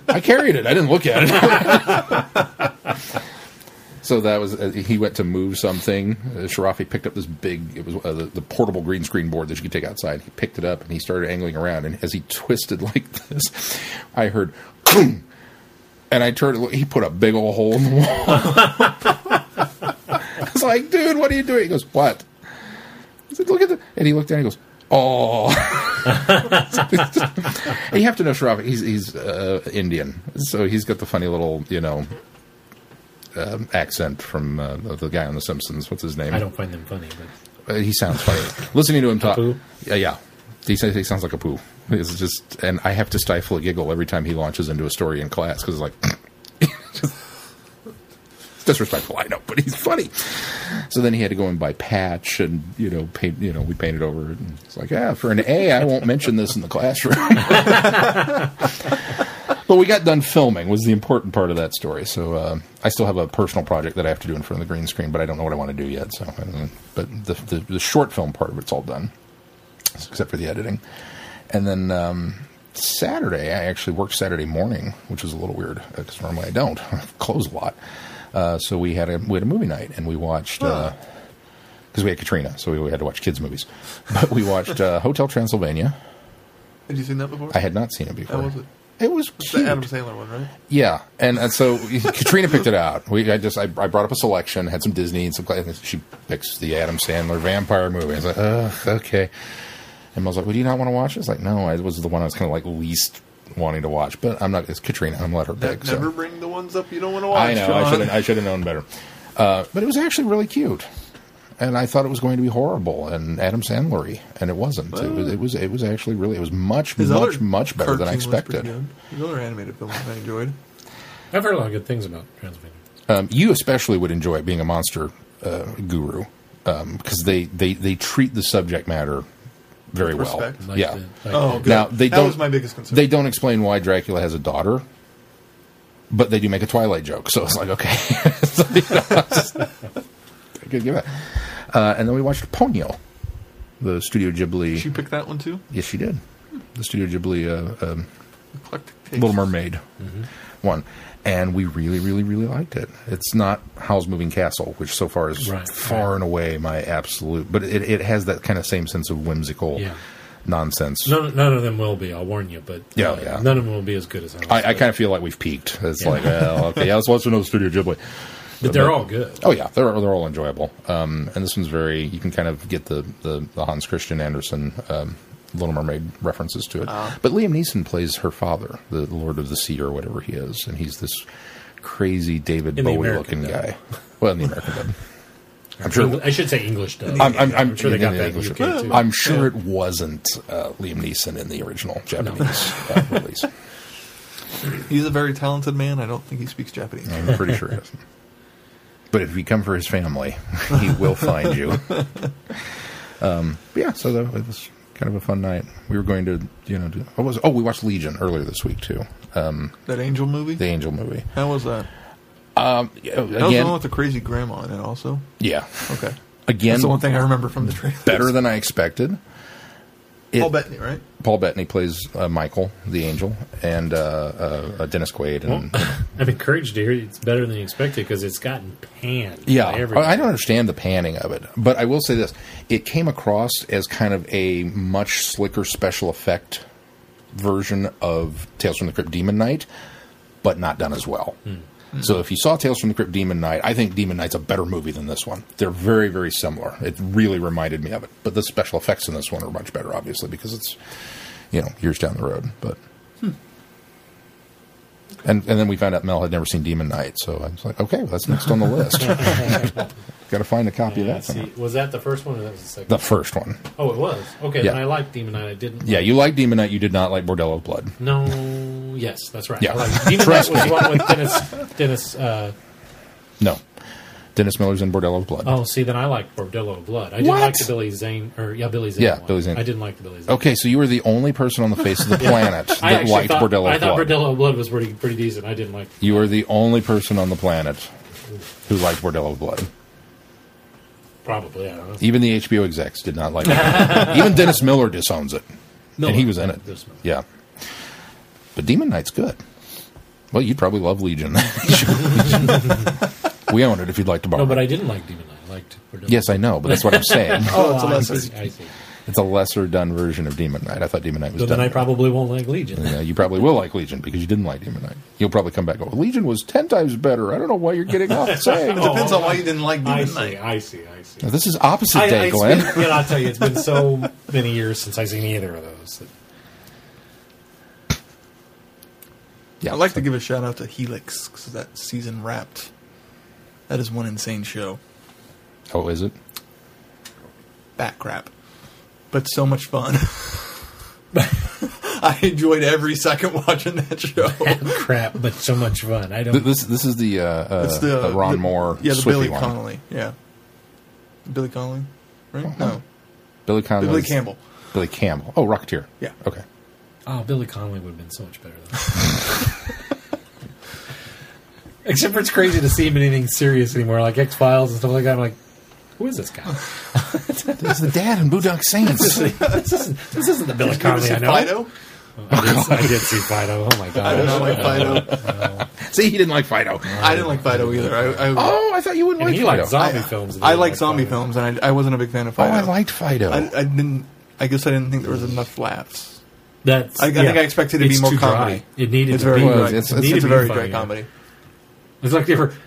Speaker 3: I carried it. I didn't look at it." so that was. Uh, he went to move something. Uh, Sharafi picked up this big. It was uh, the, the portable green screen board that you could take outside. He picked it up and he started angling around. And as he twisted like this, I heard. "Boom!" And I turned. to look- He put a big old hole in the wall. I was like, "Dude, what are you doing?" He goes, "What?" I said, "Look at the." And he looked down. And he goes, "Oh." And you have to know Sharafi. He's he's uh, Indian, so he's got the funny little you know um, accent from uh, the the guy on The Simpsons. What's his name?
Speaker 4: I don't find them funny, but
Speaker 3: Uh, he sounds funny. Listening to him talk,
Speaker 4: poo?
Speaker 3: yeah, yeah, he says he sounds like a poo. It's just, and I have to stifle a giggle every time he launches into a story in class because it's like. it's Disrespectful, I know, but he's funny. So then he had to go and buy patch, and you know, paint. You know, we painted over it, and it's like, ah, for an A, I won't mention this in the classroom. But we got done filming was the important part of that story. So uh, I still have a personal project that I have to do in front of the green screen, but I don't know what I want to do yet. So, I don't know. but the, the the short film part of it's all done, except for the editing. And then um, Saturday, I actually worked Saturday morning, which was a little weird because normally I don't I close a lot. Uh, so we had a we had a movie night and we watched. Uh, because we had Katrina, so we had to watch kids' movies. But we watched uh, Hotel Transylvania.
Speaker 2: Had you seen that before?
Speaker 3: I had not seen it before.
Speaker 2: was it?
Speaker 3: It was
Speaker 2: It's
Speaker 3: cute.
Speaker 2: the Adam Sandler one, right?
Speaker 3: Yeah, and, and so Katrina picked it out. We I just I, I brought up a selection, had some Disney and some. and She picks the Adam Sandler vampire movie. I was like, ugh, okay. And I was like, "Would you not want to watch?" It's like, no, I was the one I was kind of like least wanting to watch. But I'm not. It's Katrina. I'm gonna let her
Speaker 2: That
Speaker 3: pick. so.
Speaker 2: never bring the ones up you don't want to watch.
Speaker 3: I know. I
Speaker 2: John.
Speaker 3: should have. I should have known better. Uh, but it was actually really cute, and I thought it was going to be horrible and Adam Sandlery, and it wasn't. It was. It was. It was actually really. It was much,
Speaker 2: His
Speaker 3: much,
Speaker 2: other
Speaker 3: much better than I
Speaker 2: cartoon was pretty
Speaker 3: expected.
Speaker 2: good. His other animated films I enjoyed.
Speaker 4: I've heard a lot of good things about Transylvania.
Speaker 3: um, you especially would enjoy being a monster uh, guru because they, they, they treat the subject matter very
Speaker 2: With
Speaker 3: well.
Speaker 2: respect.
Speaker 4: Like
Speaker 3: yeah.
Speaker 4: the- like
Speaker 2: Oh, good.
Speaker 3: Now they
Speaker 2: that
Speaker 3: don't.
Speaker 2: was my biggest concern.
Speaker 3: They don't explain why Dracula has a daughter, but they do make a Twilight joke. So it's like okay, so, you know, it's- I could give it. Uh, and then we watched Ponyo, the Studio Ghibli.
Speaker 2: Did you pick that one too?
Speaker 3: yes, she did. The Studio Ghibli uh, um,
Speaker 2: Eclectic taste.
Speaker 3: Little Mermaid Mm-hmm. one, and we really, really, really liked it. It's not Howl's Moving Castle, which so far is
Speaker 4: Right,
Speaker 3: far and away my absolute, but it, it has that kind of same sense of whimsical
Speaker 4: Yeah.
Speaker 3: nonsense.
Speaker 4: None, none of them will be. I'll warn you, but
Speaker 3: Yeah,
Speaker 4: uh,
Speaker 3: yeah.
Speaker 4: none of them will be as good as ours.
Speaker 3: I, I kind of feel like we've peaked. It's like, well, okay, yeah, let's watch another Studio Ghibli.
Speaker 4: But they're all good.
Speaker 3: Oh yeah, they're they're all enjoyable. Um, and this one's very you can kind of get the the, the Hans Christian Andersen um, Little Mermaid references to it.
Speaker 4: Ah.
Speaker 3: But Liam Neeson plays her father, the Lord of the Sea or whatever he is, and he's this crazy David
Speaker 4: In the
Speaker 3: Bowie
Speaker 4: American
Speaker 3: looking
Speaker 4: dub.
Speaker 3: guy. Well, in the American dub. I'm sure.
Speaker 4: Engli- I should say English dub.
Speaker 3: I'm, I'm, I'm,
Speaker 4: sure they
Speaker 3: in
Speaker 4: got
Speaker 3: the
Speaker 4: that in
Speaker 3: English-
Speaker 4: the UK too.
Speaker 3: I'm sure it wasn't uh, Liam Neeson in the original Japanese uh, release.
Speaker 2: He's a very talented man. I don't think he speaks Japanese.
Speaker 3: I'm pretty sure it isn't. But if you come for his family, he will find you. Um, but yeah, so that, it was kind of a fun night. We were going to, you know, do, what was? Oh, we watched Legion earlier this week too, um,
Speaker 2: That angel movie?
Speaker 3: the Angel movie.
Speaker 2: How was that?
Speaker 3: Um,
Speaker 2: That was the one
Speaker 3: again,
Speaker 2: with the crazy grandma in it also.
Speaker 3: yeah,
Speaker 2: Okay.
Speaker 3: again,
Speaker 2: That's the one thing I remember from the trailer.
Speaker 3: better than I expected. It-
Speaker 2: Paul Bettany, right?
Speaker 3: Paul Bettany plays uh, Michael, the Angel, and uh, uh, uh, Dennis Quaid, and
Speaker 4: I'm encouraged to hear it's better than you expected because it's gotten panned.
Speaker 3: Yeah,
Speaker 4: by everyone.
Speaker 3: I I don't understand the panning of it, but I will say this: it came across as kind of a much slicker special effect version of Tales from the Crypt Demon Knight, but not done as well.
Speaker 4: Hmm.
Speaker 3: So if you saw Tales from the Crypt Demon Knight, I think Demon Knight's a better movie than this one. They're very, very similar. It really reminded me of it, but the special effects in this one are much better, obviously, because it's you know years down the road. But and and then we found out Mel had never seen Demon Knight, so I was like, okay, well, that's next on the list. Got to find a copy of
Speaker 4: Yeah,
Speaker 3: that.
Speaker 4: see,
Speaker 3: somewhere.
Speaker 4: was that the first one or that was the second?
Speaker 3: The first one.
Speaker 4: oh, it was. Okay,
Speaker 3: Yeah.
Speaker 4: then I liked Demon Knight. I didn't.
Speaker 3: Yeah, you like Demon Knight. You did not like Bordello of Blood.
Speaker 4: No. Yes, that's right.
Speaker 3: Yeah.
Speaker 4: I liked Demon Knight
Speaker 3: Trust
Speaker 4: was the one with Dennis. Dennis. Uh,
Speaker 3: No, Dennis Miller's in Bordello of Blood.
Speaker 4: oh, see, then I liked Bordello of Blood. I didn't
Speaker 3: What?
Speaker 4: like the Billy Zane or yeah, Billy Zane.
Speaker 3: Yeah,
Speaker 4: one.
Speaker 3: Billy Zane.
Speaker 4: I didn't like the Billy Zane.
Speaker 3: Okay, so you were the only person on the face of the planet
Speaker 4: I
Speaker 3: that
Speaker 4: actually
Speaker 3: liked
Speaker 4: thought,
Speaker 3: Bordello
Speaker 4: I
Speaker 3: of
Speaker 4: thought
Speaker 3: Blood.
Speaker 4: Bordello of Blood was pretty pretty decent. I didn't like.
Speaker 3: You are the only person on the planet who liked Bordello of Blood.
Speaker 4: Probably. I don't know.
Speaker 3: Even the HBO execs did not like it. Even Dennis Miller disowns it. and he was in it.
Speaker 4: There's no-
Speaker 3: Yeah. But Demon Knight's good. Well, you'd probably love Legion. we own it if you'd like to borrow.
Speaker 4: No, but
Speaker 3: it.
Speaker 4: I didn't like Demon Knight. I liked Bordello.
Speaker 3: Yes, I know, but that's what I'm saying.
Speaker 4: Oh,
Speaker 2: it's a
Speaker 4: I
Speaker 2: lesser.
Speaker 4: see, I see.
Speaker 3: It's a lesser done version of Demon Knight. I thought Demon Knight was
Speaker 4: So
Speaker 3: done.
Speaker 4: then I probably won't like Legion.
Speaker 3: yeah, you probably will like Legion because you didn't like Demon Knight. You'll probably come back. and go, Legion was ten times better. I don't know why you're getting off saying.
Speaker 4: Oh,
Speaker 2: Depends on why you didn't like
Speaker 4: I
Speaker 2: Demon
Speaker 4: see.
Speaker 2: Knight.
Speaker 4: I see. I see.
Speaker 3: Now, this is opposite
Speaker 4: I,
Speaker 3: day,
Speaker 4: it's
Speaker 3: Glenn.
Speaker 4: been- you know, I'll tell you, it's been so many years since I've seen either of those.
Speaker 3: yeah,
Speaker 2: I'd like to give a shout out to Helix because that season wrapped. That is one insane show.
Speaker 3: Oh, is it?
Speaker 2: Bat crap. But so much fun. I enjoyed every second watching that show.
Speaker 3: Uh,
Speaker 4: Oh, Crap, but so much fun. I
Speaker 3: Th-
Speaker 4: don't.
Speaker 3: This this is the uh, uh,
Speaker 2: It's the,
Speaker 3: the Ron
Speaker 2: the-
Speaker 3: Moore
Speaker 2: Yeah, the
Speaker 3: Swiffy
Speaker 2: Billy
Speaker 3: one.
Speaker 2: Connolly. Yeah. Billy Connolly?
Speaker 3: Uh-huh.
Speaker 2: Right? No.
Speaker 3: Billy Connolly.
Speaker 2: Billy Campbell.
Speaker 3: Billy Campbell. Oh, Rocketeer.
Speaker 2: Yeah.
Speaker 3: Okay.
Speaker 4: Oh, Billy Connolly would have been so much better. Though. Except for it's crazy to see him in anything serious anymore, like X Files and stuff like that. I'm like, who is this guy?
Speaker 3: This is the dad in Boondock Saints.
Speaker 4: this isn't this isn't the Billy
Speaker 2: You ever
Speaker 4: Connolly
Speaker 2: see
Speaker 4: I know.
Speaker 2: Fido?
Speaker 4: I, did, I did see Fido. Oh my
Speaker 2: Oh, I
Speaker 3: Uh,
Speaker 2: did not
Speaker 4: god!
Speaker 2: like Fido.
Speaker 3: See, he didn't like Fido.
Speaker 2: I didn't like Fido either. I, I,
Speaker 3: Oh, I thought you wouldn't
Speaker 4: And
Speaker 3: like
Speaker 4: he
Speaker 3: Fido.
Speaker 4: liked zombie
Speaker 2: I,
Speaker 4: films.
Speaker 2: I like zombie films, and I, I wasn't a big fan of
Speaker 3: oh,
Speaker 2: Fido.
Speaker 3: I liked Fido.
Speaker 2: I, I didn't. I guess I didn't think there was enough laughs.
Speaker 4: That's.
Speaker 2: I, I think I expected it to
Speaker 4: It's
Speaker 2: be more
Speaker 4: too
Speaker 2: comedy.
Speaker 4: dry. It needed
Speaker 2: It's
Speaker 4: to
Speaker 2: very
Speaker 4: be.
Speaker 3: Well,
Speaker 2: dry.
Speaker 3: it's-
Speaker 2: It's,
Speaker 3: it's-
Speaker 4: needed
Speaker 2: a
Speaker 4: to be
Speaker 2: very dry
Speaker 4: funnier.
Speaker 2: comedy.
Speaker 4: It's like they were.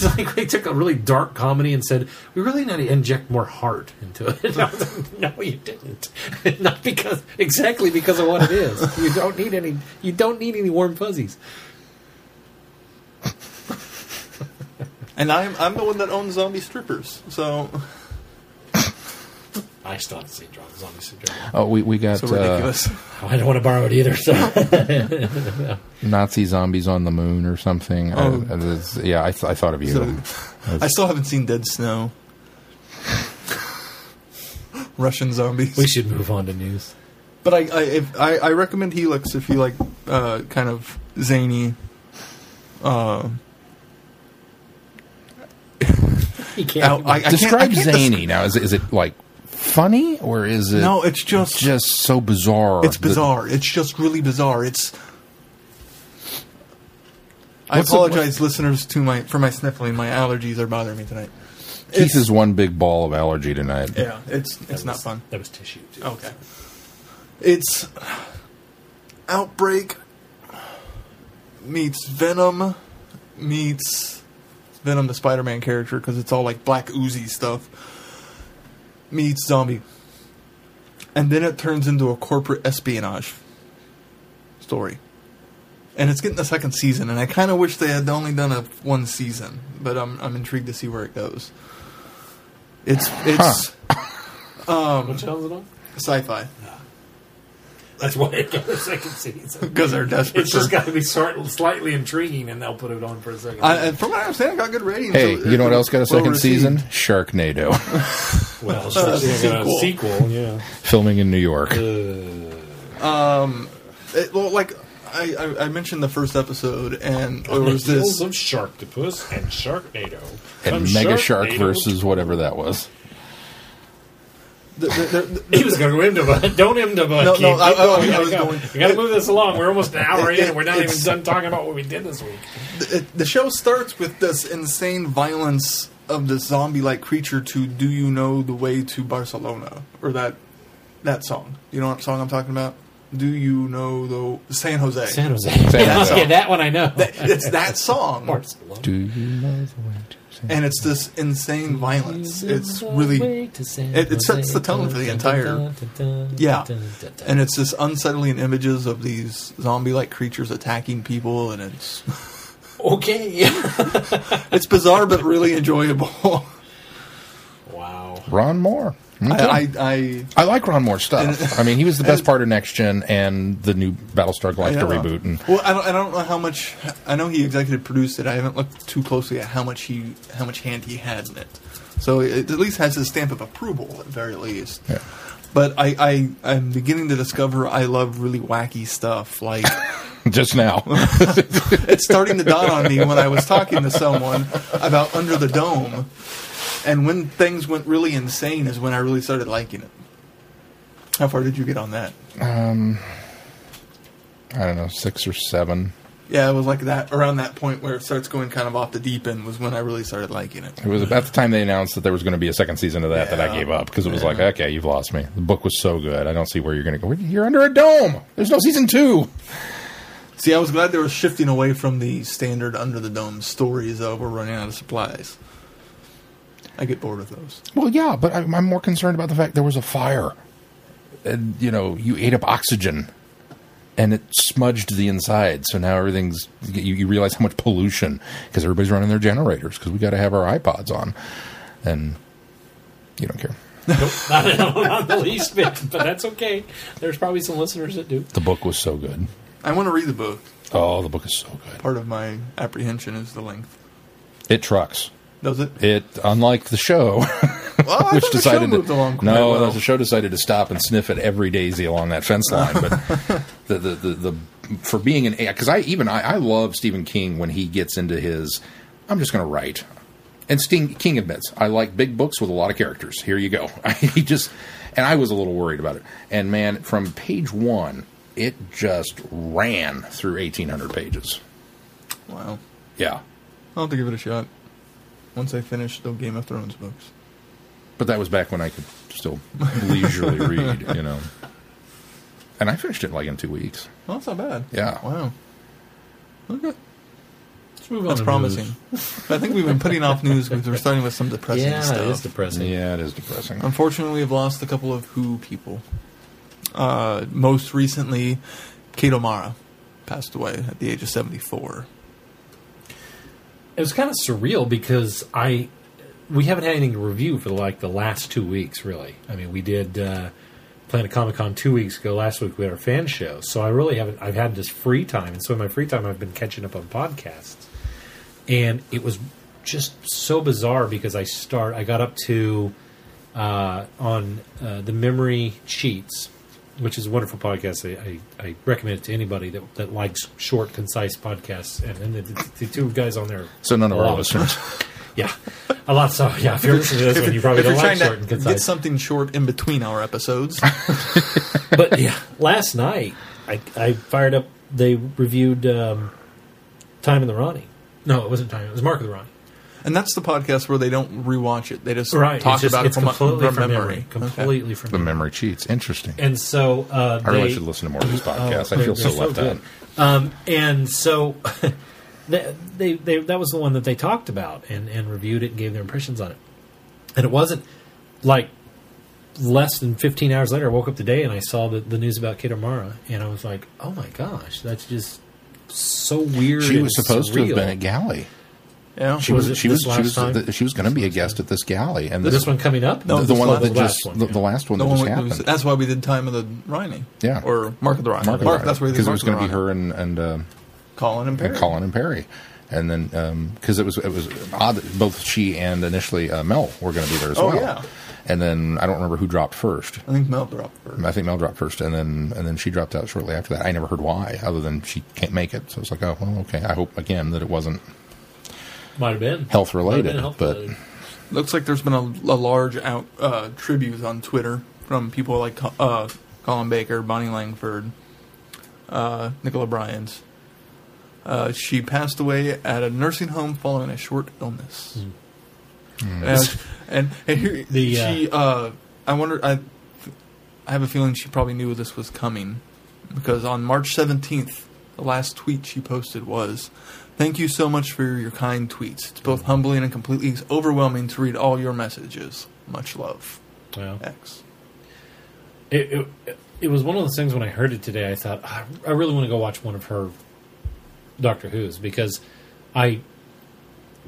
Speaker 4: It's like they took a really dark comedy and said, "We really need to inject more heart into it." I was like, no, you didn't. Not because exactly because of what it is. You don't need any. You don't need any warm fuzzies.
Speaker 2: And I'm I'm the one that owns zombie strippers. So
Speaker 4: I still haven't seen John Zombie Syndrome.
Speaker 3: oh, we we got
Speaker 2: so
Speaker 3: uh,
Speaker 2: ridiculous.
Speaker 4: I don't want to borrow it either. So
Speaker 3: Nazi zombies on the moon or something. I-
Speaker 2: Oh.
Speaker 3: I was- yeah, I, th- I thought of you.
Speaker 2: So- I still haven't seen Dead Snow. Russian zombies.
Speaker 4: we should move on to news.
Speaker 2: But I I, if, I I recommend Helix if you like uh, kind of zany. Uh,
Speaker 4: You can't.
Speaker 2: out, Oh, I, I can't- I
Speaker 3: Describe
Speaker 2: can't
Speaker 3: zany now. Is it, is it like funny or is it
Speaker 2: no, it's just
Speaker 3: just so bizarre?
Speaker 2: It's
Speaker 3: that-
Speaker 2: bizarre. it's just really bizarre. It's. I
Speaker 3: What's the-
Speaker 2: apologize, listeners, to my for my sniffling. My allergies are bothering me tonight.
Speaker 3: Keith is one big ball of allergy tonight.
Speaker 2: Yeah, it's it's not
Speaker 4: was-
Speaker 2: fun.
Speaker 4: That was tissue. Too.
Speaker 2: Okay, it's outbreak meets venom meets Venom the Spider Man character because it's all like black oozy stuff meets zombie. And then it turns into a corporate espionage story. And it's getting a second season, and I kind of wish they had only done a one season, but I'm I'm intrigued to see where it goes. It's it's um,
Speaker 4: What channel is it on?
Speaker 2: sci-fi
Speaker 4: That's why it got a second season.
Speaker 2: because they're desperate.
Speaker 4: It's just
Speaker 2: for-
Speaker 4: got to be sort, slightly intriguing, and they'll put it on for a second.
Speaker 2: I, and from what I understand, it got good ratings.
Speaker 3: Hey,
Speaker 2: so uh,
Speaker 3: you know what else got a
Speaker 2: well
Speaker 3: second
Speaker 2: received.
Speaker 3: season? Sharknado,
Speaker 4: well,
Speaker 2: sequel.
Speaker 4: sequel. sequel, yeah.
Speaker 3: filming in New York.
Speaker 2: It- Uh, well, like I, I I mentioned the first episode, and there was
Speaker 4: Tales
Speaker 2: this
Speaker 4: of Sharktopus and Sharknado.
Speaker 3: and
Speaker 4: From
Speaker 3: Mega Shark
Speaker 4: Sharknado
Speaker 3: versus whatever that was.
Speaker 2: th- th- th-
Speaker 4: He was going to end the it. Don't end the it.
Speaker 2: No, no,
Speaker 4: Keith. Keep
Speaker 2: I- I-
Speaker 4: going.
Speaker 2: I
Speaker 4: We gotta
Speaker 2: was
Speaker 4: go.
Speaker 2: going-
Speaker 4: We got to move this along. We're almost an hour
Speaker 2: It-
Speaker 4: in, and we're not even
Speaker 2: it's-
Speaker 4: done talking about what we did this week.
Speaker 2: it, the show starts with this insane violence of this zombie-like creature to "Do You Know the Way to Barcelona" or that that song. You know what song I'm talking about? Do you know the San Jose?
Speaker 4: Jose.
Speaker 3: Jose.
Speaker 4: yeah, that one I know.
Speaker 2: it's that song,
Speaker 4: Barcelona.
Speaker 3: Do you know the way to
Speaker 2: and it's this insane violence. It's really it- it sets the tone for the entire- Yeah. and it's this unsettling images of these zombie-like creatures attacking people, and it's
Speaker 4: okay.
Speaker 2: it's bizarre but really enjoyable.
Speaker 4: wow.
Speaker 3: Ron Moore? Okay. I,
Speaker 2: I, I,
Speaker 3: like Ron Moore stuff. I mean, he was the best
Speaker 2: and-
Speaker 3: part of Next Gen and the new Battlestar
Speaker 2: I
Speaker 3: Galactica
Speaker 2: yeah.
Speaker 3: reboot. And
Speaker 2: well, I don't, I don't know how much. I know he executive produced it. I haven't looked too closely at how much he, how much hand he had in it. So it at least has his stamp of approval at very least.
Speaker 3: Yeah.
Speaker 2: But I, I, I'm beginning to discover I love really wacky stuff. Like
Speaker 3: just now,
Speaker 2: it's starting to dawn on me when I was talking to someone about Under the Dome, and when things went really insane is when I really started liking it. How far did you get on that?
Speaker 3: I don't know, six or seven.
Speaker 2: Yeah, it was like that around that point where it starts going kind of off the deep end was when I really started liking it.
Speaker 3: It was about the time they announced that there was going to be a second season of that that I
Speaker 2: Yeah.
Speaker 3: gave up because it was like, okay, you've lost me. The book was so good. I don't see where you're going to go. You're under a dome. There's no season two.
Speaker 2: See, I was glad they were shifting away from the standard under the dome stories of we're running out of supplies. I get bored of those.
Speaker 3: Well, yeah, but I'm, I'm more concerned about the fact there was a fire, and you know, you ate up oxygen, and it smudged the inside. So now everything's you, you realize how much pollution because everybody's running their generators because we got to have our iPods on, and you don't care.
Speaker 4: Not, not the least bit, but that's okay. There's probably some listeners that do.
Speaker 3: The book was so good.
Speaker 2: I want to read the book.
Speaker 3: Oh, the book is so good.
Speaker 2: Part of my apprehension is the length.
Speaker 3: It trucks.
Speaker 2: Does it?
Speaker 3: It unlike the show.
Speaker 2: Well, Oh, I
Speaker 3: which
Speaker 2: thought the show
Speaker 3: decided
Speaker 2: moved
Speaker 3: to,
Speaker 2: along quite
Speaker 3: no,
Speaker 2: well.
Speaker 3: the show decided to stop and sniff at every daisy along that fence line. But the, the the the for being an because I even I, I love Stephen King when he gets into his I'm just going to write. And Sting, King admits I like big books with a lot of characters. Here you go. he just and I was a little worried about it. And man, from page one, it just ran through 1,800 pages.
Speaker 2: Wow.
Speaker 3: Yeah,
Speaker 2: I'll have to give it a shot. Once I finish the Game of Thrones books.
Speaker 3: But that was back when I could still leisurely read, you know. And I finished it like in two weeks.
Speaker 2: Well, that's not bad.
Speaker 3: Yeah.
Speaker 2: Wow. Okay.
Speaker 4: Let's move on.
Speaker 2: That's
Speaker 4: to
Speaker 2: promising.
Speaker 4: news.
Speaker 2: I think we've been putting off news because we're starting with some depressing
Speaker 4: Yeah,
Speaker 2: stuff.
Speaker 4: it is depressing.
Speaker 3: Yeah, it is depressing.
Speaker 2: Unfortunately, we've lost a couple of Who people. Uh, most recently, Kate O'Mara passed away at the age of 74.
Speaker 4: It was kind of surreal because I we haven't had anything to review for like the last two weeks, really. I mean, we did uh, Planet Comic Con two weeks ago. Last week we had our fan show, so I really haven't. I've had this free time, and so in my free time, I've been catching up on podcasts, and it was just so bizarre because I start. I got up to uh, on uh, the memory cheats, which is a wonderful podcast. I, I, I recommend it to anybody that, that likes short, concise podcasts. And, and the, the two guys on there,
Speaker 3: So none of our
Speaker 4: Love it.
Speaker 3: listeners.
Speaker 4: yeah, a lot. So yeah, if you're listening to this one, you probably
Speaker 2: if you're
Speaker 4: don't like
Speaker 2: trying
Speaker 4: short and
Speaker 2: to get
Speaker 4: concise.
Speaker 2: something short in between our episodes,
Speaker 4: but yeah, last night I, I fired up. They reviewed um, Time in the Ronnie. No, it wasn't Time. It was Mark of the Ronnie.
Speaker 2: and that's the podcast where they don't rewatch it; they just
Speaker 4: Right.
Speaker 2: talk
Speaker 4: it's just,
Speaker 2: about
Speaker 4: it's
Speaker 2: it from,
Speaker 4: completely
Speaker 2: from memory. Okay.
Speaker 4: Completely from
Speaker 3: the
Speaker 4: memory.
Speaker 3: memory cheats. Interesting.
Speaker 4: And so uh,
Speaker 3: I really
Speaker 4: they-
Speaker 3: should listen to more of these podcasts.
Speaker 4: Oh,
Speaker 3: I feel
Speaker 4: they're-
Speaker 3: so
Speaker 4: they're
Speaker 3: left out.
Speaker 4: good. Um, and so they, they, they, that was the one that they talked about and, and reviewed it and gave their impressions on it. And it wasn't like less than 15 hours later, I woke up today and I saw the, the news about Kitamura, and I was like, oh my gosh, that's just so weird.
Speaker 3: She
Speaker 4: and
Speaker 3: was supposed to have
Speaker 4: surreal.
Speaker 3: been at Galley.
Speaker 2: Yeah.
Speaker 3: She
Speaker 4: Was
Speaker 3: was,
Speaker 4: it
Speaker 3: she was,
Speaker 4: this last
Speaker 3: she was,
Speaker 4: time?
Speaker 3: the, she was going to be a guest at this galley, and
Speaker 4: This,
Speaker 3: this,
Speaker 4: one coming up?
Speaker 2: No,
Speaker 3: the,
Speaker 2: this
Speaker 3: one,
Speaker 2: one-
Speaker 3: that
Speaker 4: the last
Speaker 3: just
Speaker 4: one,
Speaker 3: the,
Speaker 4: yeah.
Speaker 3: the last one
Speaker 2: The
Speaker 3: that
Speaker 2: one
Speaker 3: just
Speaker 2: we-
Speaker 3: happened.
Speaker 2: that's why we did Time of the Rhino.
Speaker 3: Yeah.
Speaker 2: Or Mark of the Rhino.
Speaker 3: Mark,
Speaker 2: Mark, that's where they did
Speaker 3: because it
Speaker 2: Mark
Speaker 3: was going
Speaker 2: of the
Speaker 3: to be
Speaker 2: Rhino.
Speaker 3: her and and, uh,
Speaker 2: Colin and Perry.
Speaker 3: and Colin and Perry, and then because it was it was odd that both she and initially uh, Mel were going to be there as
Speaker 2: Oh,
Speaker 3: well.
Speaker 2: yeah.
Speaker 3: And then I don't remember who dropped first.
Speaker 2: I think Mel dropped her.
Speaker 3: I think Mel dropped first, and then and then she dropped out shortly after that. I never heard why, other than she can't make it. So it's like, oh well, okay. I hope again that it wasn't
Speaker 4: Might have been.
Speaker 3: health related,
Speaker 4: Might have
Speaker 3: but
Speaker 4: been health-related.
Speaker 2: Looks like there's been a, a large out uh, tribute on Twitter from people like Co- uh, Colin Baker, Bonnie Langford, uh, Nicola Bryans. Uh, she passed away at a nursing home following a short illness.
Speaker 3: Mm.
Speaker 2: And, and, and here,
Speaker 4: The,
Speaker 2: she, uh, I wonder, I, I have a feeling she probably knew this was coming because on March 17th, the last tweet she posted was, Thank you so much for your kind tweets. It's
Speaker 4: Mm-hmm.
Speaker 2: both humbling and completely overwhelming to read all your messages. Much love.
Speaker 4: Well,
Speaker 2: X.
Speaker 4: it, it, it was one of those things when I heard it today, I thought, I, I really want to go watch one of her Doctor Who's because I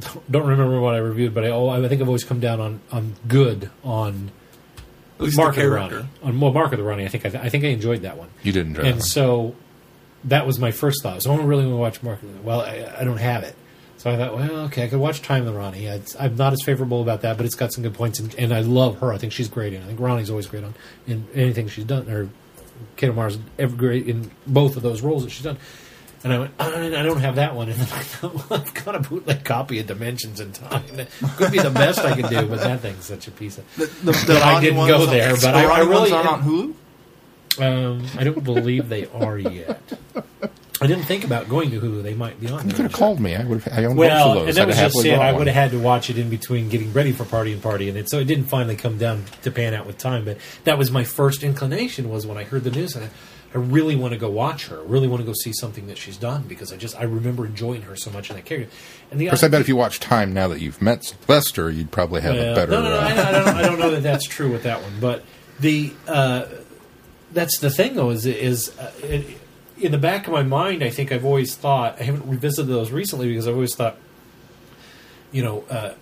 Speaker 4: don't remember what I reviewed, but I, oh, I think I've always come down on, on good on
Speaker 2: At least
Speaker 4: Mark
Speaker 2: the
Speaker 4: of the
Speaker 2: character.
Speaker 4: Ronnie. On well, Mark of the Ronnie, I think I, I think I enjoyed that one.
Speaker 3: you didn't.
Speaker 4: and so that was my first thought. So I don't really want to watch Mark. of the- Well, I, I don't have it. So I thought, well, okay, I could watch Time of the Ronnie. It's, I'm not as favorable about that, but it's got some good points, and, and I love her. I think she's great, and I think Ronnie's always great on in anything she's done. Or Kate O'Mara's ever great in both of those roles that she's done. And I went, I I don't have that one. And I thought, well, I've got a bootleg copy of Dimensions in Time. That could be the best I could do, but that thing's such a piece of.
Speaker 2: The, the, the
Speaker 4: But I
Speaker 2: Ronnie
Speaker 4: didn't
Speaker 2: ones
Speaker 4: go
Speaker 2: on-
Speaker 4: there, but
Speaker 2: the
Speaker 4: I- I
Speaker 2: Ronnie
Speaker 4: really
Speaker 2: ones aren't
Speaker 4: am-
Speaker 2: on Hulu.
Speaker 4: Um, I don't believe they are yet. I didn't think about going to Hulu. They might be on.
Speaker 3: You
Speaker 4: there.
Speaker 3: could have called me. I would have. I owned both
Speaker 4: Well,
Speaker 3: of
Speaker 4: and
Speaker 3: those.
Speaker 4: that was
Speaker 3: I'd have
Speaker 4: just
Speaker 3: happily
Speaker 4: it.
Speaker 3: bought
Speaker 4: I
Speaker 3: one.
Speaker 4: would have had to watch it in between getting ready for party and party, and it, so it didn't finally come down to pan out with time. But that was my first inclination was when I heard the news. I, I really want to go watch her. I really want to go see something that she's done because I just I remember enjoying her so much in that character. And the
Speaker 3: Of course, I bet if you watch Time now that you've met Sylvester, you'd probably have
Speaker 4: well,
Speaker 3: a better.
Speaker 4: No, no, no,
Speaker 3: uh,
Speaker 4: I, I, don't, I don't know that that's true with that one. But the uh, that's the thing though is is uh, it, in the back of my mind, I think I've always thought I haven't revisited those recently because I've always thought, you know, uh,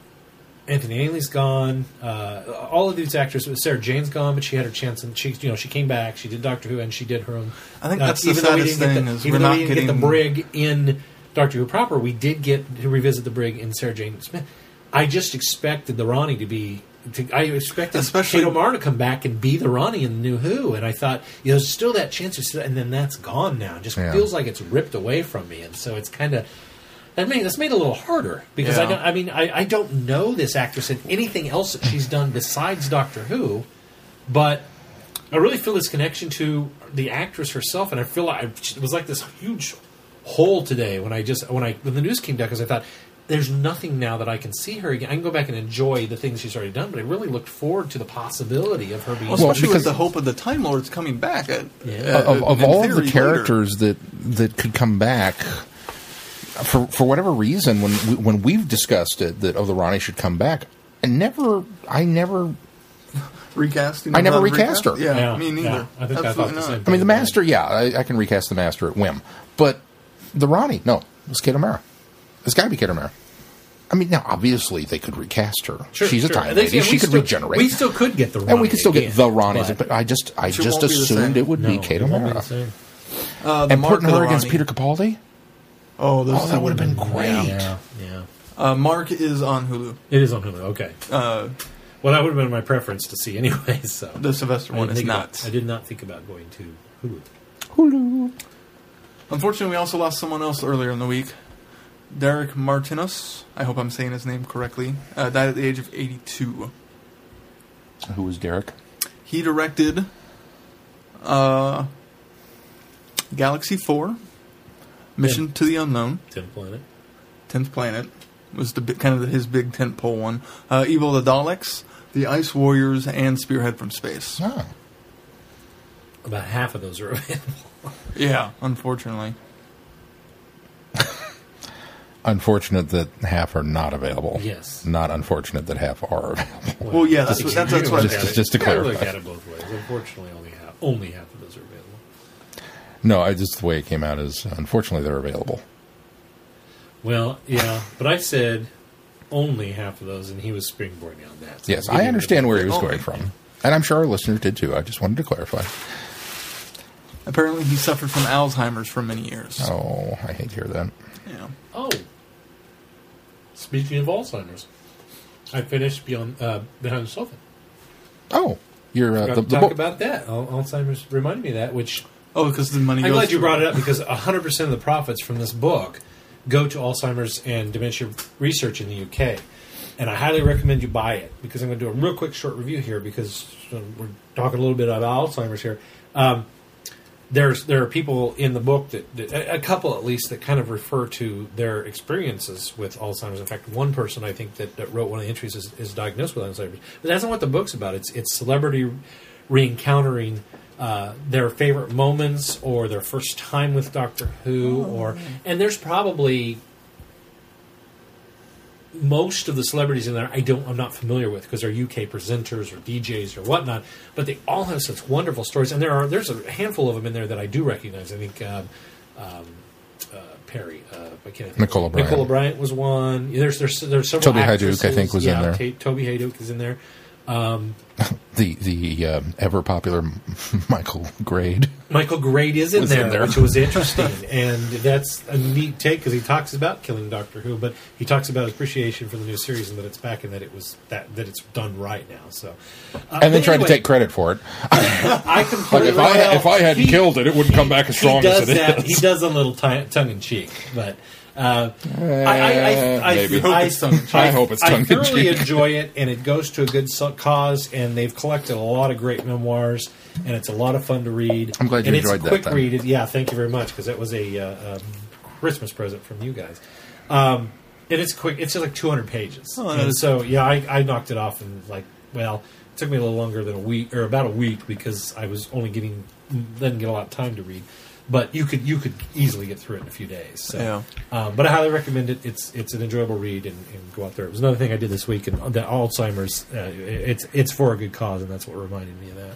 Speaker 4: Anthony Ainley's gone. Uh, all of these actors, Sarah Jane's gone, but she had her chance, and she, you know, she came back. She did Doctor Who, and she did her own.
Speaker 2: I think
Speaker 4: uh,
Speaker 2: that's the
Speaker 4: even though we
Speaker 2: saddest
Speaker 4: didn't get
Speaker 2: thing is
Speaker 4: even
Speaker 2: we're
Speaker 4: though
Speaker 2: not
Speaker 4: we didn't get the
Speaker 2: getting-
Speaker 4: brig in Doctor Who proper. We did get to revisit the brig in Sarah Jane Smith. I just expected the Ronnie to be. To, I expected
Speaker 2: Especially-
Speaker 4: Especially, Kate O'Mara to come back and be the Ronnie in the new Who, and I thought you know there's still that chance, there's still- and then that's gone now. It just
Speaker 3: Yeah.
Speaker 4: feels like it's ripped away from me, and so it's kind of that made that's made it a little harder because I
Speaker 2: Yeah.
Speaker 4: don't. I mean, I, I don't know this actress in anything else that she's done besides Doctor Who, but I really feel this connection to the actress herself, and I feel like it was like this huge hole today when I just when I when the news came down because I thought there's nothing now that I can see her again. I can go back and enjoy the things she's already done, but I really looked forward to the possibility of her being.
Speaker 2: Well, especially
Speaker 3: because-
Speaker 2: with the hope of the Time Lords coming back. At,
Speaker 4: Yeah.
Speaker 2: uh,
Speaker 3: of, of
Speaker 2: in
Speaker 3: all
Speaker 2: theory
Speaker 3: of the
Speaker 2: later.
Speaker 3: characters that that could come back for for whatever reason when we, when we've discussed it that oh the Ronnie should come back and never I never
Speaker 2: recasting.
Speaker 3: I never
Speaker 2: them,
Speaker 3: recast her.
Speaker 2: Yeah,
Speaker 4: Yeah,
Speaker 2: me neither.
Speaker 4: yeah. I think I thought
Speaker 2: Absolutely
Speaker 4: the
Speaker 2: not.
Speaker 4: same.
Speaker 3: I mean the master yeah I, I can recast the master at whim but the Ronnie no it's Kate O'Mara it's got to be Kate O'Mara I mean now obviously they could recast her
Speaker 4: Sure,
Speaker 3: she's a
Speaker 4: sure.
Speaker 3: time
Speaker 4: And they-
Speaker 3: lady
Speaker 4: yeah, we
Speaker 3: she could
Speaker 4: still-
Speaker 3: regenerate
Speaker 4: We still could get the Ronnie
Speaker 3: and we could still
Speaker 4: again,
Speaker 3: get the Ronnies
Speaker 4: but-
Speaker 3: but I just I
Speaker 2: She
Speaker 3: just
Speaker 2: won't be the
Speaker 3: assumed
Speaker 2: same.
Speaker 3: it would be
Speaker 4: No,
Speaker 3: Kate
Speaker 4: it won't be
Speaker 3: O'Mara
Speaker 4: the same.
Speaker 2: Uh, the
Speaker 3: and
Speaker 2: Mark
Speaker 3: putting
Speaker 2: of the
Speaker 3: her against
Speaker 2: Ronnie.
Speaker 3: Peter Capaldi
Speaker 2: Oh, those
Speaker 3: oh that would have been great.
Speaker 4: Yeah, yeah.
Speaker 2: Uh, Mark is on Hulu.
Speaker 4: It is on Hulu. Okay.
Speaker 2: Uh,
Speaker 4: Well, that would have been my preference to see anyway. So
Speaker 2: the Sylvester one
Speaker 4: didn't
Speaker 2: is
Speaker 4: think
Speaker 2: not.
Speaker 4: About, I did not think about going to Hulu.
Speaker 2: Unfortunately, we also lost someone else earlier in the week. Derek Martinez, I hope I'm saying his name correctly, uh, died at the age of 82.
Speaker 3: Who was Derek?
Speaker 2: He directed uh, Galaxy 4, Mission to the Unknown,
Speaker 4: Tenth Planet.
Speaker 2: 10th Planet, was the bi- kind of his big tentpole one. Uh, Evil of the Daleks, The Ice Warriors, and Spearhead from Space.
Speaker 3: Oh.
Speaker 4: About half of those are available.
Speaker 2: Yeah, unfortunately.
Speaker 3: Unfortunate that half are not available.
Speaker 4: Yes.
Speaker 3: Not unfortunate that half are available.
Speaker 2: Well, yeah, that's, what- that's, that's what I
Speaker 3: Just-
Speaker 2: meant.
Speaker 3: just to
Speaker 4: You gotta
Speaker 3: clarify.
Speaker 4: look at it both ways. Unfortunately, only half, only half of those are available.
Speaker 3: No, I just the way it came out is unfortunately they're available.
Speaker 4: Well, yeah, but I said only half of those, and he was springboarding on that. So
Speaker 3: Yes,
Speaker 4: I'm giving
Speaker 3: I
Speaker 4: him-
Speaker 3: understand where he was
Speaker 2: Oh,
Speaker 3: going from, and I'm sure our listeners did too. I just wanted to clarify.
Speaker 2: Apparently, he suffered from Alzheimer's for many years.
Speaker 3: Oh, I hate to hear that.
Speaker 2: Yeah.
Speaker 4: Oh, speaking of Alzheimer's, I finished beyond uh, behind the sofa.
Speaker 3: Oh, you're uh,
Speaker 4: Got
Speaker 3: the,
Speaker 4: to
Speaker 3: the
Speaker 4: talk
Speaker 3: book.
Speaker 4: about that. Al- Alzheimer's reminded me of that, which
Speaker 2: Oh, because the money.
Speaker 4: I'm
Speaker 2: goes
Speaker 4: glad you
Speaker 2: to-
Speaker 4: brought it up because 100% of the profits from this book go to Alzheimer's and dementia research in the UK. And I highly recommend you buy it because I'm going to do a real quick short review here because um, we're talking a little bit about Alzheimer's here. Um, there's there are people in the book that, that a a couple at least that kind of refer to their experiences with Alzheimer's. In fact, one person I think that, that wrote one of the entries is, is diagnosed with Alzheimer's, but that's not what the book's about. It's it's celebrity reencountering uh, their favorite moments or their first time with Doctor Who, or and there's probably most of the celebrities in there I don't I'm not familiar with because they're UK presenters or DJs or whatnot, but they all have such wonderful stories, and there are there's a handful of them in there that I do recognize. I think um, um, uh, Perry, uh, I can't think-
Speaker 3: Nicola Bryant.
Speaker 4: Nicola Bryant was one. Yeah, There's there's there's several.
Speaker 3: Toby Hajduk, I think, was in
Speaker 4: Yeah,
Speaker 3: there.
Speaker 4: Ta- Toby Hajduk is in there.
Speaker 3: The the um, ever popular Michael Grade.
Speaker 4: Michael Grade is in,
Speaker 3: Was in
Speaker 4: there,
Speaker 3: there.
Speaker 4: which was interesting, and that's a neat take because he talks about killing Doctor Who, but he talks about his appreciation for the new series and that it's back and that it was that that it's done right now. So, uh,
Speaker 3: and then tried
Speaker 4: but
Speaker 3: to
Speaker 4: anyway,
Speaker 3: take credit for it.
Speaker 4: I
Speaker 3: Like
Speaker 4: completely
Speaker 3: if I
Speaker 4: well,
Speaker 3: if I hadn't
Speaker 4: he-
Speaker 3: killed it, it wouldn't come back as strong
Speaker 4: he does
Speaker 3: as it is.
Speaker 4: that. He does a little ti tongue in cheek, but uh, I, I,
Speaker 3: Eh,
Speaker 4: I, I,
Speaker 3: maybe.
Speaker 4: I,
Speaker 2: Hope it's tongue-in-cheek.
Speaker 3: I hope it's
Speaker 4: I
Speaker 3: tongue-in-cheek.
Speaker 4: thoroughly enjoy it, and it goes to a good so- cause. And they've collected a lot of great memoirs, and it's a lot of fun to read.
Speaker 3: I'm glad you
Speaker 4: and
Speaker 3: enjoyed
Speaker 4: it's
Speaker 3: that
Speaker 4: a Quick
Speaker 3: then.
Speaker 4: read, yeah. Thank you very much because that was a uh, um, Christmas present from you guys. Um, and it's quick. It's like 200 pages.
Speaker 2: Oh, that
Speaker 4: and
Speaker 2: is-
Speaker 4: so yeah, I, I knocked it off in like well, it took me a little longer than a week or about a week because I was only getting didn't get a lot of time to read. But you could you could easily get through it in a few days. So.
Speaker 2: Yeah.
Speaker 4: Um, but I highly recommend it. It's it's an enjoyable read and, and go out there. It was another thing I did this week, and the Alzheimer's. Uh, it's it's for a good cause, and that's what reminded me of that.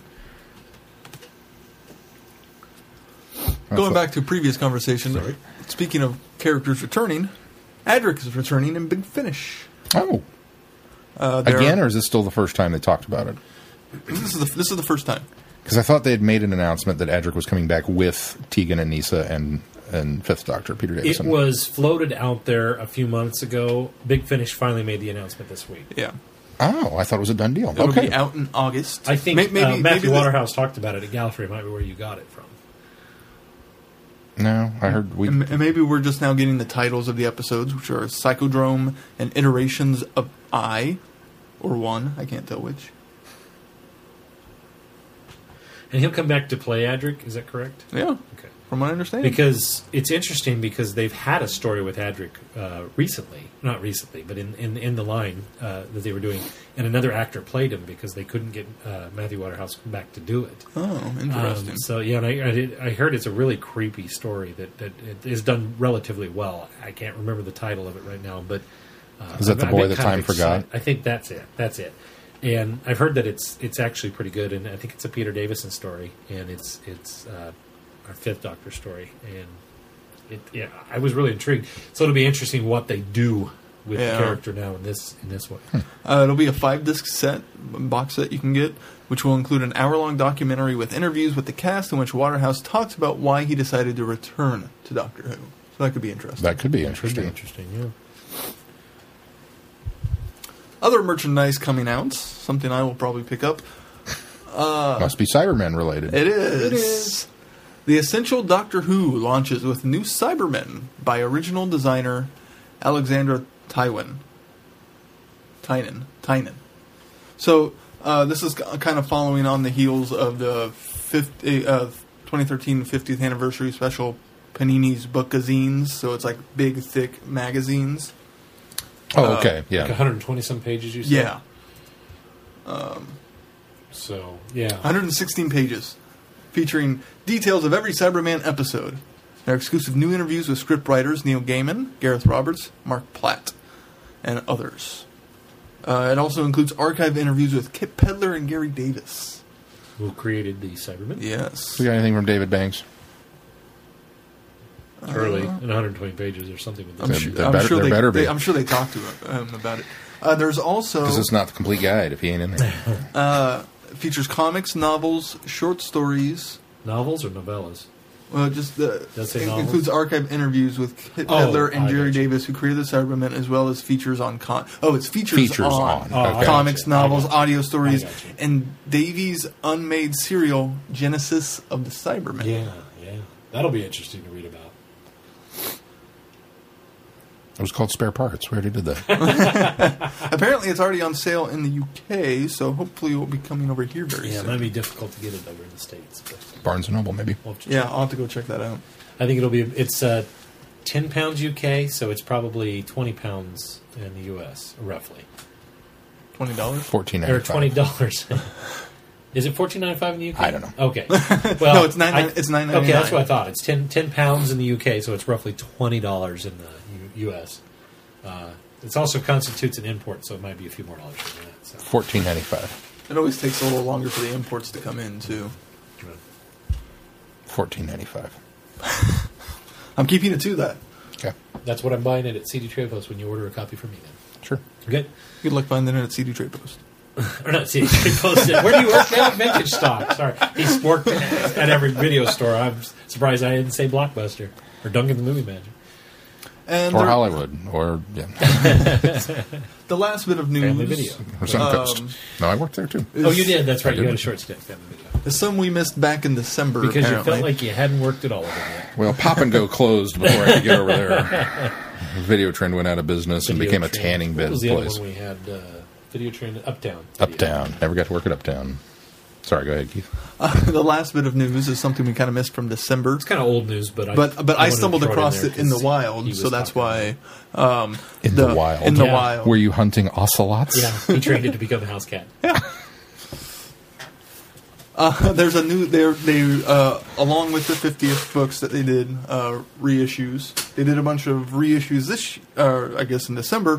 Speaker 2: Going back to a previous conversation,
Speaker 4: Sorry.
Speaker 2: speaking of characters returning, Adric is returning in Big Finish.
Speaker 3: Oh,
Speaker 2: Uh, there-
Speaker 3: again, or is this still the first time they talked about it?
Speaker 2: This is the this is the first time.
Speaker 3: Because I thought they had made an announcement that Adric was coming back with Tegan and Nisa and and Fifth Doctor Peter
Speaker 4: It
Speaker 3: Davison.
Speaker 4: was floated out there a few months ago. Big Finish finally made the announcement this week.
Speaker 2: Yeah,
Speaker 3: oh, I thought it was a done deal.
Speaker 2: it'll
Speaker 3: okay,
Speaker 2: be out in August.
Speaker 4: I think
Speaker 2: May- maybe,
Speaker 4: uh, Matthew
Speaker 2: the-
Speaker 4: Waterhouse talked about it at Gallifrey. Might be where you got it from.
Speaker 3: no, I heard we.
Speaker 2: and, and maybe we're just now getting the titles of the episodes, which are Psychodrome and Iterations of I, or One. I can't tell which.
Speaker 4: And he'll come back to play Adric. Is that correct?
Speaker 2: Yeah,
Speaker 4: Okay.
Speaker 2: from what I understand.
Speaker 4: Because it's interesting because they've had a story with Adric uh, recently, not recently, but in in, in the line uh, that they were doing, and another actor played him because they couldn't get uh, Matthew Waterhouse back to do it.
Speaker 2: oh,
Speaker 4: Um,
Speaker 2: interesting.
Speaker 4: so yeah, and I I, did, I heard it's a really creepy story that, that it is done relatively well. I can't remember the title of it right now, but uh,
Speaker 3: Is that the
Speaker 4: I've- I've
Speaker 3: boy
Speaker 4: been
Speaker 3: that
Speaker 4: kind of
Speaker 3: time
Speaker 4: excited-
Speaker 3: forgot?
Speaker 4: I think that's it. That's it. And I've heard that it's it's actually pretty good, and I think it's a Peter Davison story, and it's it's uh, our Fifth Doctor story, and it, yeah, I was really intrigued. So it'll be interesting what they do with
Speaker 2: Yeah.
Speaker 4: the character now in this in this one.
Speaker 3: Hmm.
Speaker 2: Uh, it'll be a five disc set box set you can get, which will include an hour long documentary with interviews with the cast in which Waterhouse talks about why he decided to return to Doctor Who. So that could be interesting.
Speaker 3: that could be
Speaker 4: Should be
Speaker 3: interesting.
Speaker 4: interesting, yeah.
Speaker 2: Other merchandise coming out, something I will probably pick up.
Speaker 3: Must be Cybermen related.
Speaker 2: It is. It is. The Essential Doctor Who launches with new Cybermen by original designer Alexandra Tywin. Tynan. Tynan. So uh, this is k- kind of following on the heels of the 50, uh, 2013 50th anniversary special Panini's Bookazines. So it's like big, thick magazines.
Speaker 3: oh, okay,
Speaker 4: Like
Speaker 3: yeah.
Speaker 4: 120 some pages, you said.
Speaker 2: Yeah.
Speaker 4: So yeah,
Speaker 2: 116 pages, featuring details of every Cyberman episode. There are exclusive new interviews with scriptwriters Neil Gaiman, Gareth Roberts, Mark Platt, and others. Uh, it also includes archive interviews with Kip Pedler and Gary Davis.
Speaker 4: who created the Cybermen.
Speaker 2: Yes.
Speaker 3: We got anything from David Banks?
Speaker 4: Early, in 120 pages or something. With
Speaker 2: I'm,
Speaker 4: this.
Speaker 3: They're-
Speaker 2: sure,
Speaker 3: they're
Speaker 2: I'm
Speaker 3: better-
Speaker 2: sure
Speaker 3: they're
Speaker 2: they,
Speaker 3: better be.
Speaker 2: they- I'm sure they talked to him about it. Uh, there's also
Speaker 3: Because it's not the complete guide if he ain't in there.
Speaker 2: uh, features comics, novels, short stories.
Speaker 4: Novels or novellas?
Speaker 2: Well, just the
Speaker 4: Does it say
Speaker 2: in-
Speaker 4: novels?
Speaker 2: includes archive interviews with Kit
Speaker 4: Oh,
Speaker 2: Pedler and
Speaker 4: I
Speaker 2: Jerry
Speaker 4: gotcha.
Speaker 2: Davis, who created the Cybermen, as well as features on con. Oh, it's features,
Speaker 3: Features on.
Speaker 2: on,
Speaker 4: Oh,
Speaker 3: okay.
Speaker 4: I-
Speaker 2: comics,
Speaker 4: gotcha.
Speaker 2: novels,
Speaker 4: gotcha.
Speaker 2: audio stories,
Speaker 4: I gotcha.
Speaker 2: and Davies' unmade serial Genesis of the Cybermen.
Speaker 4: Yeah, yeah. That'll be interesting to read about.
Speaker 3: It was called Spare Parts. We already did that.
Speaker 2: Apparently, it's already on sale in the UK, so hopefully, it will be coming over here very
Speaker 4: Yeah, it might
Speaker 2: soon.
Speaker 4: be difficult to get it over in the States. But
Speaker 3: Barnes and Noble, maybe.
Speaker 4: we'll have to-
Speaker 2: Yeah, I'll have to go check that out.
Speaker 4: I think it'll be, it's uh, 10 pounds UK, so it's probably 20 pounds in the US, roughly.
Speaker 2: Twenty dollars.
Speaker 3: Fourteen
Speaker 4: Or $20. Is it fourteen ninety five in the UK?
Speaker 3: I don't know.
Speaker 4: Okay. Well,
Speaker 2: No, it's nine-
Speaker 4: I-
Speaker 2: it's nine
Speaker 4: Okay, that's
Speaker 2: ninety-nine.
Speaker 4: what I thought. It's 10, 10 pounds in the UK, so it's roughly twenty dollars in the U- US. Uh, it also constitutes an import, so it might be a few more dollars than that. So.
Speaker 3: Fourteen ninety five.
Speaker 2: It always takes a little longer for the imports to come in too.
Speaker 3: Fourteen ninety five.
Speaker 2: I'm keeping it to that.
Speaker 3: Okay.
Speaker 4: That's what I'm buying it at CD Trade Post when you order a copy from me. Then
Speaker 3: Sure.
Speaker 4: good
Speaker 2: Good luck finding it at CD Trade Post.
Speaker 4: or not CD Trade Post? uh, Where do you work now? Vintage Stock. Sorry, he's worked at every video store. I'm surprised I didn't say Blockbuster or Dunkin' the Movie Magic.
Speaker 2: And
Speaker 3: Or
Speaker 2: the-
Speaker 3: Hollywood. Or yeah.
Speaker 2: the last bit of news.
Speaker 4: Family Video.
Speaker 3: Or Suncoast.
Speaker 2: Um,
Speaker 3: no, I worked there too.
Speaker 2: is-
Speaker 4: Oh, you did. That's right.
Speaker 3: I
Speaker 4: You
Speaker 3: did.
Speaker 4: had a short stick. That video.
Speaker 2: is some we missed back in December
Speaker 4: Because you
Speaker 2: apparently.
Speaker 4: felt like you hadn't worked at all of it yet.
Speaker 3: Well, Pop and Go closed before I could get over there. Video Trend went out of business and became a
Speaker 4: Videotron.
Speaker 3: tanning
Speaker 4: What
Speaker 3: bed
Speaker 4: was the
Speaker 3: place.
Speaker 4: other one we had? Uh, video train Uptown. Video.
Speaker 3: Uptown. Never got to work at Uptown. Sorry, go ahead, Keith.
Speaker 2: the last bit of news is something we kind of missed from December.
Speaker 4: It's kind of old news, but I,
Speaker 2: But but
Speaker 4: wanted
Speaker 2: I,
Speaker 4: to
Speaker 2: stumbled
Speaker 4: throw
Speaker 2: across
Speaker 4: there
Speaker 2: it in the
Speaker 4: 'cause he
Speaker 2: wild,
Speaker 4: was
Speaker 2: so that's
Speaker 4: talking
Speaker 2: why um,
Speaker 3: In the wild.
Speaker 2: in the
Speaker 4: Yeah.
Speaker 2: wild.
Speaker 3: Were you hunting ocelots?
Speaker 4: about it. Yeah, he trained it to become a house cat.
Speaker 2: Uh, there's a new there they uh, along with the 50th books that they did uh, reissues. They did a bunch of reissues this uh, I guess in December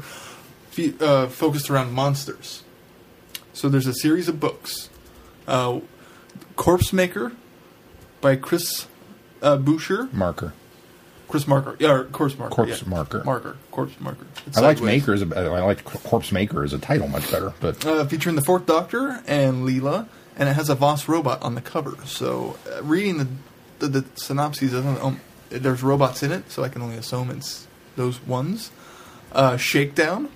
Speaker 2: fe- uh, focused around monsters. So there's a series of books. Uh, Corpse Maker by Chris uh, Boucher.
Speaker 3: Marker.
Speaker 2: Chris Marker. Yeah, or Corpse Marker.
Speaker 3: Corpse
Speaker 2: yeah.
Speaker 3: Marker.
Speaker 2: Marker. Corpse Marker. It's
Speaker 3: I liked
Speaker 2: sideways.
Speaker 3: Maker as a, I liked Corpse Maker as a title much better, but
Speaker 2: uh, featuring the Fourth Doctor and Leela, and it has a Voss robot on the cover. So uh, reading the the, the synopses, I don't know, um, there's robots in it, so I can only assume it's those ones. Uh, Shakedown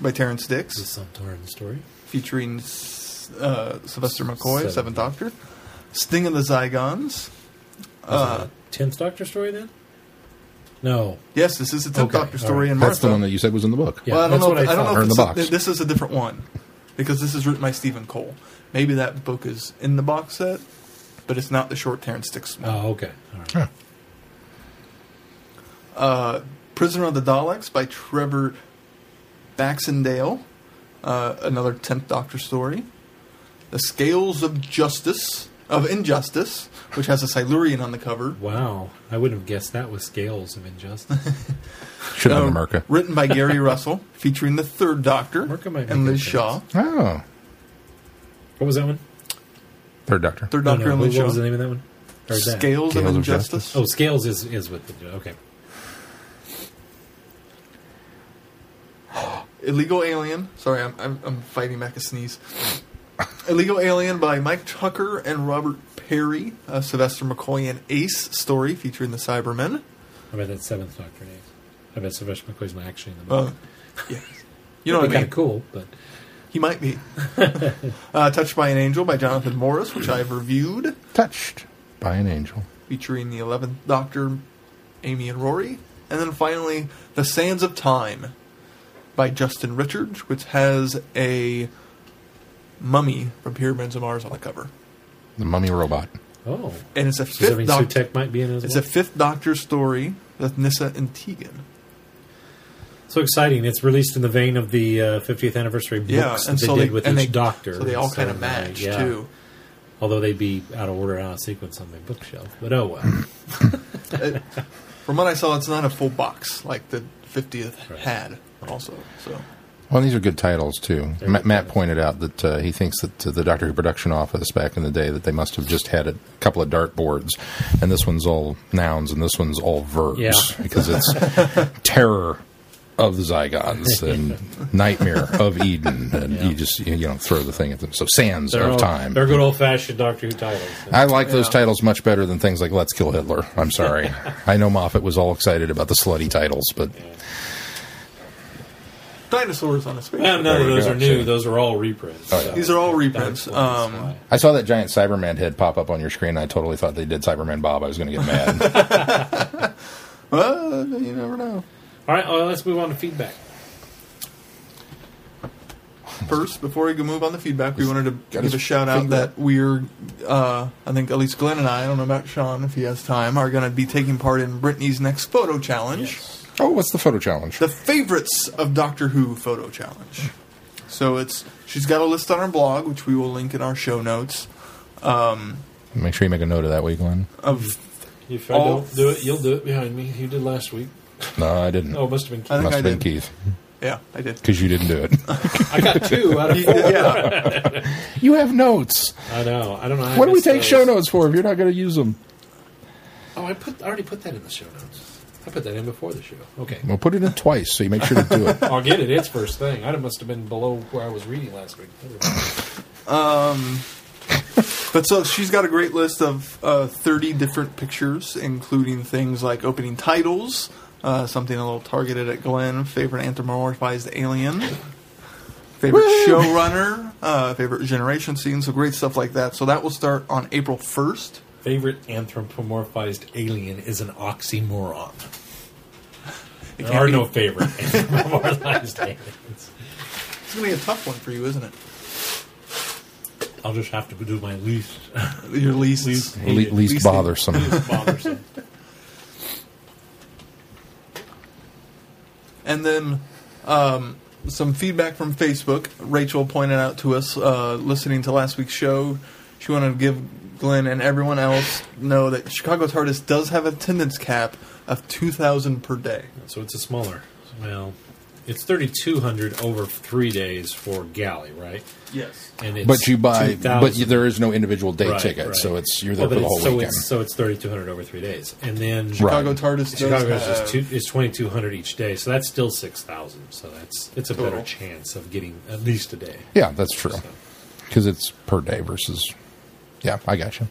Speaker 2: by Terrence
Speaker 4: This is
Speaker 2: Dix,
Speaker 4: some Tarn story.
Speaker 2: featuring S- uh, Sylvester McCoy,
Speaker 4: Seven.
Speaker 2: Seventh Doctor, Sting of the Zygons. Uh,
Speaker 4: Tenth Doctor story then? No.
Speaker 2: yes, this is the Tenth
Speaker 4: Okay,
Speaker 2: Doctor story
Speaker 4: alright.
Speaker 2: in Martha.
Speaker 3: that's the one that you said was in the book.
Speaker 4: Yeah,
Speaker 2: well, I don't
Speaker 4: that's
Speaker 2: know.
Speaker 4: what
Speaker 2: If,
Speaker 4: I
Speaker 2: I, don't
Speaker 4: thought.
Speaker 2: know
Speaker 3: Or
Speaker 2: if
Speaker 3: in
Speaker 2: it's
Speaker 3: the
Speaker 2: a-
Speaker 3: box.
Speaker 2: this is a different one because this is written by Stephen Cole. Maybe that book is in the box set, but it's not the short Terrence Dix one.
Speaker 4: Oh, okay. All right.
Speaker 3: Huh.
Speaker 2: Uh, Prisoner of the Daleks by Trevor Baxendale, uh, another tenth Doctor story. The Scales of Justice of Injustice, which has a Silurian on the cover.
Speaker 4: Wow, I wouldn't have guessed that was Scales of Injustice.
Speaker 3: Should have
Speaker 2: Uh,
Speaker 3: been America.
Speaker 2: written by Gary Russell, featuring the Third Doctor
Speaker 4: Merca might
Speaker 2: and
Speaker 4: make
Speaker 2: Liz
Speaker 4: a
Speaker 2: Shaw.
Speaker 3: Oh,
Speaker 4: what was that one?
Speaker 3: Third Doctor.
Speaker 2: Third
Speaker 4: No,
Speaker 2: Doctor
Speaker 4: no,
Speaker 2: and
Speaker 4: what,
Speaker 2: Liz
Speaker 4: what
Speaker 2: Shaw.
Speaker 4: was the name of that one? Or is that?
Speaker 2: Scales,
Speaker 3: Scales
Speaker 2: of
Speaker 3: of
Speaker 2: Injustice.
Speaker 4: Oh, Scales is is with the okay.
Speaker 2: Illegal Alien. Sorry, I'm, I'm, I'm fighting back a sneeze. Illegal Alien by Mike Tucker and Robert Perry, uh, Sylvester McCoy and Ace story featuring the Cybermen.
Speaker 4: I bet that's Seventh Doctor name. I bet Sylvester McCoy's not actually in the book.
Speaker 2: Uh, yeah. You know what I
Speaker 4: kind
Speaker 2: mean?
Speaker 4: of cool, but
Speaker 2: He might be. uh, Touched by an Angel by Jonathan Morris, which I've reviewed,
Speaker 3: Touched by an angel.
Speaker 2: featuring the 11th Doctor, Amy and Rory. And then finally, The Sands of Time by Justin Richards, which has a mummy from Pyramids of Mars on the cover.
Speaker 3: The mummy robot.
Speaker 4: oh,
Speaker 2: And it's a
Speaker 4: so that
Speaker 2: fifth
Speaker 4: means
Speaker 2: Doctor.
Speaker 4: Sutek might be in it as
Speaker 2: It's
Speaker 4: well.
Speaker 2: a fifth Doctor story with Nissa and Tegan.
Speaker 4: So exciting! It's released in the vein of the uh, 50th anniversary books
Speaker 2: Yeah,
Speaker 4: that
Speaker 2: and
Speaker 4: they
Speaker 2: so
Speaker 4: did
Speaker 2: they-
Speaker 4: with
Speaker 2: and
Speaker 4: each
Speaker 2: they-
Speaker 4: doctor.
Speaker 2: So they all kind of
Speaker 4: uh,
Speaker 2: match
Speaker 4: yeah.
Speaker 2: too.
Speaker 4: Although they'd be out of order, out of sequence on the bookshelf. But oh well.
Speaker 2: It- Uh, from what I saw, it's not a full box like the 50th had. Also, so
Speaker 3: Well, these are good titles too. Ma- Matt pointed out that uh, he thinks that uh, the Doctor Who production office back in the day that they must have just had a couple of dartboards, and this one's all nouns and this one's all verbs
Speaker 6: Yeah.
Speaker 3: because it's terror of the Zygons and nightmare of Eden, and you just you know throw the thing at them. So sands
Speaker 4: They're
Speaker 3: of
Speaker 4: old-
Speaker 3: time. Ah,
Speaker 4: They're good old fashioned Doctor Who titles.
Speaker 3: I like those
Speaker 2: Yeah.
Speaker 3: titles much better than things like "Let's Kill Hitler." I'm sorry. I know Moffat was all excited about the slutty titles, but
Speaker 2: dinosaurs on a space.
Speaker 4: Well, none
Speaker 3: There
Speaker 4: of
Speaker 3: we
Speaker 4: those
Speaker 3: go,
Speaker 4: are new.
Speaker 3: too.
Speaker 4: Those are all reprints.
Speaker 3: Oh, yeah.
Speaker 4: so
Speaker 2: These are all
Speaker 4: that's
Speaker 2: reprints.
Speaker 4: why- that's
Speaker 2: Um,
Speaker 4: why.
Speaker 3: I saw that giant Cyberman head pop up on your screen. and I totally thought they did Cyberman Bob. I was going to get mad.
Speaker 2: well, you never know.
Speaker 4: All right, well, let's move on to feedback.
Speaker 2: First, before we move on the feedback, we wanted to
Speaker 3: got
Speaker 2: give
Speaker 3: his
Speaker 2: a shout out
Speaker 3: finger
Speaker 2: that we're, uh, I think at least Glenn and I, I don't know about Sean if he has time, are going to be taking part in Brittany's next photo challenge.
Speaker 3: oh, what's the photo challenge?
Speaker 2: the favorites of Doctor Who photo challenge. So it's she's got a list on her blog, which we will link in our show notes
Speaker 3: Make sure you make a note of that, week, Glenn.
Speaker 2: of
Speaker 4: If
Speaker 2: I All- don't do
Speaker 4: it, you'll do it behind me. You did last week.
Speaker 3: No, I didn't.
Speaker 4: Oh, it must have been. Keith.
Speaker 2: I think
Speaker 3: Must
Speaker 2: I
Speaker 3: have been
Speaker 2: did.
Speaker 3: Keith
Speaker 2: Yeah, I did.
Speaker 3: because you didn't do it.
Speaker 4: I got two out of four.
Speaker 2: yeah,
Speaker 3: you have notes.
Speaker 4: I know. I don't know. How
Speaker 3: What
Speaker 4: I
Speaker 3: do we
Speaker 4: missed
Speaker 3: take
Speaker 4: those.
Speaker 3: show notes for if you're not going to use them?
Speaker 4: Oh, I put. I already put that in the show notes. I put that in before the show. Okay,
Speaker 3: Well, put it in twice so you make sure to do it.
Speaker 4: I'll get it. It's first thing. I must have been below where I was reading last week.
Speaker 2: but so she's got a great list of uh, thirty different pictures, including things like opening titles, uh, something a little targeted at Glenn, favorite anthropomorphized alien, favorite showrunner, uh, favorite generation scene, so great stuff like that. So that will start on April first.
Speaker 4: Favorite anthropomorphized alien is an oxymoron. There
Speaker 2: can't
Speaker 4: are
Speaker 2: be-
Speaker 4: no favorite anthropomorphized aliens.
Speaker 2: It's going to be a tough one for you, isn't it?
Speaker 4: I'll just have to do my least
Speaker 2: Your least.
Speaker 4: Least-
Speaker 3: Le- least,
Speaker 2: Least-
Speaker 3: bothersome.
Speaker 4: bothersome.
Speaker 2: And then um, some feedback from Facebook. Rachel pointed out to us uh, listening to last week's show. She wanted to give Glenn and everyone else know that Chicago TARDIS does have attendance cap of two thousand per day.
Speaker 4: So it's a smaller. Well, it's thirty two hundred over three days for galley, right?
Speaker 2: Yes.
Speaker 4: And it's
Speaker 3: But you buy,
Speaker 4: 2,000
Speaker 3: but you, there is no individual day
Speaker 4: Right,
Speaker 3: ticket,
Speaker 4: right.
Speaker 3: so it's you're there
Speaker 4: Well,
Speaker 3: for
Speaker 4: but
Speaker 3: the
Speaker 4: it's-
Speaker 3: whole
Speaker 4: so
Speaker 3: weekend.
Speaker 4: It's, so it's thirty two hundred over three days, and then
Speaker 2: Chicago
Speaker 3: Right.
Speaker 2: TARDIS does
Speaker 4: Chicago's
Speaker 2: have.
Speaker 4: is, two, is twenty two hundred each day, so that's still six thousand. So that's it's a better
Speaker 2: Total.
Speaker 4: chance of getting at least a day.
Speaker 3: yeah, that's true because it's per day versus. Yeah, I got you.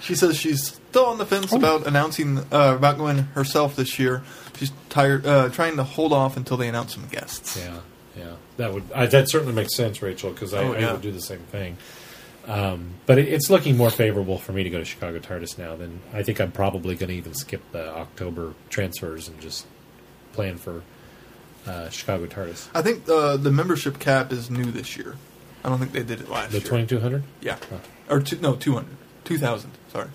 Speaker 2: She says she's still on the
Speaker 4: Oh.
Speaker 2: fence about announcing uh, about going herself this year. She's tired, uh, trying to hold off until they announce some guests.
Speaker 4: Yeah, yeah, that would I, that certainly makes sense, Rachel, because I,
Speaker 2: Oh,
Speaker 4: I
Speaker 2: yeah.
Speaker 4: would do the same thing. Um, but it, it's looking more favorable for me to go to Chicago TARDIS now than I think I'm probably going to even skip the October transfers and just plan for uh, Chicago TARDIS.
Speaker 2: I think uh, the membership cap is new this year. I don't think they did it last
Speaker 4: The
Speaker 2: year.
Speaker 4: 2200?
Speaker 2: Yeah. Or two, no, 200. 2,000. Sorry.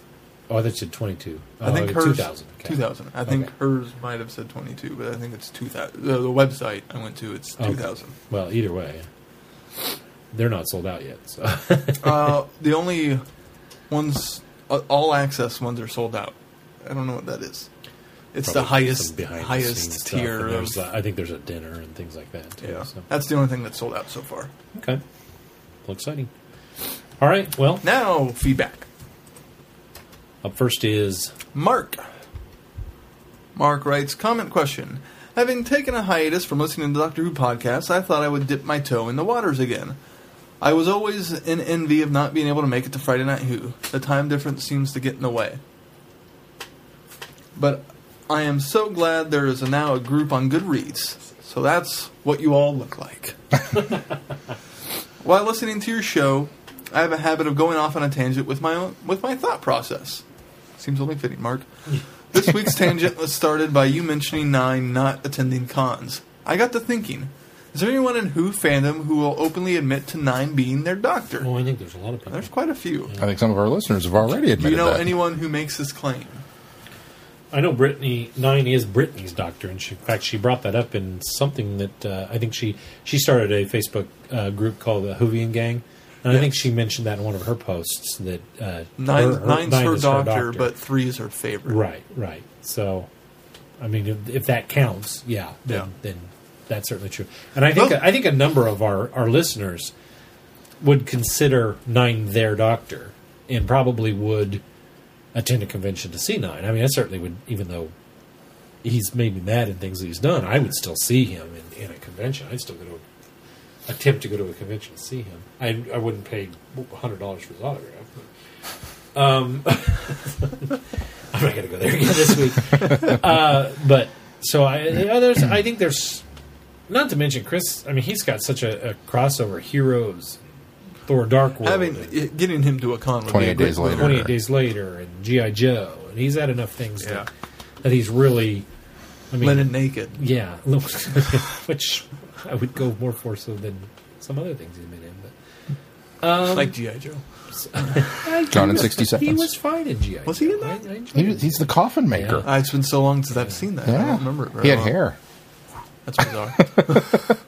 Speaker 4: Oh, I thought you said 22.
Speaker 2: I
Speaker 4: Oh,
Speaker 2: think
Speaker 4: okay,
Speaker 2: hers.
Speaker 4: 2000. okay.
Speaker 2: 2000. I think
Speaker 4: Okay.
Speaker 2: hers might have said 22, but I think it's 2,000. The, the website I went to, it's
Speaker 4: Okay.
Speaker 2: 2,000.
Speaker 4: Well, either way, they're not sold out yet. So
Speaker 2: uh, the only ones, uh, all access ones are sold out. I don't know what that is. It's
Speaker 4: Probably
Speaker 2: the
Speaker 4: some
Speaker 2: highest
Speaker 4: behind-the-scenes
Speaker 2: highest
Speaker 4: stuff,
Speaker 2: tier
Speaker 4: and
Speaker 2: of.
Speaker 4: there's, uh, I think there's a dinner and things like that. Too,
Speaker 2: yeah.
Speaker 4: so.
Speaker 2: That's the only thing that's sold out so far.
Speaker 4: Okay. Well, exciting. All right. Well,
Speaker 2: Now, feedback.
Speaker 4: up first is
Speaker 2: Mark. Mark writes comment question. Having taken a hiatus from listening to Doctor Who podcasts, I thought I would dip my toe in the waters again. I was always in envy of not being able to make it to Friday Night Who. The time difference seems to get in the way. But I am so glad there is now a group on Goodreads. So that's what you all look like. While listening to your show, I have a habit of going off on a tangent with my own, with my thought process. Seems only fitting, Mark. This week's tangent was started by you mentioning Nine not attending cons. I got to thinking: Is there anyone in Who fandom who will openly admit to Nine being their doctor?
Speaker 4: Oh, I think there's a lot of people.
Speaker 2: There's quite a few.
Speaker 3: I think some of our listeners have already admitted
Speaker 2: Do you know
Speaker 3: that.
Speaker 2: anyone who makes this claim?
Speaker 4: I know Brittany Nine is Brittany's doctor, and she, in fact, she brought that up in something that uh, I think she she started a Facebook uh, group called the Hoovian Gang, And I think she mentioned that in one of her posts that uh,
Speaker 2: Nine,
Speaker 4: her- her-
Speaker 2: nine's
Speaker 4: nine
Speaker 2: her
Speaker 4: is
Speaker 2: doctor, but three is her favorite.
Speaker 4: right, right. So, I mean, if, if that counts, yeah, then,
Speaker 2: Yeah.
Speaker 4: then that's certainly true. And I think
Speaker 2: Well-
Speaker 4: I think a number of our our listeners would consider nine their doctor, and probably would attend a convention to see nine. I mean, I certainly would, even though he's made me mad in things that he's done. I would still see him in, in a convention. I'd still go to attempt to go to a convention to see him. I I wouldn't pay hundred dollars for his autograph. but, um, I'm not going to go there again this week. uh, but so I, you know, there's, I think there's, not to mention Chris. I mean, he's got such a, a crossover heroes, Thor, Dark World,
Speaker 2: Having
Speaker 4: and
Speaker 2: getting him to a con would be a
Speaker 3: 28
Speaker 2: great
Speaker 3: days later.
Speaker 2: move.
Speaker 4: 28 days later, and GI Joe, and he's had enough things
Speaker 2: Yeah.
Speaker 4: that, that he's really. I mean,
Speaker 2: Lennon naked.
Speaker 4: yeah, which I would go more for so than some other things he's been in. But um,
Speaker 2: like G.I. Joe.
Speaker 4: I-
Speaker 3: John
Speaker 4: he
Speaker 3: in
Speaker 4: was-
Speaker 3: 60
Speaker 4: He
Speaker 3: seconds.
Speaker 4: was fine in GI.
Speaker 2: Was he
Speaker 4: Joe.
Speaker 2: in that?
Speaker 4: I- I enjoyed
Speaker 3: He,
Speaker 4: it.
Speaker 3: he's the coffin maker.
Speaker 2: Ah, it's been so long since I've seen that.
Speaker 3: Yeah,
Speaker 2: I don't remember it very
Speaker 3: he had
Speaker 2: well.
Speaker 3: hair.
Speaker 2: That's bizarre.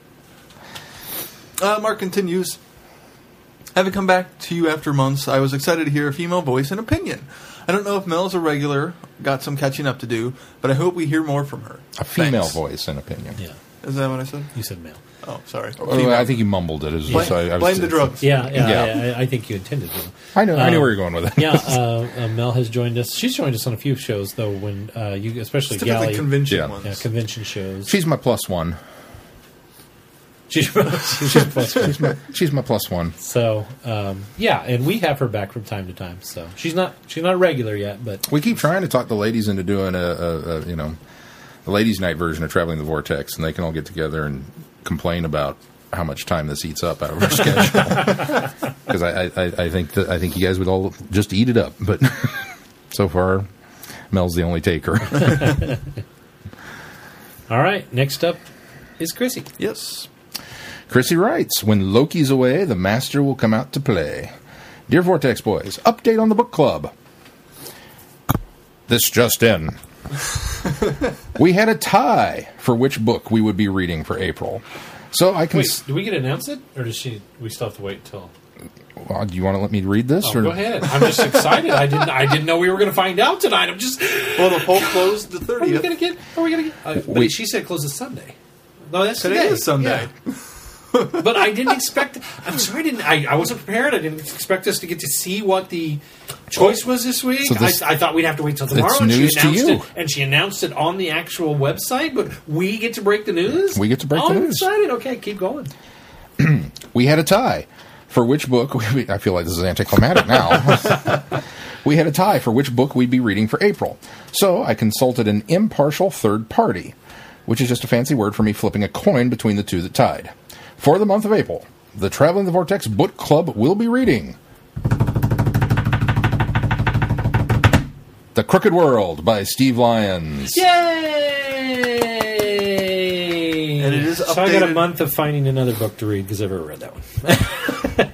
Speaker 2: uh, Mark continues. Having come back to you after months, I was excited to hear a female voice and opinion. I don't know if Mel's a regular, got some catching up to do, but I hope we hear more from her.
Speaker 3: A female
Speaker 2: Thanks.
Speaker 3: voice, in opinion.
Speaker 4: Yeah,
Speaker 2: Is that what I said?
Speaker 4: you said male.
Speaker 2: Oh, sorry.
Speaker 3: Oh,
Speaker 2: Female.
Speaker 3: I think you mumbled it. it was
Speaker 2: blame
Speaker 3: just- I- I was-
Speaker 2: blame the drugs.
Speaker 4: Yeah, yeah,
Speaker 3: Yeah.
Speaker 4: I, I, I think you intended to.
Speaker 3: I know. I
Speaker 4: Um,
Speaker 3: know where you're going with it.
Speaker 4: Yeah, uh, uh, Mel has joined us. She's joined us on a few shows though. When uh, you, especially
Speaker 2: It's typically
Speaker 4: galley,
Speaker 2: convention
Speaker 3: Yeah.
Speaker 2: ones.
Speaker 4: yeah, convention shows.
Speaker 3: She's my plus one.
Speaker 4: She's, she's plus one.
Speaker 3: She's my, she's my plus one.
Speaker 4: So um, yeah, and we have her back from time to time. So she's not she's not a regular yet, but
Speaker 3: We keep trying to talk the ladies into doing a, a, a you know a ladies' night version of traveling the vortex, and they can all get together and complain about how much time this eats up out of our schedule. Because I, I, I- I think that I think you guys would all just eat it up, but so far Mel's the only taker.
Speaker 4: all right. Next up is Chrissy.
Speaker 2: Yes.
Speaker 3: Chrissy writes, When Loki's away, the master will come out to play. Dear Vortex Boys, update on the book club. This just in. we had a tie for which book we would be reading for April. So I can.
Speaker 4: Wait, do we get to announce it, or does she? We still have to wait until.
Speaker 3: well, do you want to let me read this?
Speaker 4: Oh,
Speaker 3: or
Speaker 4: go ahead. I'm just excited. I didn't. I didn't know we were going to find out tonight. I'm just.
Speaker 2: Well, the poll closed the
Speaker 4: Are we going
Speaker 2: 30th.
Speaker 4: to get? Are we going to get? Uh, but
Speaker 3: Wait.
Speaker 4: she said it closes Sunday. No, that's
Speaker 2: Today
Speaker 4: today.
Speaker 2: is Sunday.
Speaker 4: Yeah. but I didn't expect. I'm sorry. I didn't. I, I wasn't prepared. I didn't expect us to get to see what the choice was this week.
Speaker 3: So this-
Speaker 4: I, I thought we'd have to wait till tomorrow.
Speaker 3: It's
Speaker 4: and
Speaker 3: news
Speaker 4: she
Speaker 3: to
Speaker 4: announced
Speaker 3: you.
Speaker 4: It, and she announced it on the actual website. But we get to break the news.
Speaker 3: We get to break
Speaker 4: oh,
Speaker 3: the
Speaker 4: I'm
Speaker 3: news.
Speaker 4: Excited. Okay, keep going.
Speaker 3: we had a tie for which book we, I feel like this is anticlimactic now. we had a tie for which book we'd be reading for April. So I consulted an impartial third party, which is just a fancy word for me flipping a coin between the two that tied. For the month of April, the Traveling the Vortex Book Club will be reading The Crooked World by Steve Lyons.
Speaker 4: Yay!
Speaker 2: And it is
Speaker 4: so I got a
Speaker 2: updated-
Speaker 4: month of finding another book to read because I've ever read that one.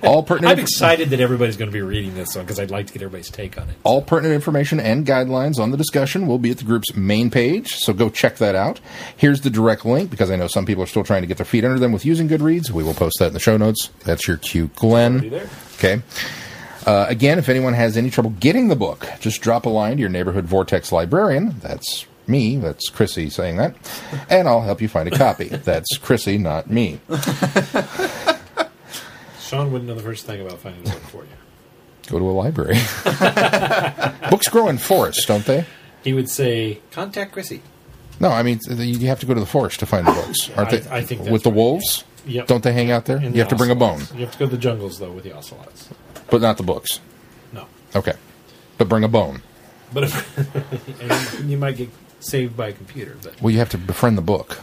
Speaker 3: All pertinent
Speaker 4: I'm excited that everybody's going to be reading this one because I'd like to get everybody's take on it.
Speaker 3: All pertinent information and guidelines on the discussion will be at the group's main page, so go check that out. Here's the direct link because I know some people are still trying to get their feet under them with using Goodreads. We will post that in the show notes. That's your cue, Glenn.
Speaker 4: there.
Speaker 3: Okay. Uh, again, if anyone has any trouble getting the book, just drop a line to your neighborhood Vortex librarian. That's me. That's Chrissy saying that. And I'll help you find a copy. That's Chrissy, not me.
Speaker 4: Sean wouldn't know the first thing about finding a book for you.
Speaker 3: Go to a library. Books grow in forests, don't they?
Speaker 4: He would say, "Contact Chrissy."
Speaker 3: No, I mean th- you have to go to the forest to find the books. Aren't
Speaker 4: I-
Speaker 3: they?
Speaker 4: I think that's
Speaker 3: with the
Speaker 4: right.
Speaker 3: wolves.
Speaker 4: Yep.
Speaker 3: Don't they hang out there?
Speaker 4: And
Speaker 3: you have to
Speaker 4: the
Speaker 3: bring a bone,
Speaker 4: ocelots. You have to go to the jungles though with the ocelots.
Speaker 3: but not the books.
Speaker 4: No,
Speaker 3: Okay, but bring a bone.
Speaker 4: but if, and you might get saved by a computer. But
Speaker 3: Well, you have to befriend the book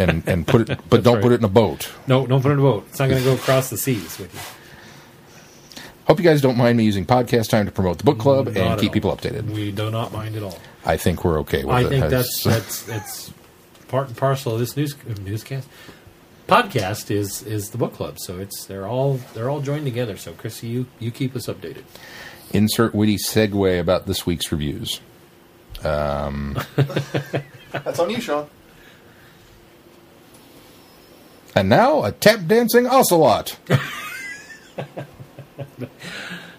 Speaker 3: and and put it, but don't
Speaker 4: right.
Speaker 3: put it in a boat.
Speaker 4: no, don't put it in a boat. It's not going to go across the seas with you.
Speaker 3: Hope you guys don't mind me using podcast time to promote the book club
Speaker 4: Not
Speaker 3: and
Speaker 4: at
Speaker 3: keep
Speaker 4: all.
Speaker 3: people updated.
Speaker 4: We do not mind at all.
Speaker 3: I think we're okay with
Speaker 4: I
Speaker 3: it.
Speaker 4: think
Speaker 3: Has-
Speaker 4: that's uh, that's that's part and parcel of this news newscast podcast is is the book club. So it's they're all they're all joined together. So Chrissy, you you keep us updated.
Speaker 3: insert witty segue about this week's reviews.
Speaker 2: That's on you, Sean.
Speaker 3: And now a tap dancing ocelot.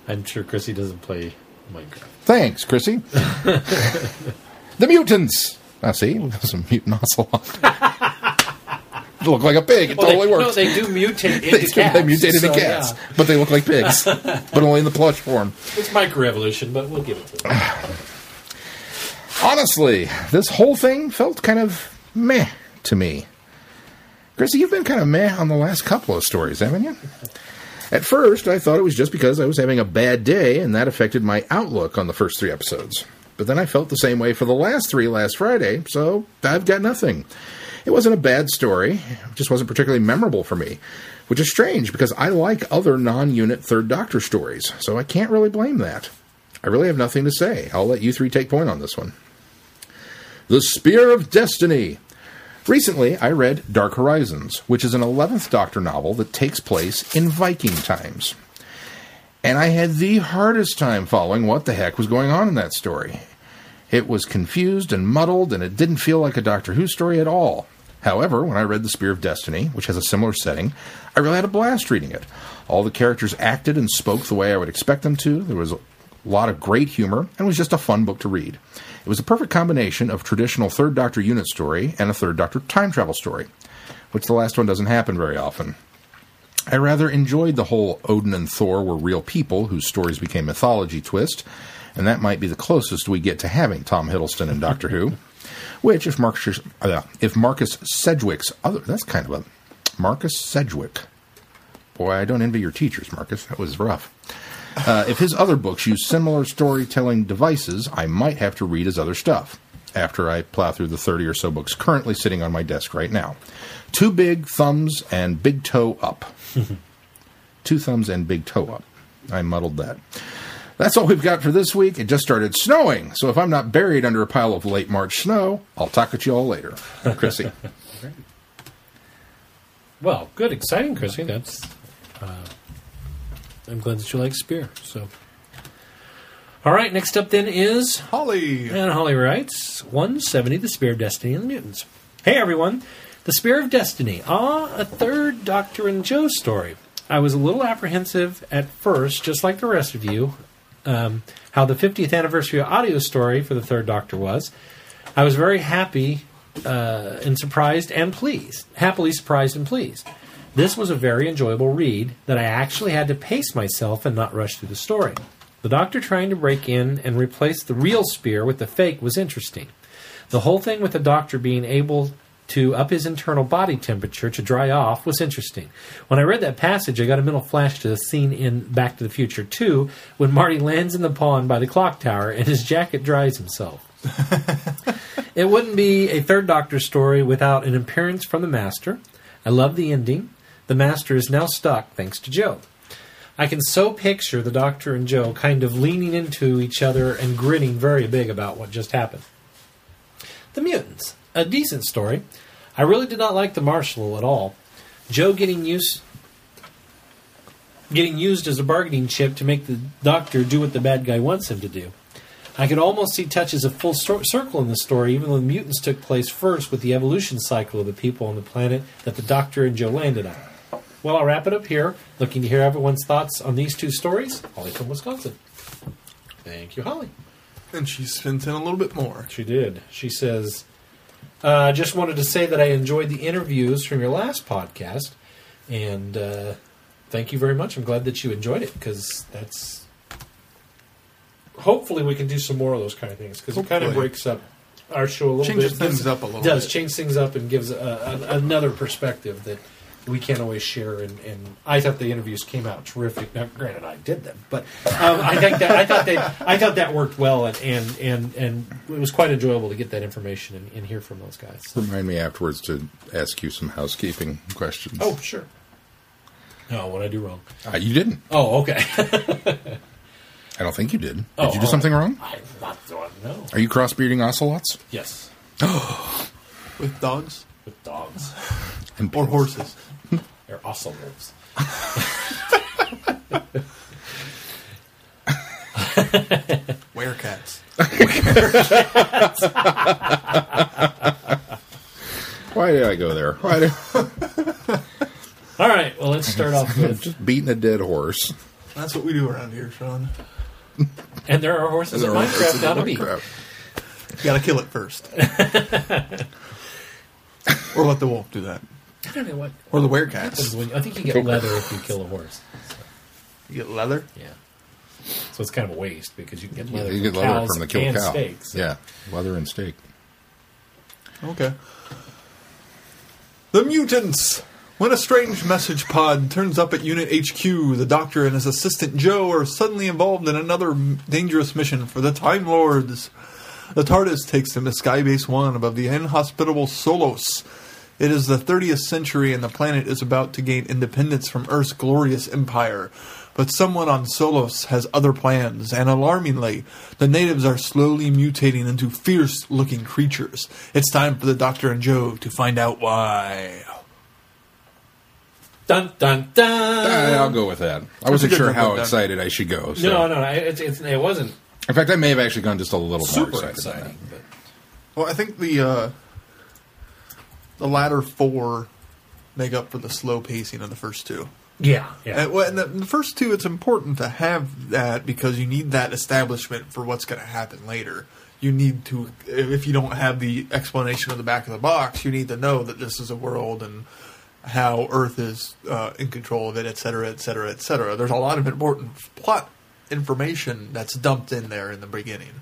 Speaker 4: I'm sure Chrissy doesn't play Minecraft.
Speaker 3: Thanks, Chrissy. the mutants. I see. Some mutant ocelot. they look like a pig. Oh, It totally
Speaker 4: they,
Speaker 3: works.
Speaker 4: No, they do mutate
Speaker 3: they,
Speaker 4: into
Speaker 3: they
Speaker 4: cats.
Speaker 3: mutated
Speaker 4: so,
Speaker 3: into cats,
Speaker 4: yeah.
Speaker 3: but they look like pigs, but only in the plush form.
Speaker 4: It's microevolution, but we'll give it to them.
Speaker 3: Honestly, this whole thing felt kind of meh to me. Chrissy, you've been kind of meh on the last couple of stories, haven't you? At first, I thought it was just because I was having a bad day, and that affected my outlook on the first three episodes. But then I felt the same way for the last three last Friday, so I've got nothing. It wasn't a bad story, it just wasn't particularly memorable for me, which is strange because I like other non unit Third Doctor stories, so I can't really blame that. I really have nothing to say. I'll let you three take point on this one. The Spear of Destiny. Recently, I read Dark Horizons, which is an 11th Doctor novel that takes place in Viking times. And I had the hardest time following what the heck was going on in that story. It was confused and muddled, and it didn't feel like a Doctor Who story at all. However, when I read The Spear of Destiny, which has a similar setting, I really had a blast reading it. All the characters acted and spoke the way I would expect them to. There was a lot of great humor, and it was just a fun book to read. It was a perfect combination of traditional Third Doctor unit story and a Third Doctor time travel story, which the last one doesn't happen very often. I rather enjoyed the whole Odin and Thor were real people whose stories became mythology twist, and that might be the closest we get to having Tom Hiddleston in Doctor Who. Which, if Marcus, uh, if Marcus Sedgwick's other, that's kind of a Marcus Sedgwick. Boy, I don't envy your teachers, Marcus. That was rough. Uh, if his other books use similar storytelling devices, I might have to read his other stuff after I plow through the 30 or so books currently sitting on my desk right now. Two big thumbs and big toe up. Two thumbs and big toe up. I muddled that. That's all we've got for this week. It just started snowing, so if I'm not buried under a pile of late March snow, I'll talk at you all later. Chrissy.
Speaker 4: Well, good, exciting, Chrissy. That's. Uh, I'm glad that you like Spear. So. All right, next up then is
Speaker 2: Holly.
Speaker 4: And Holly writes 170 The Spear of Destiny and the Mutants. Hey everyone, The Spear of Destiny. Ah, a third Doctor and Joe story. I was a little apprehensive at first, just like the rest of you, um, how the 50th anniversary audio story for the third Doctor was. I was very happy uh, and surprised and pleased, happily surprised and pleased. This was a very enjoyable read that I actually had to pace myself and not rush through the story. The doctor trying to break in and replace the real spear with the fake was interesting. The whole thing with the doctor being able to up his internal body temperature to dry off was interesting. When I read that passage, I got a mental flash to the scene in Back to the Future 2 when Marty lands in the pond by the clock tower and his jacket dries himself. It wouldn't be a third Doctor story without an appearance from the Master. I love the ending. The Master is now stuck thanks to Joe. I can so picture the Doctor and Joe kind of leaning into each other and grinning very big about what just happened. The Mutants, a decent story. I really did not like the Marshal at all. Joe getting used getting used as a bargaining chip to make the Doctor do what the bad guy wants him to do. I could almost see touches of full cir- circle in the story, even though the mutants took place first with the evolution cycle of the people on the planet that the Doctor and Joe landed on. Well, I'll wrap it up here. Looking to hear everyone's thoughts on these two stories. Holly from Wisconsin. Thank you, Holly.
Speaker 2: And she spins in a little bit more.
Speaker 4: She did. She says, uh, just wanted to say that I enjoyed the interviews from your last podcast, and uh, thank you very much. I'm glad that you enjoyed it because that's. Hopefully, we can do some more of those kind of things because it kind of
Speaker 2: Hopefully.
Speaker 4: breaks up our show a little
Speaker 2: Changes
Speaker 4: bit.
Speaker 2: things
Speaker 4: Does-
Speaker 2: up a little
Speaker 4: Does
Speaker 2: bit.
Speaker 4: change things up and gives a, a, another perspective that we can't always share. And, and I thought the interviews came out terrific. Now, granted, I did them, but um, I think that I thought that I thought that worked well, and and and, and it was quite enjoyable to get that information and, and hear from those guys. So-
Speaker 3: Remind me afterwards to ask you some housekeeping questions.
Speaker 4: Oh, sure. No, what I do wrong?
Speaker 3: Uh, you didn't.
Speaker 4: Oh, okay.
Speaker 3: I don't think you did. Did
Speaker 4: Oh,
Speaker 3: you do
Speaker 4: oh.
Speaker 3: something wrong?
Speaker 4: I'm not doing no.
Speaker 3: Are you crossbreeding ocelots?
Speaker 4: Yes,
Speaker 2: With dogs
Speaker 4: with dogs.
Speaker 3: And
Speaker 2: or horses.
Speaker 4: They're also wolves.
Speaker 2: Werecats.
Speaker 3: Why did I go there? Why did...
Speaker 4: All right, well, let's start off with.
Speaker 3: Just beating a dead horse.
Speaker 2: That's what we do around here, Sean.
Speaker 4: And there are horses in
Speaker 3: They're all-
Speaker 4: Minecraft now to beat.
Speaker 3: crap.
Speaker 2: You gotta kill it first. or let the wolf do that.
Speaker 4: I don't know what.
Speaker 2: Or the
Speaker 4: what is
Speaker 2: werecats.
Speaker 4: when- I think you get leather if you kill a horse.
Speaker 2: You get leather.
Speaker 4: Yeah. So it's kind of a waste because you can get leather,
Speaker 3: You
Speaker 4: from,
Speaker 3: get leather
Speaker 4: cows
Speaker 3: from the killed
Speaker 4: and
Speaker 3: cow.
Speaker 4: steaks.
Speaker 3: Yeah, leather and steak.
Speaker 2: Okay. The mutants! When a strange message pod turns up at Unit HQ, the Doctor and his assistant Joe are suddenly involved in another m- dangerous mission for the Time Lords. The TARDIS takes them to Skybase 1 above the inhospitable Solos. It is the 30th century and the planet is about to gain independence from Earth's glorious empire. But someone on Solos has other plans, and alarmingly, the natives are slowly mutating into fierce looking creatures. It's time for the Doctor and Joe to find out why.
Speaker 4: Dun dun dun.
Speaker 3: Eh, I'll go with that. I wasn't
Speaker 2: good
Speaker 3: sure
Speaker 2: one,
Speaker 3: how
Speaker 2: Dan.
Speaker 3: excited I should go. So.
Speaker 4: no, no, I- it's, it's, it wasn't
Speaker 3: In fact, I may have actually gone just a little more
Speaker 4: super
Speaker 3: excited. than
Speaker 4: exciting. But
Speaker 2: Well, I think the uh, the latter four make up for the slow pacing of the first two.
Speaker 4: yeah, yeah.
Speaker 3: Uh,
Speaker 2: And, Uh, well, and the, the first two, it's important to have that because you need that establishment for what's going to happen later. You need to, if you don't have the explanation of the back of the box, you need to know that this is a world and how Earth is uh, in control of it, et cetera, et cetera, et cetera. There's a lot of important plot information that's dumped in there in the beginning.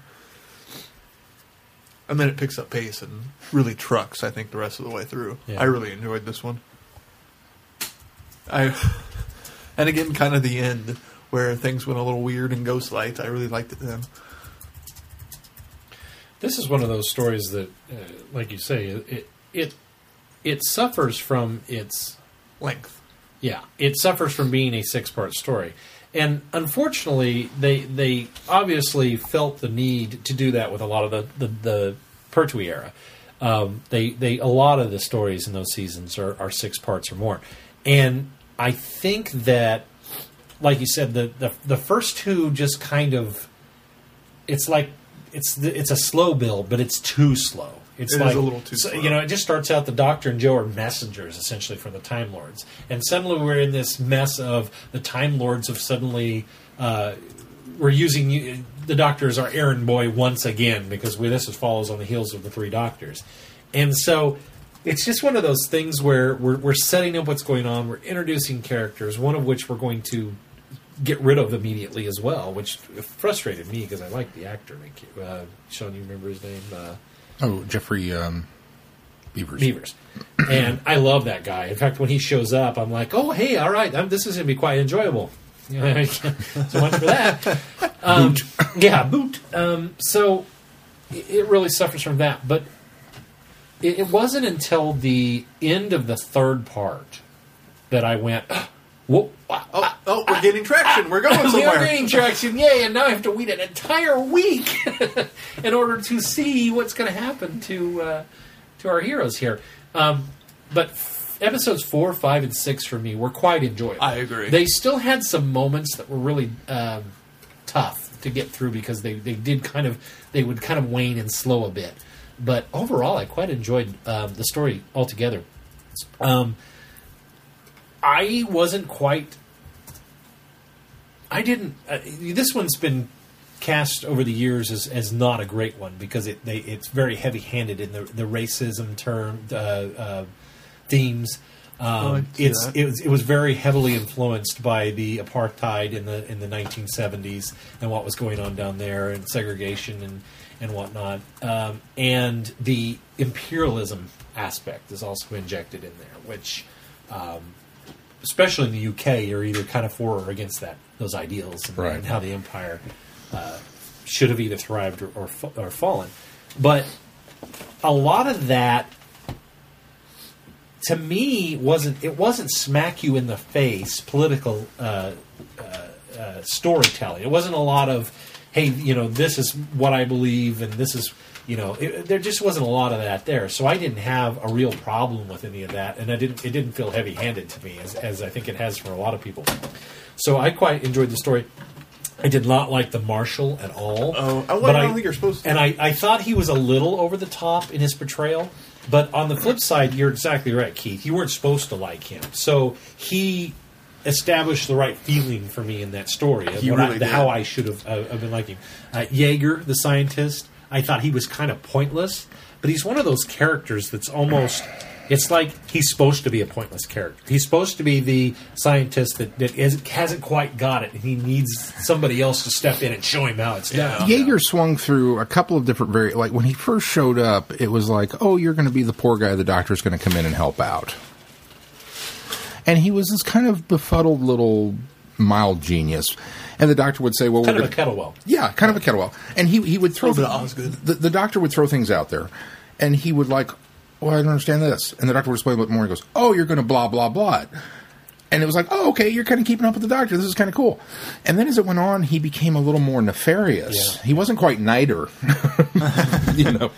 Speaker 2: And then it picks up pace and really trucks, I think, the rest of the way through.
Speaker 4: Yeah.
Speaker 2: I really enjoyed this one. I and again, kind of the end where things went a little weird and ghost lights. I really liked it then.
Speaker 4: This is one of those stories that, uh, like you say, it it it suffers from its
Speaker 2: Length.
Speaker 4: Yeah, it suffers from being a six-part story, and unfortunately, they they obviously felt the need to do that with a lot of the the, the Pertwee era. Um, they they a lot of the stories in those seasons are, are six parts or more, and I think that, like you said, the the, the first two just kind of, it's like it's the, it's a slow build, but it's too slow. It's
Speaker 2: It is
Speaker 4: like
Speaker 2: a little too
Speaker 4: so,
Speaker 2: slow.
Speaker 4: You know, it just starts out the Doctor and Joe are messengers essentially from the Time Lords, and suddenly we're in this mess of the Time Lords of suddenly uh, we're using you- the Doctor as our errand boy once again because we, this is follows on the heels of the three Doctors, and so it's just one of those things where we're, we're setting up what's going on, we're introducing characters, one of which we're going to get rid of immediately as well, which frustrated me because I like the actor. Thank you. Uh, Sean, you remember his name? Uh,
Speaker 3: that. Oh, Jeffrey um, Beavers.
Speaker 4: Beavers. and I love that guy. In fact, when he shows up, I'm like, oh, hey, all right, I'm, this is going to be quite enjoyable. so much for that. Um, Yeah, boot. Um, so it it really suffers from that. But it, it wasn't until the end of the third part that I went, whoa, wow,
Speaker 2: Oh, oh, we're getting traction. We're going
Speaker 4: we are
Speaker 2: somewhere.
Speaker 4: getting traction, yay! And now I have to wait an entire week in order to see what's going to happen to uh, to our heroes here. Um, but f- episodes four, five, and six for me were quite enjoyable.
Speaker 2: I agree.
Speaker 4: They still had some moments that were really um, tough to get through because they they did kind of they would kind of wane and slow a bit. But overall, I quite enjoyed um, the story altogether. Um, I wasn't quite I didn't. Uh, this one's been cast over the years as, as not a great one because it they, it's very heavy handed in the the racism term uh, uh, themes.
Speaker 2: Oh, I
Speaker 4: Um,
Speaker 2: can see
Speaker 4: it's
Speaker 2: that.
Speaker 4: it was, it was very heavily influenced by the apartheid in the in the 1970s and what was going on down there and segregation and and whatnot um, and the imperialism aspect is also injected in there which especially in the UK, you're either kind of for or against that those ideals and,
Speaker 3: Right.
Speaker 4: and how the empire uh, should have either thrived or or, fa- or fallen. But a lot of that, to me, wasn't it wasn't smack you in the face political uh, uh, uh, storytelling. It wasn't a lot of hey, you know, this is what I believe, and this is. You know, it, there just wasn't a lot of that there, so I didn't have a real problem with any of that, and I didn't. It didn't feel heavy-handed to me, as, as I think it has for a lot of people. So I quite enjoyed the story. I did not like the Marshal at all.
Speaker 2: Oh, I- well,
Speaker 4: but
Speaker 2: I don't think you're supposed to.
Speaker 4: And I, I thought he was a little over the top in his portrayal, But on the flip side, you're exactly right, Keith. You weren't supposed to like him, so he established the right feeling for me in that story of
Speaker 2: He
Speaker 4: what I-
Speaker 2: really
Speaker 4: the-
Speaker 2: did.
Speaker 4: how I should have uh, have been liking him. Uh, Jaeger, the scientist, I thought he was kind of pointless, but he's one of those characters that's almost. It's like he's supposed to be a pointless character. He's supposed to be the scientist that, that is, hasn't quite got it, and he needs somebody else to step in and show him how it's done.
Speaker 3: Jaeger swung through a couple of different very like when he first showed up, it was like, "Oh, you're going to be the poor guy. The doctor's going to come in and help out." And he was this kind of befuddled little mild genius, and the doctor would say, "Well,
Speaker 4: Kind
Speaker 3: we're
Speaker 4: of a
Speaker 3: gonna-
Speaker 4: kettlewell.
Speaker 3: yeah, kind of a kettlewell." And he he would throw
Speaker 2: Little
Speaker 3: the,
Speaker 2: bit of Osgood.
Speaker 3: the the doctor would throw things out there, and he would like, "Well, I don't understand this," and the doctor would explain a little more. He goes, "Oh, you're going to blah blah blah." it." and it was like, oh, okay, you're kind of keeping up with the doctor. This is kind of cool. And then as it went on, he became a little more nefarious.
Speaker 4: Yeah.
Speaker 3: He wasn't quite Niter, you know,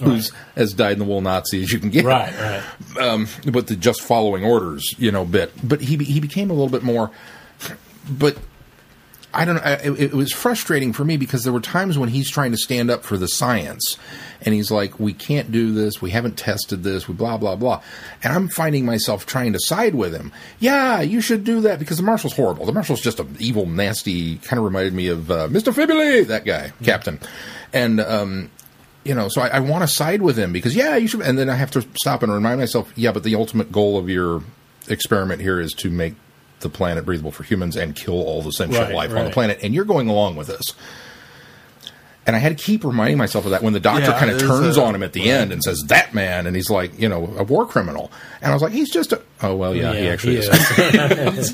Speaker 3: who's as dyed in the wool Nazi as you can get
Speaker 4: Right, right.
Speaker 3: but um, the just following orders, you know, bit. But he he became a little bit more. But I don't know. I- It, it was frustrating for me because there were times when he's trying to stand up for the science, and he's like, "We can't do this. We haven't tested this. We blah blah blah." And I'm finding myself trying to side with him. Yeah, you should do that because the marshal's horrible. The marshal's just an evil, nasty. Kind of reminded me of uh, Mister Fibuli, that guy, Captain, and um, you know, so I, I want to side with him because yeah, you should. And then I have to stop and remind myself, yeah, but the ultimate goal of your experiment here is to make the planet breathable for humans and kill all the sentient
Speaker 4: Right,
Speaker 3: life on the
Speaker 4: right.
Speaker 3: planet, and you're going along with this. And I had to keep reminding myself of that when the doctor
Speaker 2: Yeah,
Speaker 3: kind of
Speaker 2: there's
Speaker 3: turns
Speaker 2: a-
Speaker 3: on him at the end and says, "That man," and he's like, you know, a war criminal, and I was like, he's just a oh well, yeah, he actually is.
Speaker 4: is.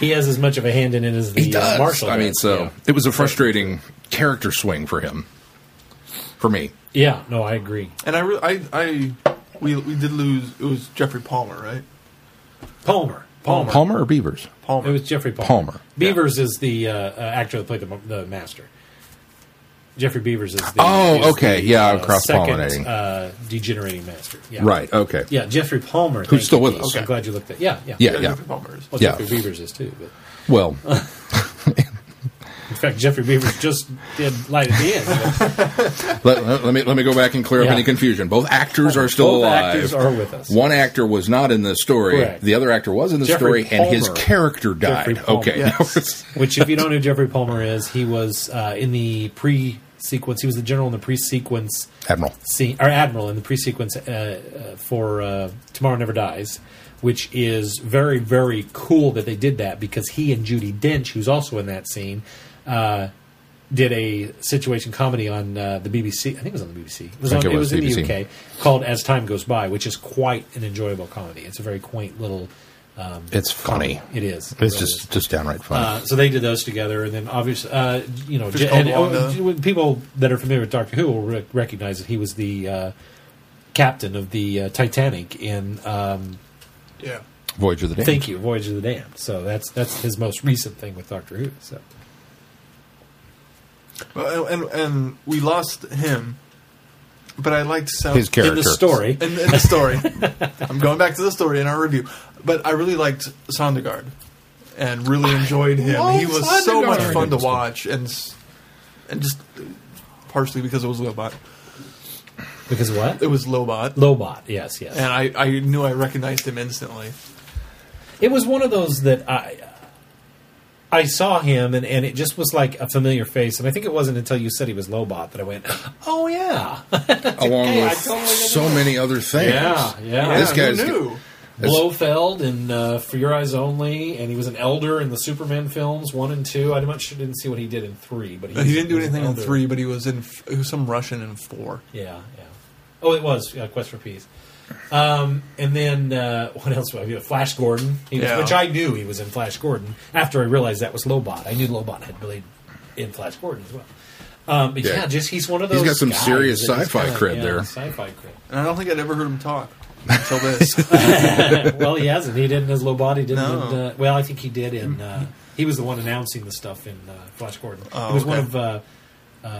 Speaker 4: he has as much of a hand in it as the
Speaker 3: He
Speaker 4: uh,
Speaker 3: does.
Speaker 4: marshal.
Speaker 3: I mean,
Speaker 4: does.
Speaker 3: so
Speaker 4: yeah.
Speaker 3: it was a frustrating character swing for him, for me.
Speaker 4: Yeah, no, I agree.
Speaker 2: And I, re- I, I, we, we did lose. It was Jeffrey Palmer, right?
Speaker 4: Palmer, Palmer,
Speaker 3: Palmer or Beavers?
Speaker 2: Palmer.
Speaker 4: It was Jeffrey Palmer.
Speaker 3: Palmer.
Speaker 4: Beavers is the uh, uh, actor that played the, the master. Jeffrey Beavers is the
Speaker 3: Oh,
Speaker 4: is
Speaker 3: okay. Yeah, I'm cross-pollinating.
Speaker 4: second, uh, degenerating master. Yeah.
Speaker 3: Right. Okay.
Speaker 4: Yeah, Jeffrey Palmer. thank
Speaker 3: still
Speaker 4: you,
Speaker 3: with
Speaker 4: Keith.
Speaker 3: us.
Speaker 4: I'm glad you looked at. Yeah, yeah,
Speaker 3: Yeah.
Speaker 2: Jeffrey Palmer is.
Speaker 4: Well,
Speaker 3: Yeah.
Speaker 4: Jeffrey Beavers is too. But
Speaker 3: Well,
Speaker 4: in fact, Jeffrey Beavers just did light at the end. but
Speaker 3: let, let- let me let me go back and clear up
Speaker 4: Yeah.
Speaker 3: any confusion. Both actors are still
Speaker 4: Both
Speaker 3: alive.
Speaker 4: actors are with us.
Speaker 3: One actor was not in the story.
Speaker 4: Correct.
Speaker 3: The other actor was in the
Speaker 4: Jeffrey
Speaker 3: story, and his
Speaker 4: Palmer.
Speaker 3: character
Speaker 4: Jeffrey
Speaker 3: died.
Speaker 4: Palmer.
Speaker 3: Okay.
Speaker 2: Yes.
Speaker 4: Which, if you don't know who Jeffrey Palmer is, he was uh, in the pre-sequence. He was the general in the pre-sequence
Speaker 3: Admiral.
Speaker 4: scene, or admiral in the pre-sequence uh, uh, for uh, Tomorrow Never Dies, which is very, very cool that they did that because he and Judy Dench, who's also in that scene, uh, did a situation comedy on uh, the BBC. I think it was on the BBC. It was,
Speaker 3: think
Speaker 4: on,
Speaker 3: it
Speaker 4: it
Speaker 3: was
Speaker 4: was in
Speaker 3: BBC.
Speaker 4: the UK called As Time Goes By, which is quite an enjoyable comedy. It's a very quaint little.
Speaker 3: It's funny.
Speaker 4: It is.
Speaker 3: It's
Speaker 4: It really is.
Speaker 3: just just downright funny.
Speaker 4: Uh, so they did those together, and then obviously, uh, you know,
Speaker 2: Fish
Speaker 4: Je- and,
Speaker 2: called
Speaker 4: oh,
Speaker 2: Wanda.
Speaker 4: when people that are familiar with Doctor Who will rec recognize that he was the uh, captain of the uh, Titanic in um,
Speaker 2: Yeah.
Speaker 3: Voyage of the Day.
Speaker 4: Thank You, Voyage of the Damned. So that's that's his most recent thing with Doctor Who. So
Speaker 2: Well, and and we lost him, but I liked Sal-
Speaker 3: His character.
Speaker 4: in the story,
Speaker 2: in, in the story. I'm going back to the story in our review, but I really liked Sondergaard and really enjoyed him.
Speaker 3: love
Speaker 2: He was so much
Speaker 3: Sondergaard.
Speaker 2: fun to watch, and s- and just partially because it was Lobot.
Speaker 4: because what
Speaker 2: It was Lobot,
Speaker 4: Lobot? Yes, yes.
Speaker 2: and I, I knew I recognized him instantly.
Speaker 4: It was one of those that I I saw him and, and it just was like a familiar face, and I think it wasn't until you said he was Lobot that I went, oh yeah,
Speaker 3: Along
Speaker 4: okay, I
Speaker 3: with
Speaker 4: totally
Speaker 3: so many other things.
Speaker 4: yeah, yeah.
Speaker 3: This
Speaker 2: Yeah, who
Speaker 3: guy's-
Speaker 2: knew.
Speaker 3: That's-
Speaker 4: Blofeld in uh, For Your Eyes Only, and he was an elder in the Superman films one and two. I'm not sure, didn't see what he did in three, but he,
Speaker 2: He didn't do
Speaker 4: was an
Speaker 2: anything in
Speaker 4: elder.
Speaker 2: three, but he was in f- he was some Russian in four.
Speaker 4: Yeah, yeah. Oh, it was yeah, Quest for Peace. Um, and then uh, what else? Was it? Flash Gordon, he was,
Speaker 2: Yeah.
Speaker 4: which I knew he was in Flash Gordon. After I realized that was Lobot, I knew Lobot had played in Flash Gordon as well. Um, but
Speaker 3: Yeah.
Speaker 4: yeah. just he's one of those.
Speaker 3: He's got some
Speaker 4: guys
Speaker 3: serious
Speaker 4: that just
Speaker 3: sci-fi
Speaker 4: kinda-
Speaker 3: cred
Speaker 4: yeah,
Speaker 3: there.
Speaker 4: Sci-fi cred.
Speaker 2: And I don't think I'd ever heard him talk until this.
Speaker 4: well, he hasn't. He didn't as Lobot. He didn't.
Speaker 2: No.
Speaker 4: in, uh, well, I think he did in. Uh, he was the one announcing the stuff in uh, Flash Gordon.
Speaker 2: Oh,
Speaker 4: it was one
Speaker 2: okay.
Speaker 4: of. Uh,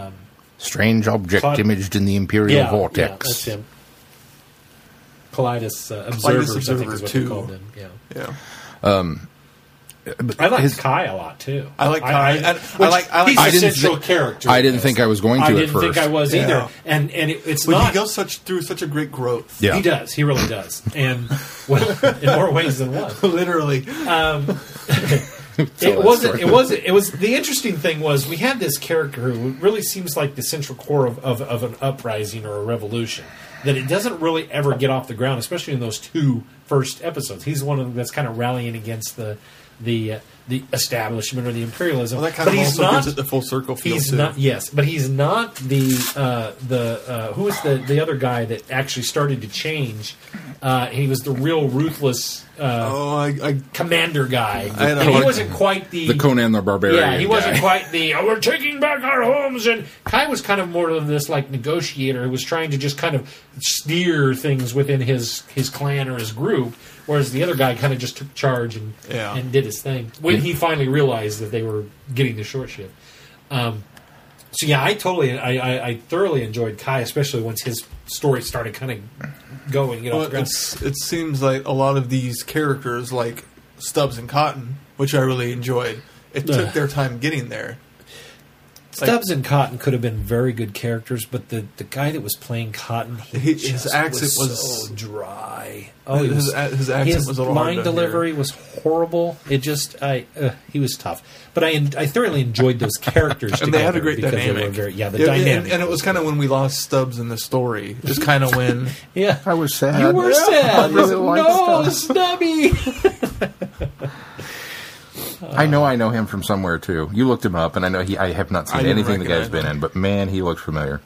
Speaker 3: Strange object
Speaker 4: Cla-
Speaker 3: imaged in the Imperial
Speaker 4: yeah, yeah, that's
Speaker 3: vortex.
Speaker 4: him. Colitis uh, observers, I think
Speaker 2: Observer
Speaker 4: is what they
Speaker 2: two.
Speaker 4: called him. Yeah.
Speaker 2: yeah,
Speaker 3: but
Speaker 4: I like
Speaker 3: his-
Speaker 4: Kai a lot too.
Speaker 2: I like Kai. I- I
Speaker 4: which
Speaker 2: like- I like-
Speaker 4: he's
Speaker 2: I
Speaker 4: a
Speaker 3: didn't
Speaker 4: central
Speaker 3: thi-
Speaker 4: character.
Speaker 3: I
Speaker 4: in
Speaker 3: didn't
Speaker 4: this.
Speaker 3: think I was going to
Speaker 4: I
Speaker 3: at
Speaker 4: didn't
Speaker 3: first.
Speaker 4: think I was
Speaker 2: Yeah.
Speaker 4: either. And and it, it's
Speaker 2: But
Speaker 4: not.
Speaker 2: he goes such through such a great growth.
Speaker 3: Yeah.
Speaker 4: He does. He really does. And well, in more ways than one.
Speaker 2: Literally.
Speaker 3: Tell
Speaker 4: It
Speaker 3: that
Speaker 4: wasn't.
Speaker 3: story.
Speaker 4: It wasn't. It was. The interesting thing was we had this character who really seems like the central core of, of, of an uprising or a revolution. That it doesn't really ever get off the ground, especially in those two first episodes. He's one of them that's kind of rallying against the the uh, the establishment or the imperialism.
Speaker 2: Well, that kind
Speaker 4: but
Speaker 2: of
Speaker 4: he's
Speaker 2: also
Speaker 4: not.
Speaker 2: gives it the full circle feel
Speaker 4: He's
Speaker 2: too.
Speaker 4: not yes, but he's not the uh, the uh, who was the the other guy that actually started to change. Uh, he was the real ruthless uh,
Speaker 2: oh, I, I
Speaker 4: commander guy.
Speaker 2: I don't
Speaker 4: And he
Speaker 2: like-
Speaker 4: wasn't quite the,
Speaker 3: the Conan the Barbarian.
Speaker 4: yeah, he wasn't
Speaker 3: guy.
Speaker 4: quite the oh, we're taking back our homes. And Kai was kind of more of this like negotiator who was trying to just kind of steer things within his his clan or his group, whereas the other guy kind of just took charge and
Speaker 2: Yeah.
Speaker 4: and did his thing when he finally realized that they were getting the short shift. Um, so yeah, I totally, I, I, I thoroughly enjoyed Kai, especially once his story started kind of going. You know,
Speaker 2: Well, it's, it seems like a lot of these characters, like Stubbs and Cotton, which I really enjoyed, it took
Speaker 4: Ugh.
Speaker 2: their time getting there.
Speaker 4: Stubbs and Cotton could have been very good characters, but the, the guy that was playing Cotton, he
Speaker 2: His
Speaker 4: just
Speaker 2: accent was-
Speaker 4: so dry. Oh, he
Speaker 2: His-
Speaker 4: was,
Speaker 2: his accent
Speaker 4: his
Speaker 2: was a little hard
Speaker 4: line
Speaker 2: to
Speaker 4: delivery was horrible. It just, I, uh, he was tough. But I, I thoroughly enjoyed those characters.
Speaker 2: And they had a
Speaker 4: together
Speaker 2: great
Speaker 4: because they were
Speaker 2: dynamic.
Speaker 4: very- yeah, the
Speaker 2: Yeah, and-
Speaker 4: dynamic,
Speaker 2: And, it was kind of when we lost Stubbs in the story. Just kind of when.
Speaker 4: yeah.
Speaker 7: I was sad.
Speaker 4: You were
Speaker 7: I
Speaker 4: sad.
Speaker 7: really liked
Speaker 4: no,
Speaker 7: Stubbs.
Speaker 4: Stubby.
Speaker 3: I know I know him from somewhere too. You looked him up, and I know he. Uh, I have not seen
Speaker 2: I didn't
Speaker 3: anything the guy's
Speaker 2: recognize
Speaker 3: been in, but man, he looks familiar.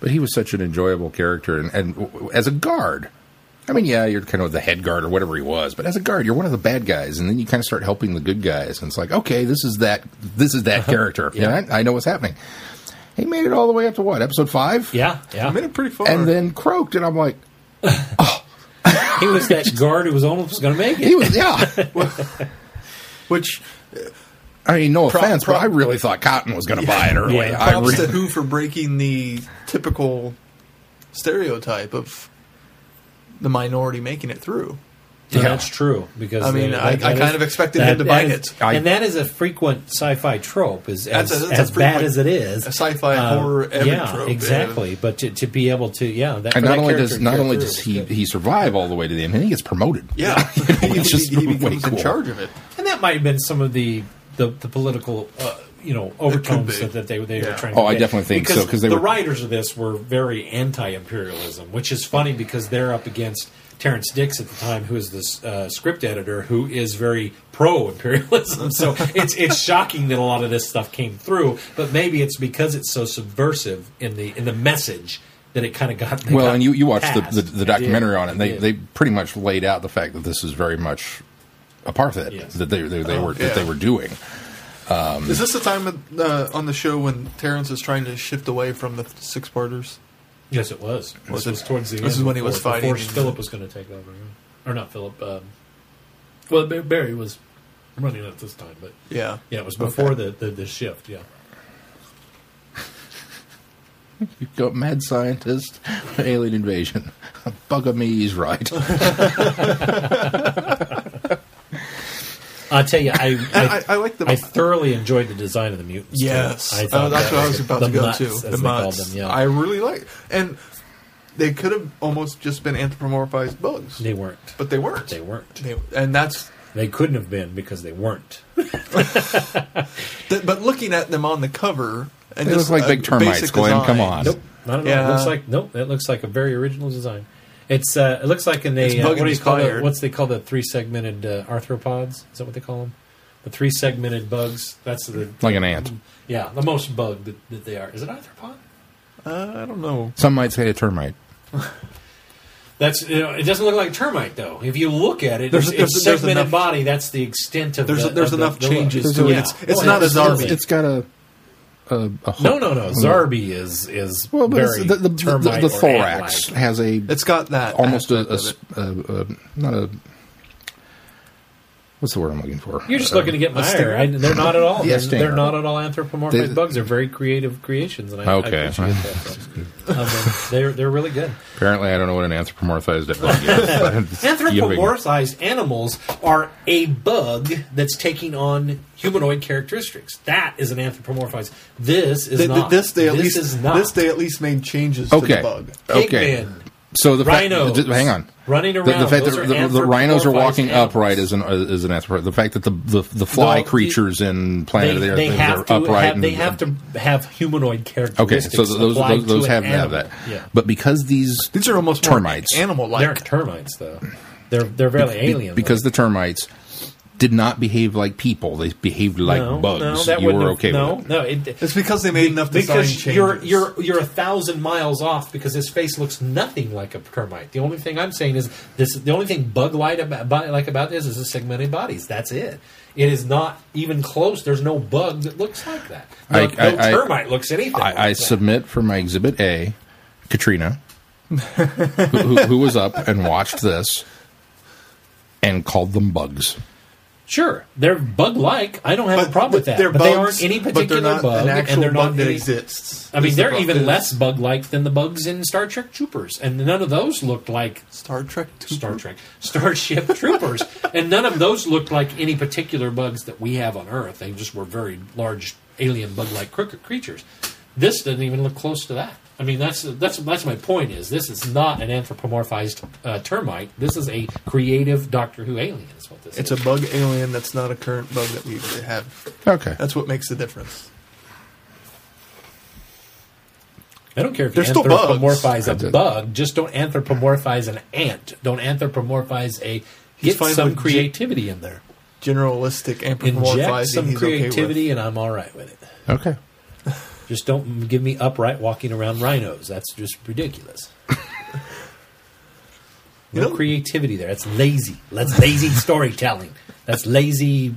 Speaker 3: But he was such an enjoyable character, and, and w- w- as a guard, I mean, yeah, you're kind of the head guard or whatever he was, but as a guard, you're one of the bad guys, and then you kind of start helping the good guys, and it's like, okay, this is that, this is that character. yeah, I, I know what's happening. He made it all the way up to what episode five,
Speaker 4: Yeah,
Speaker 2: I
Speaker 4: yeah.
Speaker 2: made it pretty far.
Speaker 3: and then croaked, and I'm like,
Speaker 4: He was that guard who was almost going to make
Speaker 3: he
Speaker 4: it.
Speaker 3: was, yeah.
Speaker 2: which
Speaker 3: I mean, no
Speaker 2: Prop-
Speaker 3: offense,
Speaker 2: prop-
Speaker 3: but I really thought Cotton was going to buy it early.
Speaker 4: Yeah.
Speaker 3: I
Speaker 2: props
Speaker 3: really,
Speaker 2: to who for breaking the typical stereotype of the minority making it through.
Speaker 4: Yeah.
Speaker 3: Yeah.
Speaker 4: That's true because
Speaker 2: I mean,
Speaker 4: they-
Speaker 2: I-
Speaker 4: that-
Speaker 2: I
Speaker 4: that
Speaker 2: kind
Speaker 4: is-
Speaker 2: of expected him to
Speaker 4: that
Speaker 2: bite
Speaker 4: is-
Speaker 2: it.
Speaker 3: I-
Speaker 4: and that is a frequent sci-fi trope. Is as,
Speaker 2: That's a- that's a
Speaker 4: as bad
Speaker 2: frequent-
Speaker 4: as it is, Um,
Speaker 2: a sci-fi horror every
Speaker 4: yeah,
Speaker 2: trope,
Speaker 4: exactly. But to, to be able to, yeah,
Speaker 3: and
Speaker 4: that, for
Speaker 3: not
Speaker 4: that
Speaker 3: only
Speaker 4: character
Speaker 3: does not
Speaker 4: to
Speaker 3: only
Speaker 4: go
Speaker 3: does
Speaker 4: through
Speaker 3: he
Speaker 4: was good.
Speaker 3: he survive all the way to the end, and he gets promoted.
Speaker 2: Yeah.
Speaker 3: You know,
Speaker 2: he,
Speaker 3: it's just
Speaker 2: he- he
Speaker 3: way
Speaker 2: becomes in
Speaker 3: cool.
Speaker 2: charge of it.
Speaker 4: and that might have been some of the the, the political. Uh, you know overtones
Speaker 2: be.
Speaker 4: that, that they they were
Speaker 2: Yeah.
Speaker 4: trying.
Speaker 3: Oh,
Speaker 4: to
Speaker 3: I
Speaker 4: get.
Speaker 3: definitely think so, 'cause they
Speaker 4: the
Speaker 3: were-
Speaker 4: writers of this were very anti-imperialism, which is funny because they're up against Terrence Dix at the time, who is this uh, script editor who is very pro-imperialism. so it's it's shocking that a lot of this stuff came through, but maybe it's because it's so subversive in the in the message that it kind of got. they
Speaker 3: Well,
Speaker 4: got
Speaker 3: and you, you watched the,
Speaker 4: passed.
Speaker 3: the, the
Speaker 4: I did.
Speaker 3: documentary on it, and
Speaker 4: I
Speaker 3: they,
Speaker 4: did.
Speaker 3: they pretty much laid out the fact that this is very much apartheid
Speaker 4: Yes. Oh,
Speaker 3: that they, they, they were that they
Speaker 2: yeah.
Speaker 3: were doing.
Speaker 2: Is this the time uh, on the show when Terrence is trying to shift away from the six-parters?
Speaker 4: Yes, it was. This was,
Speaker 2: it-
Speaker 4: towards the end.
Speaker 2: this is when he was
Speaker 4: before-
Speaker 2: fighting.
Speaker 4: Before Philip was going to take over, yeah. or not Philip. Um, well, Ba- Barry was running at this time, but
Speaker 2: Yeah.
Speaker 4: yeah, it was before the, the the shift. Yeah,
Speaker 3: You go mad scientist, alien invasion, bugger me, he's right.
Speaker 4: I tell you, I
Speaker 2: I,
Speaker 4: I,
Speaker 2: I, I like the
Speaker 4: I thoroughly enjoyed the design of the mutants. too.
Speaker 2: Yes,
Speaker 4: I
Speaker 2: Uh,
Speaker 4: thought
Speaker 2: that's
Speaker 4: that
Speaker 2: what I was about
Speaker 4: the
Speaker 2: to go
Speaker 4: mutts,
Speaker 2: to.
Speaker 4: As
Speaker 2: The
Speaker 4: they called
Speaker 2: mutts.
Speaker 4: them, yeah,
Speaker 2: I really like, and they could have almost just been anthropomorphized bugs,
Speaker 4: they weren't.
Speaker 2: but they weren't.
Speaker 4: They weren't.
Speaker 2: They- and that's.
Speaker 4: They couldn't have been because they weren't.
Speaker 2: th- but looking at them on the cover, and
Speaker 3: They
Speaker 2: just
Speaker 3: look like
Speaker 2: a
Speaker 3: big termites,
Speaker 2: basic
Speaker 3: Glenn, come
Speaker 2: design,
Speaker 3: on.
Speaker 4: uh, Nope, not at all. It
Speaker 2: Yeah.
Speaker 4: looks like nope. It looks like a very original design. It's uh, it looks like in
Speaker 2: It's
Speaker 4: a uh,
Speaker 2: bug
Speaker 4: what do you call it?
Speaker 2: inspired.
Speaker 4: What's they call the three segmented uh, arthropods? Is that what they call them? The three segmented bugs. That's the
Speaker 3: like an ant.
Speaker 4: yeah the most bug that, that they are. Is it arthropod?
Speaker 2: Uh, I don't know.
Speaker 3: Some might say a termite.
Speaker 4: That's you know, it doesn't look like a termite though. If you look at it,
Speaker 2: There's-
Speaker 4: it's,
Speaker 2: there's-
Speaker 4: it's
Speaker 2: there's
Speaker 4: segmented
Speaker 2: enough-
Speaker 4: body. That's the extent of
Speaker 2: There's
Speaker 4: the,
Speaker 2: there's
Speaker 4: of the-
Speaker 2: enough
Speaker 4: the look.
Speaker 2: changes
Speaker 7: There's
Speaker 2: to it.
Speaker 7: a-
Speaker 2: It's
Speaker 4: yeah.
Speaker 2: it's
Speaker 4: Well,
Speaker 2: not
Speaker 4: it's-
Speaker 2: as
Speaker 4: it's-
Speaker 2: army.
Speaker 7: It's got a. a, a hook.
Speaker 4: No, no, no.
Speaker 2: Hmm.
Speaker 4: Zarbi is is
Speaker 3: Well, but
Speaker 4: very
Speaker 3: it's, the, the, the,
Speaker 4: termite
Speaker 3: the
Speaker 4: or
Speaker 3: thorax
Speaker 4: ant-like.
Speaker 3: has a
Speaker 2: it's got that
Speaker 3: almost a, a,
Speaker 2: aspect of it.
Speaker 3: s- a- a- not a What's the word I'm looking for?
Speaker 4: You're just
Speaker 3: Uh,
Speaker 4: looking to get my ire. I, they're not at all.
Speaker 3: Yeah,
Speaker 4: They're,
Speaker 3: stinger.
Speaker 4: they're not at all anthropomorphic
Speaker 3: They-
Speaker 4: bugs. They're very creative creations, and I,
Speaker 3: Okay.
Speaker 4: I appreciate that. Um, and they're they're really good.
Speaker 3: Apparently, I don't know what an anthropomorphized bug is.
Speaker 4: Anthropomorphized animals are a bug that's taking on humanoid characteristics. That is an anthropomorphized. This is
Speaker 2: Th- th-
Speaker 4: not.
Speaker 2: this they at least
Speaker 4: is not.
Speaker 2: this they at least made changes to
Speaker 3: Okay.
Speaker 2: the bug.
Speaker 3: Okay.
Speaker 4: Pigmen.
Speaker 3: So the fact-
Speaker 4: Rhinos.
Speaker 3: just- hang on.
Speaker 4: Running
Speaker 3: The,
Speaker 4: around.
Speaker 3: the fact
Speaker 4: Those
Speaker 3: that
Speaker 4: are
Speaker 3: the, the rhinos are
Speaker 4: anthropomorphized
Speaker 3: walking
Speaker 4: animals.
Speaker 3: upright is an uh, is an anthropo. The fact that the the, the fly
Speaker 4: No, the-
Speaker 3: creatures in Planet
Speaker 4: They,
Speaker 3: of the Earth
Speaker 4: they have
Speaker 3: they're
Speaker 4: to
Speaker 3: upright.
Speaker 4: have, they
Speaker 3: and-
Speaker 4: have to have humanoid
Speaker 3: Okay,
Speaker 4: characteristics.
Speaker 3: so th- those
Speaker 4: applied
Speaker 3: those, those
Speaker 4: to an
Speaker 3: have to have
Speaker 4: animal.
Speaker 3: that.
Speaker 4: Yeah.
Speaker 3: But because these
Speaker 2: These are almost
Speaker 3: termites
Speaker 2: animal
Speaker 4: They're
Speaker 2: like.
Speaker 4: termites, though. They're they're really
Speaker 3: be-
Speaker 4: alien
Speaker 3: because
Speaker 4: though.
Speaker 3: the termites did not behave like people. They behaved like
Speaker 4: no,
Speaker 3: bugs.
Speaker 4: No, that
Speaker 3: you
Speaker 4: wouldn't
Speaker 3: were
Speaker 4: have-
Speaker 3: okay
Speaker 4: no,
Speaker 3: with it.
Speaker 4: no, it,
Speaker 2: It's because they made enough design
Speaker 4: because
Speaker 2: changes.
Speaker 4: you're you're you're a thousand miles off because his face looks nothing like a termite. The only thing I'm saying is this: the only thing bug light about body, like about this is the segmented bodies. That's it. It is not even close. There's no bug that looks like that. No,
Speaker 3: I- I-
Speaker 4: no
Speaker 3: I-
Speaker 4: termite looks anything. like
Speaker 3: I, I
Speaker 4: that.
Speaker 3: submit for my exhibit A, Katrina, who, who, who was up and watched this and called them bugs.
Speaker 4: Sure, they're bug like. I don't have a problem with that.
Speaker 2: they're
Speaker 4: But they
Speaker 2: bugs,
Speaker 4: aren't any
Speaker 2: but
Speaker 4: particular
Speaker 2: they're not
Speaker 4: bug,
Speaker 2: an actual
Speaker 4: and they're
Speaker 2: bug
Speaker 4: not
Speaker 2: that
Speaker 4: any-
Speaker 2: exists.
Speaker 4: I mean,
Speaker 2: is the
Speaker 4: they're
Speaker 2: problem.
Speaker 4: even less bug like than the bugs in Star Trek Troopers, and none of those looked like
Speaker 2: Star Trek. Two.
Speaker 4: Star Trek, Starship Troopers, and none of those looked like any particular bugs that we have on Earth. They just were very large alien bug-like cr- creatures. This doesn't even look close to that. I mean, that's that's that's my point. Is this is not an anthropomorphized uh, termite? This is a creative Doctor Who alien. Is what this
Speaker 2: It's
Speaker 4: is.
Speaker 2: a bug alien that's not a current bug that we have.
Speaker 3: Okay.
Speaker 2: That's what makes the difference.
Speaker 4: I don't care if you
Speaker 2: They're still bugs.
Speaker 4: anthropomorphize a bug. Just don't anthropomorphize an ant. Don't anthropomorphize a.
Speaker 2: He's
Speaker 4: Get
Speaker 2: fine
Speaker 4: some
Speaker 2: with G-
Speaker 4: creativity in there.
Speaker 2: Generalistic anthropomorphizing.
Speaker 4: Inject some
Speaker 2: he's okay with.
Speaker 4: creativity, and I'm all right with it.
Speaker 3: okay.
Speaker 4: Just don't give me upright walking around rhinos. That's just ridiculous.
Speaker 2: You
Speaker 4: No
Speaker 2: know-
Speaker 4: creativity there. That's lazy. That's lazy storytelling. That's lazy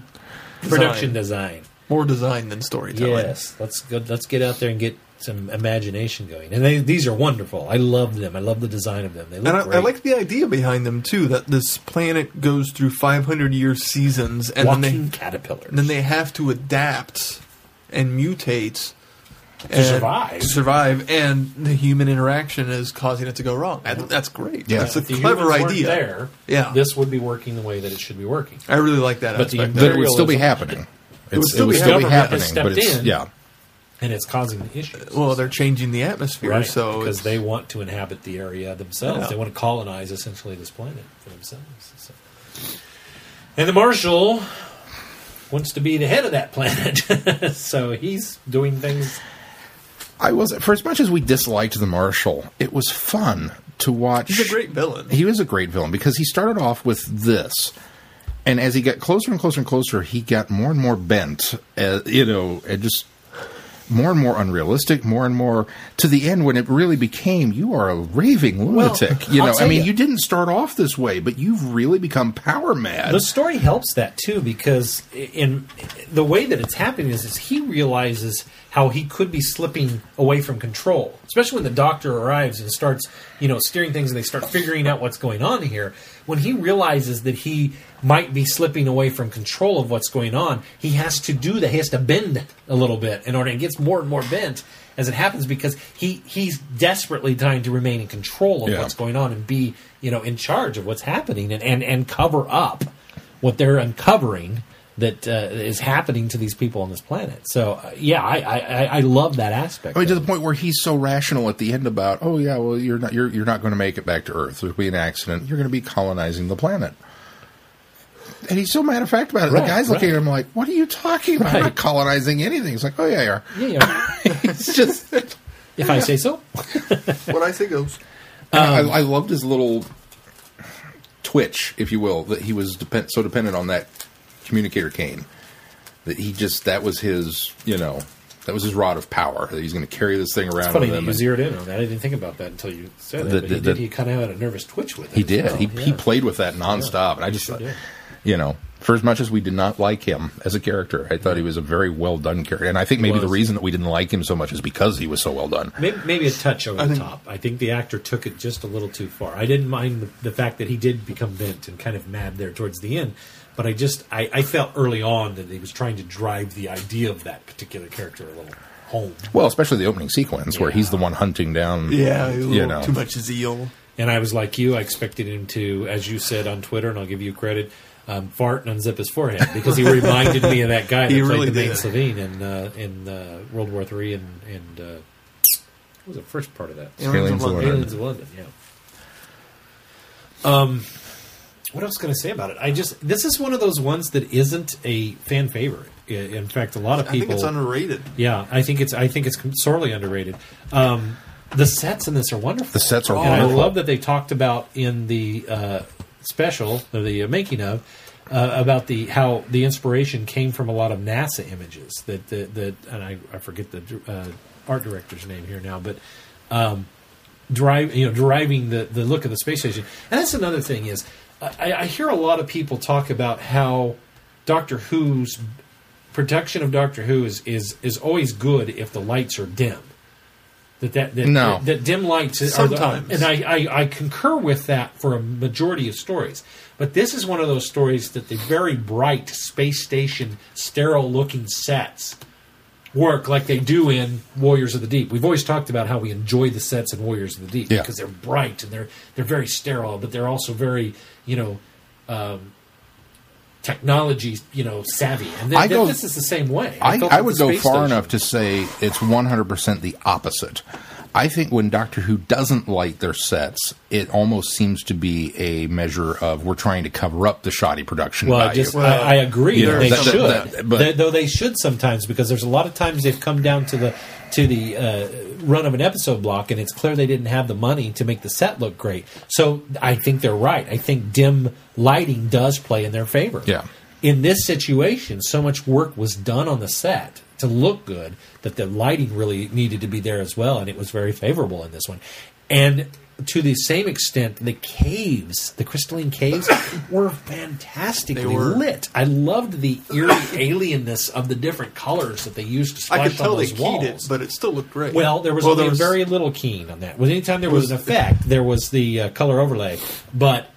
Speaker 4: production design.
Speaker 2: More design than storytelling.
Speaker 4: Yes, let's go. Let's get out there and get some imagination going. And they, these are wonderful. I love them. I love the design of them. They look
Speaker 2: And I,
Speaker 4: great.
Speaker 2: I like the idea behind them too. That this planet goes through 500 year seasons, and
Speaker 4: walking
Speaker 2: then they
Speaker 4: caterpillars.
Speaker 2: and then they have to adapt and mutate to
Speaker 4: survive.
Speaker 2: Survive, and the human interaction is causing it to go wrong. I think that's great.
Speaker 3: Yeah.
Speaker 2: that's
Speaker 4: If
Speaker 2: a
Speaker 4: the
Speaker 2: clever
Speaker 4: humans weren't
Speaker 2: idea.
Speaker 4: There,
Speaker 2: Yeah.
Speaker 4: this would be working the way that it should be working.
Speaker 2: I really like that
Speaker 4: But the
Speaker 2: aspect.
Speaker 3: That it would still be
Speaker 4: Imperialism.
Speaker 3: happening. It's- It would
Speaker 2: still be
Speaker 4: happening.
Speaker 3: happening, but
Speaker 4: Government has
Speaker 3: it's
Speaker 4: stepped in.
Speaker 3: yeah.
Speaker 4: and it's causing issues.
Speaker 2: Uh, well, they're changing the atmosphere,
Speaker 4: right,
Speaker 2: so
Speaker 4: because
Speaker 2: it's,
Speaker 4: they want to inhabit the area themselves,
Speaker 2: Yeah.
Speaker 4: they want to colonize essentially this planet for themselves. So. And the marshal wants to be the head of that planet, so he's doing things.
Speaker 3: I was for as much as we disliked the Marshal, it was fun to watch.
Speaker 2: he's a great villain.
Speaker 3: He was a great villain because he started off with this, and as he got closer and closer and closer, he got more and more bent. Uh, you know, and just more and more unrealistic, more and more to the end when it really became you are a raving lunatic. you
Speaker 4: I'll
Speaker 3: know, I
Speaker 4: tell
Speaker 3: mean,
Speaker 4: ya.
Speaker 3: you didn't start off this way, but you've really become power mad.
Speaker 4: The story helps that too because in the way that it's happening is, is he realizes how he could be slipping away from control, especially when the doctor arrives and starts, you know, steering things and they start figuring out what's going on here. When he realizes that he might be slipping away from control of what's going on, he has to do that. He has to bend a little bit in order. It gets more and more bent as it happens because he he's desperately trying to remain in control of
Speaker 3: Yeah.
Speaker 4: what's going on and be you know in charge of what's happening and and, and cover up what they're uncovering that uh, is happening to these people on this planet. So uh, yeah, I, I I- I love that aspect.
Speaker 3: I mean, to
Speaker 4: of
Speaker 3: the
Speaker 4: it.
Speaker 3: point where he's so rational at the end about, oh yeah, well you're not you're you're not going to make it back to Earth. There'll be an accident. You're going to be colonizing the planet. And he's so matter of fact about it. the
Speaker 4: Right,
Speaker 3: guy's looking
Speaker 4: right.
Speaker 3: at him like, "What are you talking about? I'm not
Speaker 4: Right.
Speaker 3: colonizing anything." He's like, "Oh yeah, you are."
Speaker 4: yeah, yeah.
Speaker 3: it's just
Speaker 4: if I say so.
Speaker 2: what I say goes.
Speaker 3: I,
Speaker 4: um,
Speaker 3: I loved his little twitch, if you will, that he was depend- so dependent on that communicator cane that he just that was his you know that was his rod of power that he's going to carry this thing around
Speaker 4: Funny
Speaker 3: with
Speaker 4: that
Speaker 3: him.
Speaker 4: you
Speaker 3: and-
Speaker 4: zeroed in on that. I didn't think about that until you said
Speaker 3: The-
Speaker 4: that. But he
Speaker 3: the-
Speaker 4: did.
Speaker 3: the-
Speaker 4: He kind of had a nervous twitch with it.
Speaker 3: He
Speaker 4: as
Speaker 3: did.
Speaker 4: well.
Speaker 3: He, he
Speaker 4: Oh, Yeah.
Speaker 3: played with that nonstop, and I just,
Speaker 4: sure did.
Speaker 3: you know, for as much as we did not like him as a character, I thought he was a very well done character, and I think maybe the
Speaker 4: was.
Speaker 3: reason that we didn't like him so much is because he was so well done.
Speaker 4: Maybe, maybe a touch over
Speaker 2: I
Speaker 4: the
Speaker 2: think-
Speaker 4: top. I think the actor took it just a little too far. I didn't mind the, the fact that he did become bent and kind of mad there towards the end, But I just I, I felt early on that he was trying to drive the idea of that particular character a little home.
Speaker 3: Well, especially the opening sequence where he's the one hunting down.
Speaker 2: Yeah, a
Speaker 3: you
Speaker 2: little
Speaker 3: know.
Speaker 2: too much zeal.
Speaker 4: And I was like you, I expected him to, as you said on Twitter, and I'll give you credit, um, fart and unzip his forehead because he reminded me of that guy that
Speaker 2: He
Speaker 4: played
Speaker 2: really
Speaker 4: the main
Speaker 2: did.
Speaker 4: Savine in uh, in uh, World War Three and and uh, what was the first part of that?
Speaker 3: Aliens
Speaker 2: Aliens of London.
Speaker 3: London.
Speaker 4: Aliens of London, yeah. Um, what else can I say about it? I just this is one of those ones that isn't a fan favorite. I- In fact, a lot of
Speaker 2: I
Speaker 4: people
Speaker 2: think it's underrated.
Speaker 4: yeah, I think it's I think it's sorely underrated. Um, the sets in this are wonderful.
Speaker 3: The sets are
Speaker 4: and
Speaker 3: wonderful.
Speaker 4: I love that they talked about in the uh, special or the uh, making of uh, about the how the inspiration came from a lot of NASA images that that, that and I, I forget the uh, art director's name here now, but um, drive you know driving the the look of the space station. And that's another thing is I, I hear a lot of people talk about how Doctor Who's production of Doctor Who is is, is always good if the lights are dim. That that, that,
Speaker 3: No.
Speaker 4: that dim lights are the-
Speaker 2: Sometimes.
Speaker 4: and I, I I concur with that for a majority of stories. But this is one of those stories that the very bright space station sterile looking sets work like they do in Warriors of the Deep. We've always talked about how we enjoy the sets in Warriors of the Deep
Speaker 3: Yeah.
Speaker 4: because they're bright and they're they're very sterile, but they're also very you know um, technology you know savvy. And th-
Speaker 3: I
Speaker 4: th-
Speaker 3: go-
Speaker 4: this is the same way.
Speaker 3: I,
Speaker 4: felt
Speaker 3: I
Speaker 4: with
Speaker 3: would
Speaker 4: the
Speaker 3: go far
Speaker 4: space station.
Speaker 3: enough to say it's 100% the opposite. I think when Doctor Who doesn't light their sets, it almost seems to be a measure of we're trying to cover up the shoddy production.
Speaker 4: Well, I
Speaker 3: value.
Speaker 4: just I, I agree.
Speaker 3: you know,
Speaker 4: they
Speaker 3: that-
Speaker 4: should,
Speaker 3: that- that- but-
Speaker 4: They- though they should sometimes because there's a lot of times they've come down to the to the uh, run of an episode block, and it's clear they didn't have the money to make the set look great. So I think they're right. I think dim lighting does play in their favor.
Speaker 3: Yeah.
Speaker 4: In this situation, so much work was done on the set to look good that the lighting really needed to be there as well, and it was very favorable in this one. And to the same extent, the caves, the crystalline caves, were fantastically
Speaker 2: They were.
Speaker 4: lit. I loved the eerie alienness of the different colors that they used to splash
Speaker 2: I could tell
Speaker 4: on
Speaker 2: they
Speaker 4: those
Speaker 2: keyed
Speaker 4: walls.
Speaker 2: it, but it still looked great.
Speaker 4: Well, there was only very little keen on that. Well, anytime there was,
Speaker 2: was-
Speaker 4: an effect, there was the uh, color overlay. But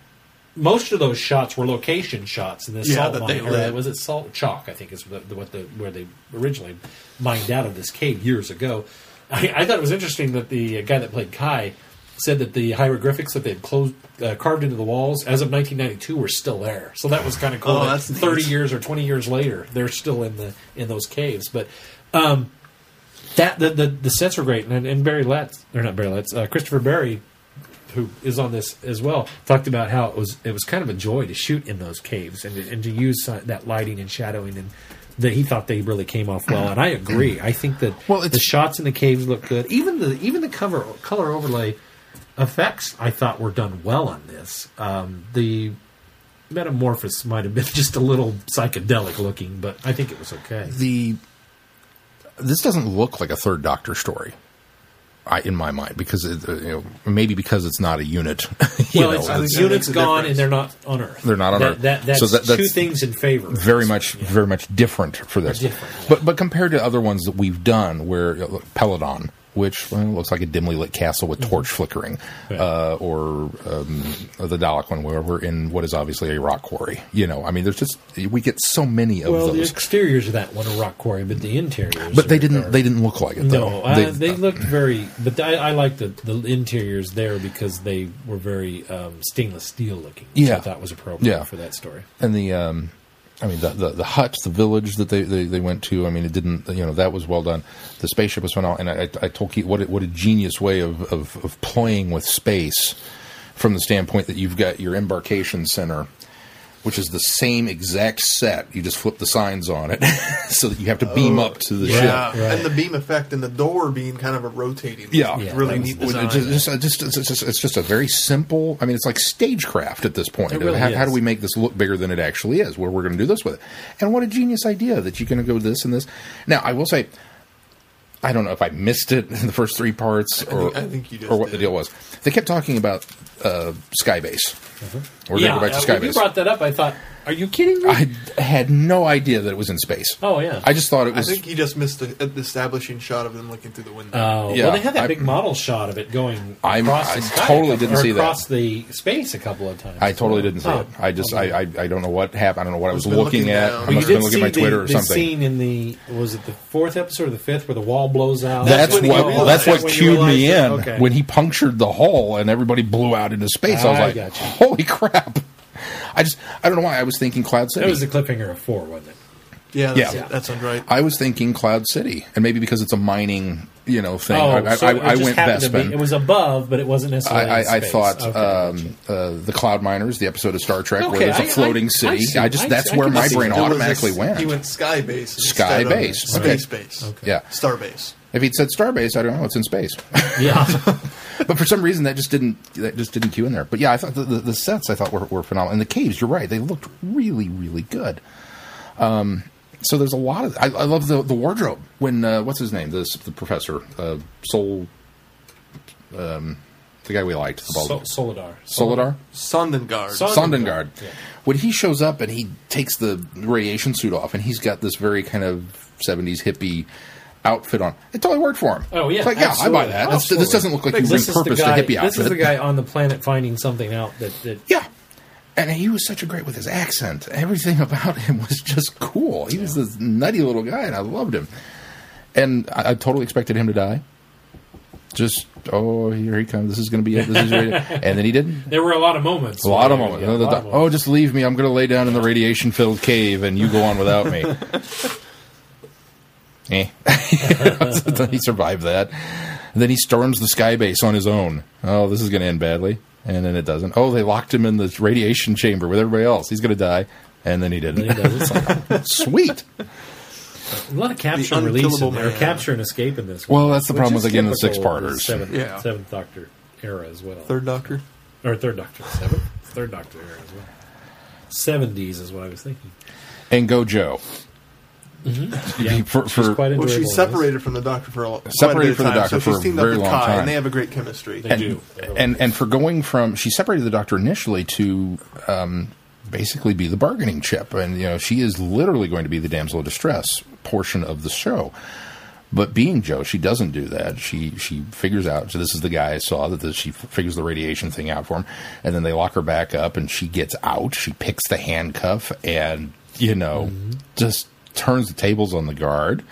Speaker 4: most of those shots were location shots in the
Speaker 2: Yeah,
Speaker 4: salt
Speaker 2: that
Speaker 4: mine.
Speaker 2: they
Speaker 4: or
Speaker 2: lit.
Speaker 4: was it salt chalk? I think is what the, what the where they originally mined out of this cave years ago. I, I thought it was interesting that the uh, guy that played Kai said that the hieroglyphics that they had closed, uh, carved into the walls as of 1992 were still there. So that was kind of cool.
Speaker 2: Oh,
Speaker 4: that
Speaker 2: that's neat.
Speaker 4: 30 years or 20 years later, they're still in the in those caves. But um, that the, the the sets were great, and, and Barry Letts or not Barry Letts, uh, Christopher Barry, who is on this as well, talked about how it was it was kind of a joy to shoot in those caves and and to use uh, that lighting and shadowing and. That he thought they really came off well, and I agree. I think that
Speaker 3: Well, it's-
Speaker 4: the shots in the caves look good. Even the even the cover color overlay effects, I thought were done well on this. Um, the metamorphosis might have been just a little psychedelic looking, but I think it was okay.
Speaker 3: the this doesn't look like a third Doctor story, I, in my mind, because it, uh, you know, maybe because it's not a unit. you
Speaker 4: well,
Speaker 3: know,
Speaker 4: it's,
Speaker 3: it's
Speaker 4: the
Speaker 2: that
Speaker 4: unit's
Speaker 2: makes a
Speaker 4: gone
Speaker 2: difference.
Speaker 4: and they're not on Earth.
Speaker 3: They're not on
Speaker 4: That-
Speaker 3: Earth.
Speaker 4: That, that's,
Speaker 3: So that-
Speaker 4: two
Speaker 3: that's
Speaker 4: things in favor.
Speaker 3: very much, very much different for this.
Speaker 4: Different, yeah.
Speaker 3: But but compared to other ones that we've done, where uh, Peladon, which well, looks like a dimly lit castle
Speaker 4: Mm-hmm.
Speaker 3: with torch flickering,
Speaker 4: Right.
Speaker 3: uh, or um, the Dalek one, where we're in what is obviously a rock quarry. You know, I mean, there's just we get so many of
Speaker 4: Well, the
Speaker 3: those.
Speaker 4: exteriors of that one are rock quarry, but the interiors.
Speaker 3: But they
Speaker 4: are-
Speaker 3: didn't.
Speaker 4: are-
Speaker 3: They didn't look like it.
Speaker 4: no,
Speaker 3: Though.
Speaker 4: uh, they, looked very. But I, I liked the, the interiors there because they were very um, stainless steel looking, which I
Speaker 3: Yeah.
Speaker 4: thought was appropriate
Speaker 3: Yeah.
Speaker 4: for that story.
Speaker 3: and the um I mean the, the the hut, the village that they, they, they went to. I mean, it didn't. You know, that was well done. The spaceship was phenomenal. And I, I, I told Keith what a, what a genius way of, of of playing with space from the standpoint that you've got your embarkation center, which is the same exact set. You just flip the signs on it, so that you have to beam up to the ship.
Speaker 2: yeah. and the beam effect and the door being kind of a rotating.
Speaker 3: Yeah,
Speaker 4: Yeah,
Speaker 2: really
Speaker 4: that was
Speaker 2: neat
Speaker 4: the
Speaker 3: With-
Speaker 2: design.
Speaker 3: it's just- it's just- it's just- it's just a very simple. I mean, it's like stagecraft at this point.
Speaker 4: It really
Speaker 3: how, how
Speaker 4: is.
Speaker 3: do we make this look bigger than it actually is? Where we're going to do this with it, and what a genius idea that you're going to go this and this. Now, I will say, I don't know if I missed it in the first three parts, or
Speaker 2: I think you just
Speaker 3: or what the
Speaker 2: did.
Speaker 3: deal was. They kept talking about uh, Skybase,
Speaker 2: Mm-hmm.
Speaker 3: We're
Speaker 4: yeah,
Speaker 3: going to go
Speaker 4: uh,
Speaker 3: back
Speaker 4: when
Speaker 3: to
Speaker 4: you
Speaker 3: Skybase.
Speaker 4: brought that up. I thought, are you kidding me?
Speaker 3: I had no idea that it was in space.
Speaker 4: oh yeah.
Speaker 3: I just thought it
Speaker 2: I
Speaker 3: was.
Speaker 2: think he just missed the, the establishing shot of them looking through the window.
Speaker 4: Oh,
Speaker 3: Yeah,
Speaker 4: well, they had that
Speaker 3: I-
Speaker 4: big model shot of it going
Speaker 3: I'm-
Speaker 4: across
Speaker 3: I
Speaker 4: the sky a
Speaker 3: totally
Speaker 4: couple-
Speaker 3: didn't
Speaker 4: or
Speaker 3: see that.
Speaker 4: across the space a couple of times.
Speaker 3: I totally didn't see
Speaker 4: Oh,
Speaker 3: it. I just,
Speaker 4: okay.
Speaker 3: I, I, I don't know what happened. I don't know what I was
Speaker 2: Must've been
Speaker 3: looking,
Speaker 2: looking
Speaker 3: at.
Speaker 2: down.
Speaker 3: I
Speaker 4: But you
Speaker 2: But
Speaker 3: must have
Speaker 4: did
Speaker 3: been looking at my
Speaker 4: see
Speaker 3: Twitter
Speaker 4: the,
Speaker 3: or
Speaker 4: the
Speaker 3: something.
Speaker 4: scene in the was it the fourth episode or the fifth where the wall blows out?
Speaker 3: That's,
Speaker 2: when he
Speaker 3: what.
Speaker 2: realized-
Speaker 3: that's what
Speaker 2: that's when he
Speaker 3: cued me in
Speaker 4: realized it. Okay.
Speaker 3: when he punctured the hole and everybody blew out into space. I was
Speaker 4: I
Speaker 3: like,
Speaker 4: gotcha.
Speaker 3: "Holy crap!" I just, I don't know why I was thinking Cloud City.
Speaker 4: That was the cliffhanger of four, wasn't it?
Speaker 2: yeah, that's,
Speaker 3: yeah.
Speaker 2: that sounds right.
Speaker 3: I was thinking Cloud City, and maybe because it's a mining, you know, thing. I, I,
Speaker 4: Oh, so
Speaker 3: I,
Speaker 4: it
Speaker 3: I
Speaker 4: just
Speaker 3: went
Speaker 4: happened to be- It
Speaker 3: Bespin.
Speaker 4: was above, but it wasn't
Speaker 3: I,
Speaker 4: necessarily. in
Speaker 3: I, I
Speaker 4: space.
Speaker 3: thought
Speaker 4: Okay, gotcha.
Speaker 3: um, uh, the Cloud Miners, the episode of Star Trek where
Speaker 4: Okay,
Speaker 3: there's a
Speaker 4: I- I-
Speaker 3: floating
Speaker 4: I
Speaker 3: city.
Speaker 4: see.
Speaker 3: I just
Speaker 4: I
Speaker 3: that's
Speaker 4: see.
Speaker 3: where
Speaker 4: I
Speaker 3: my
Speaker 4: can
Speaker 3: brain
Speaker 4: see.
Speaker 2: There was
Speaker 3: automatically
Speaker 2: this-
Speaker 3: went.
Speaker 2: He went sky base.
Speaker 3: Sky
Speaker 2: instead of
Speaker 3: base, okay.
Speaker 2: Space base.
Speaker 3: Yeah.
Speaker 2: Star base.
Speaker 3: If he'd said Starbase, I don't know. It's in space.
Speaker 4: yeah,
Speaker 3: but for some reason, that just didn't that just didn't cue in there. But yeah, I thought the, the, the sets I thought were, were phenomenal, and the caves. You're right; they looked really, really good. Um, so there's a lot of I, I love the the wardrobe when uh, what's his name this the professor uh, Sol, um, the guy we liked the
Speaker 4: so,
Speaker 3: bald
Speaker 4: Solidar.
Speaker 3: Solidar
Speaker 2: Sondengard.
Speaker 3: Sondengard.
Speaker 4: Yeah.
Speaker 3: When he shows up and he takes the radiation suit off, and he's got this very kind of 70s hippie outfit on, it totally worked for him.
Speaker 4: Oh, yeah,
Speaker 3: It's like yeah, I buy
Speaker 4: absolutely.
Speaker 3: that. That's, this
Speaker 4: Absolutely.
Speaker 3: doesn't look like you
Speaker 4: This is the
Speaker 3: repurposed
Speaker 4: guy.
Speaker 3: a hippie outfit.
Speaker 4: This is the guy on the planet finding something out that. that
Speaker 3: Yeah. And he was such a great with his accent. Everything about him was just cool. He was this nutty little guy, and I loved him. And I, I totally expected him to die. Just oh, here he comes. This is going to be it. This is ready. and then he didn't.
Speaker 4: there were a lot of moments.
Speaker 3: A lot of
Speaker 4: where-
Speaker 3: moments.
Speaker 4: yeah, a lot of
Speaker 3: oh,
Speaker 4: moments.
Speaker 3: just leave me. I'm going to lay down in the radiation-filled cave, and you go on without me. eh. So then he survived that. And then he storms the sky base on his own. Oh, this is going to end badly. And then it doesn't. Oh, they locked him in the radiation chamber with everybody else. He's going to die. And then he
Speaker 4: And he
Speaker 3: didn't.
Speaker 4: does. It's like,
Speaker 3: Sweet.
Speaker 4: a lot of capture
Speaker 2: The
Speaker 4: and release
Speaker 2: unkillable
Speaker 4: in there, or
Speaker 2: man.
Speaker 4: capture and escape in this.
Speaker 3: Well,
Speaker 4: one,
Speaker 3: that's the
Speaker 4: which
Speaker 3: problem
Speaker 4: is
Speaker 3: with, again, the
Speaker 4: typical of
Speaker 3: six-parters.
Speaker 4: seventh,
Speaker 2: Yeah.
Speaker 4: seventh Doctor era as well,
Speaker 2: Third Doctor.
Speaker 4: or third Doctor, seventh, third Doctor era as well. Seventies is what I was thinking.
Speaker 3: And go Joe.
Speaker 4: Yeah,
Speaker 3: For-
Speaker 4: she's
Speaker 3: for-
Speaker 4: quite
Speaker 2: Well,
Speaker 4: enjoyable in
Speaker 2: she's
Speaker 4: this.
Speaker 2: separated from the Doctor for a quite a
Speaker 3: Separated
Speaker 2: bit of
Speaker 3: from the
Speaker 2: time,
Speaker 3: Doctor
Speaker 2: so she's
Speaker 3: for a
Speaker 2: teamed up
Speaker 3: very
Speaker 2: with
Speaker 3: long
Speaker 2: Kai,
Speaker 3: time.
Speaker 2: and they have a great chemistry.
Speaker 4: They
Speaker 3: and,
Speaker 4: do. They really
Speaker 3: and and for going from she separated the doctor initially to um, basically be the bargaining chip, and you know she is literally going to be the damsel of distress portion of the show. But being Joe, she doesn't do that. She she figures out. So this is the guy I saw that this, she f- figures the radiation thing out for him, and then they lock her back up, and she gets out. She picks the handcuff, and you know,
Speaker 4: Mm-hmm.
Speaker 3: just turns the tables on the guard.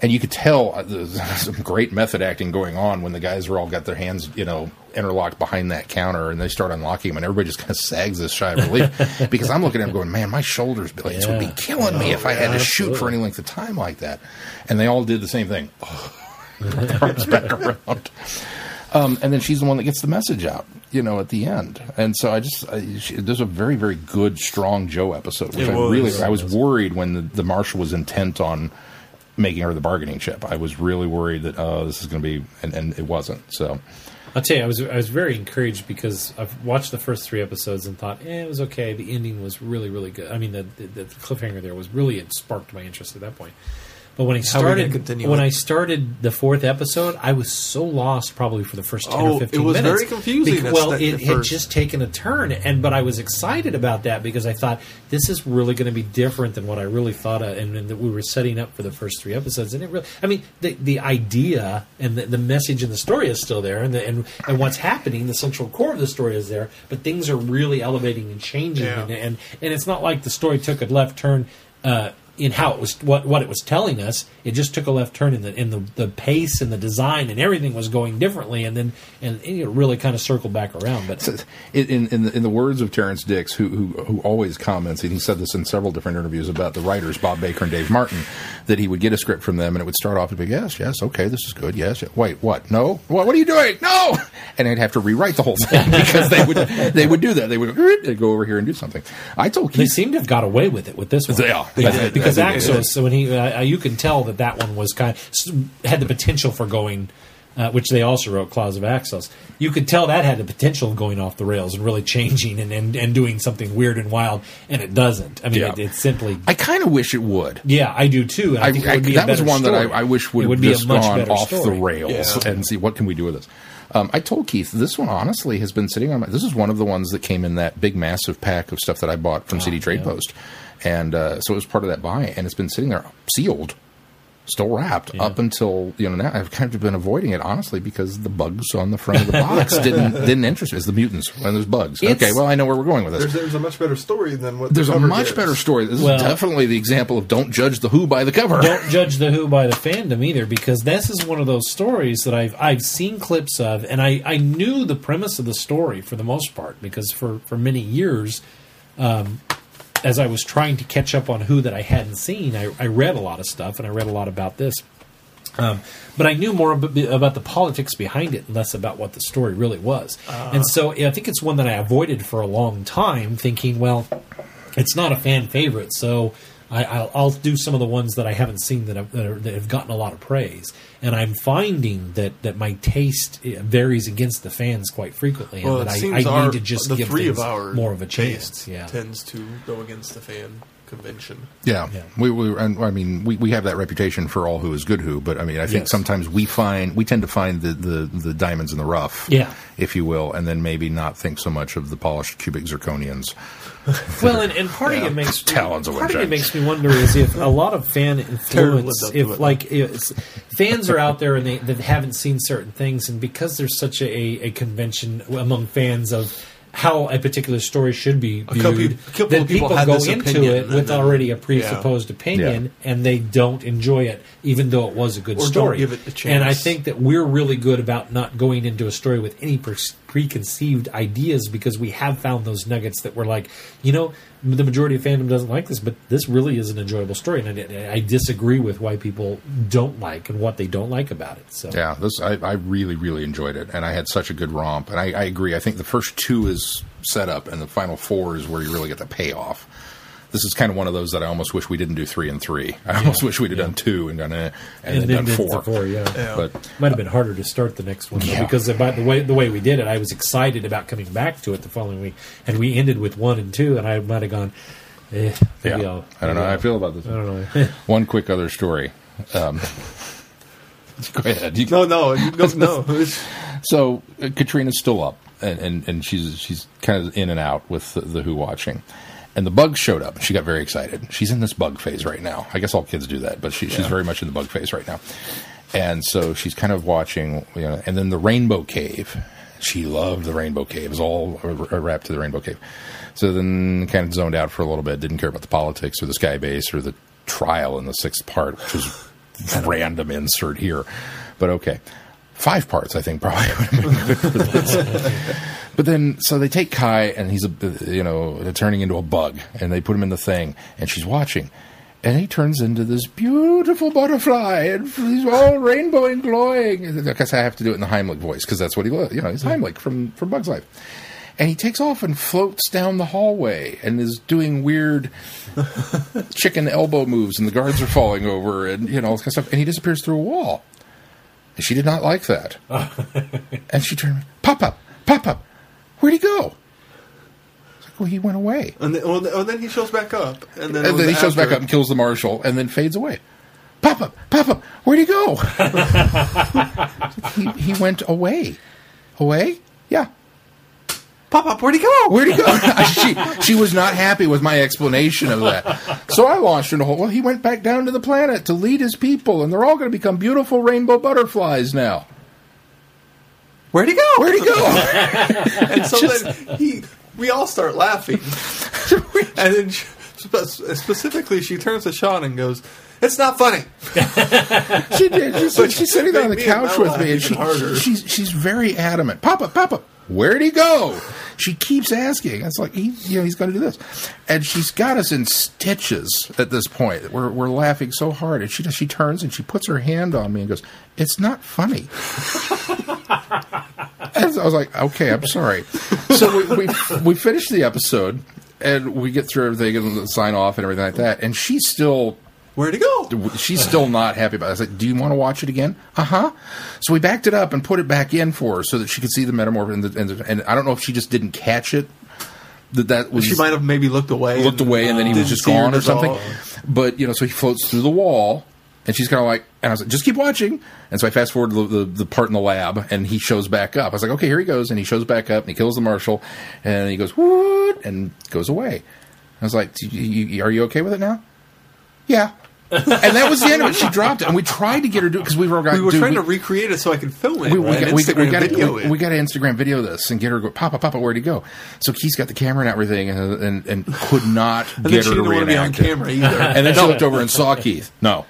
Speaker 3: And you could tell uh, there's some great method acting going on when the guys are all got their hands, you know, interlocked behind that counter, and they start unlocking them, and everybody just kind of sags this shy of relief because I'm looking at them going, "Man, my shoulders blades would be
Speaker 4: Yeah.
Speaker 3: killing me if I had to shoot for any length of time like that." And they all did the same thing. arms back around. Um, and then she's the one that gets the message out, you know, at the end. And so I just, I, she, there's a very, very good, strong Joe episode. Which
Speaker 2: It
Speaker 3: I
Speaker 2: was.
Speaker 3: really, I was worried when the, the marshal was intent on making her the bargaining chip. I was really worried that, oh, this is going to be, and, and it wasn't. So,
Speaker 4: I'll tell you, I was I was very encouraged because I've watched the first three episodes and thought eh, it was okay. The ending was really really good. I mean, the the, the cliffhanger there was really it sparked my interest at that point. But when I
Speaker 2: How are we gonna
Speaker 4: started
Speaker 2: continue
Speaker 4: when
Speaker 2: it?
Speaker 4: I started the fourth episode, I was so lost probably for the first ten
Speaker 2: Oh,
Speaker 4: or
Speaker 2: it
Speaker 4: fifteen
Speaker 2: was
Speaker 4: minutes.
Speaker 2: very confusing
Speaker 4: Bec-
Speaker 2: at
Speaker 4: well,
Speaker 2: st-
Speaker 4: it
Speaker 2: at
Speaker 4: had
Speaker 2: first.
Speaker 4: just taken a turn, and but I was excited about that because I thought this is really going to be different than what I really thought, of, and, and that we were setting up for the first three episodes. And it really, I mean, the the idea and the, the message and the story is still there, and the, and and what's happening, the central core of the story is there, but things are really elevating and changing,
Speaker 2: Yeah.
Speaker 4: and, and and it's not like the story took a left turn. Uh, in how it was, what what it was telling us, it just took a left turn in the in the, the pace and the design and everything was going differently, and then and, and it really kind of circled back around. But
Speaker 3: in, in, in, the, in the words of Terrence Dix, who, who, who always comments, and he said this in several different interviews about the writers, Bob Baker and Dave Martin, that he would get a script from them and it would start off and be, yes, yes, okay, this is good, yes, yes. wait, what, no, what, what are you doing, no, and I'd have to rewrite the whole thing because they would they would do that, they would they'd go over here and do something. I told
Speaker 4: They
Speaker 3: Keith,
Speaker 4: seem to have got away with it with this one.
Speaker 3: They are. They
Speaker 4: Yeah,
Speaker 3: did.
Speaker 4: because
Speaker 3: They did.
Speaker 4: Axos. So when he, uh, you can tell that that one was kind s had the potential for going, uh, which they also wrote Claws of Axos. You could tell that had the potential of going off the rails and really changing and and, and doing something weird and wild, and it doesn't. I mean,
Speaker 3: Yeah.
Speaker 4: it, it's simply.
Speaker 3: I kind of wish it would.
Speaker 4: yeah, I do too. And I,
Speaker 3: I,
Speaker 4: think it would
Speaker 3: I-
Speaker 4: be a
Speaker 3: that was
Speaker 4: better
Speaker 3: one that
Speaker 4: story.
Speaker 3: I, I wish would,
Speaker 4: It
Speaker 3: have
Speaker 4: be a
Speaker 3: just
Speaker 4: much
Speaker 3: gone
Speaker 4: better
Speaker 3: off
Speaker 4: story.
Speaker 3: the rails
Speaker 2: Yeah.
Speaker 3: and see what can we do with this. Um, I told Keith this one honestly has been sitting on my. This is one of the ones that came in that big massive pack of stuff that I bought
Speaker 4: Ah,
Speaker 3: from City Trade Post, and uh, so it was part of that buy, and it's been sitting there sealed, still wrapped up until you know now. I've kind of been avoiding it honestly because the bugs on the front of the box didn't didn't interest me. It's the mutants when there's bugs. okay, well I know where we're going with this
Speaker 2: There's, there's a much better story than what. the
Speaker 3: there's a
Speaker 2: cover
Speaker 3: much
Speaker 2: gives.
Speaker 3: better story. This
Speaker 4: Well-
Speaker 3: is definitely the example of don't judge the who by the cover.
Speaker 4: don't judge the Who by the fandom either, because this is one of those stories that I've I've seen clips of, and I, I knew the premise of the story for the most part because for for many years, um, as I was trying to catch up on Who that I hadn't seen, I, I read a lot of stuff and I read a lot about this, um, but I knew more ab- about the politics behind it, and less about what the story really was,
Speaker 2: Ah.
Speaker 4: and so I think it's one that I avoided for a long time, thinking, well, it's not a fan favorite, so I, I'll, I'll do some of the ones that I haven't seen that, have that, are, that have gotten a lot of praise. And I'm finding that, that my taste eh, varies against the fans quite frequently, and
Speaker 2: Well, it
Speaker 4: that I,
Speaker 2: seems
Speaker 4: I
Speaker 2: our,
Speaker 4: need to just
Speaker 2: the
Speaker 4: give
Speaker 2: three of
Speaker 4: things
Speaker 2: our
Speaker 4: more of a chance.
Speaker 2: bands
Speaker 4: Yeah,
Speaker 2: tends to go against the fan convention.
Speaker 3: Yeah,
Speaker 4: Yeah.
Speaker 3: we, we and, I mean we, we have that reputation for all who is good who, but I mean I think
Speaker 4: Yes.
Speaker 3: sometimes we find we tend to find the, the, the diamonds in the rough,
Speaker 4: Yeah.
Speaker 3: if you will, and then maybe not think so much of the polished cubic zirconians.
Speaker 4: Well, and, and part of it makes
Speaker 3: Talons of
Speaker 4: part of it
Speaker 3: Winchester.
Speaker 4: makes me wonder is if a lot of fan
Speaker 2: Terrible
Speaker 4: influence,
Speaker 2: duck to
Speaker 4: if
Speaker 2: it.
Speaker 4: like it's, fans are out there and they that haven't seen certain things, and because there's such a, a convention among fans of how a particular story should be viewed,
Speaker 2: couple- a couple
Speaker 4: that
Speaker 2: of people
Speaker 4: people
Speaker 2: had
Speaker 4: go
Speaker 2: this
Speaker 4: into
Speaker 2: opinion,
Speaker 4: it
Speaker 2: and
Speaker 4: with
Speaker 2: then-
Speaker 4: already a presupposed opinion, and they don't enjoy it, even though it was a good
Speaker 2: Or don't
Speaker 4: story.
Speaker 2: give it a chance.
Speaker 4: And I think that we're really good about not going into a story with any pre- preconceived ideas because we have found those nuggets that were like, you know, the majority of fandom doesn't like this, but this really is an enjoyable story, and I, I disagree with why people don't like and what they don't like about it. So
Speaker 3: Yeah, this I, I really really enjoyed it, and I had such a good romp. And I, I agree. I think the first two is setup, and the final four is where you really get the payoff. This is kind of one of those that I almost wish we didn't do three and three. I almost wish we'd have done two and done eh, and,
Speaker 4: and
Speaker 3: then,
Speaker 4: then
Speaker 3: done
Speaker 4: it's the
Speaker 3: four.
Speaker 4: four, yeah.
Speaker 2: Yeah.
Speaker 3: But
Speaker 4: Might have been harder to start the next one though,
Speaker 3: Yeah.
Speaker 4: because about the way the way we did it, I was excited about coming back to it the following week, and we ended with one and two, and I might have gone. Eh,
Speaker 3: yeah,
Speaker 4: maybe I'll-
Speaker 3: I don't know how I feel about this.
Speaker 4: I don't know.
Speaker 3: One quick other story. Um, go ahead. You-
Speaker 2: No, no, you go, no. It's,
Speaker 3: So uh, Katrina's still up, and, and, and she's she's kind of in and out with the, the Who watching, and the bugs showed up. and She got very excited. She's in this bug phase right now. I guess all kids do that, but she, she's very much in the bug phase right now. And so she's kind of watching, you know, and then the Rainbow Cave. She loved the Rainbow Cave. It was all r- r- wrapped to the Rainbow Cave. So then kind of zoned out for a little bit. Didn't care about the politics or the sky base or the trial in the sixth part, which is random insert here. But okay. Five parts, I think, probably would have been but then, so they take Kai, and he's a you know they're turning into a bug, and they put him in the thing, and she's watching, and he turns into this beautiful butterfly, and he's all rainbow and glowing. I guess I have to do it in the Heimlich voice because that's what he was. You know, he's Heimlich from from Bug's Life. And he takes off and floats down the hallway and is doing weird chicken elbow moves, and the guards are falling over, and you know all this kind of stuff. And he disappears through a wall. And she did not like that. and she turned, pop up, pop up. Where'd he go? It's like, well, he went away.
Speaker 2: and then, well, and then he shows back up, and then, it
Speaker 3: And
Speaker 2: was
Speaker 3: then he shows back
Speaker 2: after-
Speaker 3: up and kills the marshal, and then fades away. Pop up, pop up. Where'd he go? he, he went away. Away? Yeah.
Speaker 2: Pop up, where'd he go?
Speaker 3: Where'd he go? she she was not happy with my explanation of that. So I launched into a whole. Well, he went back down to the planet to lead his people, and they're all going to become beautiful rainbow butterflies now.
Speaker 2: Where'd he go?
Speaker 3: Where'd he go?
Speaker 2: and so then he, we all start laughing, and then she, spe- specifically she turns to Sean and goes, "It's not funny."
Speaker 3: she did. She's,
Speaker 2: But
Speaker 3: she's sitting there on the
Speaker 2: make me and
Speaker 3: couch
Speaker 2: Mel
Speaker 3: with me, and
Speaker 2: laugh
Speaker 3: she,
Speaker 2: even harder.
Speaker 3: she's she's very adamant. Papa, Papa, where'd he go? She keeps asking. It's like he, you know, he's going to do this, and she's got us in stitches at this point. We're we're laughing so hard, and she does. She turns and she puts her hand on me and goes, "It's not funny." And so I was like, okay, I'm sorry. So we, we we finish the episode and we get through everything and sign off and everything like that. And she's still
Speaker 2: Where'd he go?
Speaker 3: she's still not happy about it. I was like, "Do you want to watch it again?" Uh huh. So we backed it up and put it back in for her so that she could see the metamorph. And, the, and, the, and I don't know if she just didn't catch it that that was
Speaker 2: She might have maybe looked away. uh,
Speaker 3: looked away and then he was
Speaker 2: didn't
Speaker 3: just
Speaker 2: see her
Speaker 3: gone or
Speaker 2: dissolve.
Speaker 3: something. But you know, so he floats through the wall, and she's kind of like, And I was like, just keep watching. And so I fast forward the, the, the part in the lab, and he shows back up. I was like, okay, here he goes. And he shows back up, and he kills the marshal, and he goes, what? And goes away. I was like, "Do you, you- are you okay with it now? Yeah. and that was the end of it. She dropped it, and we tried to get her to because we were going.
Speaker 2: We were
Speaker 3: "Dude,
Speaker 2: trying to recreate it so I could film it.
Speaker 3: we,
Speaker 2: We,
Speaker 3: we, got,
Speaker 2: got,
Speaker 3: we,
Speaker 2: Instagram
Speaker 3: got
Speaker 2: video
Speaker 3: we,
Speaker 2: it.
Speaker 3: got to Instagram video this and get her go, Papa, Papa, where'd he go? So Key's got the camera and everything and, and, and could not
Speaker 2: and then
Speaker 3: get
Speaker 2: she
Speaker 3: her to
Speaker 2: didn't want to
Speaker 3: reenact
Speaker 2: be on
Speaker 3: it.
Speaker 2: camera either.
Speaker 3: And then she looked over and saw Keith. No.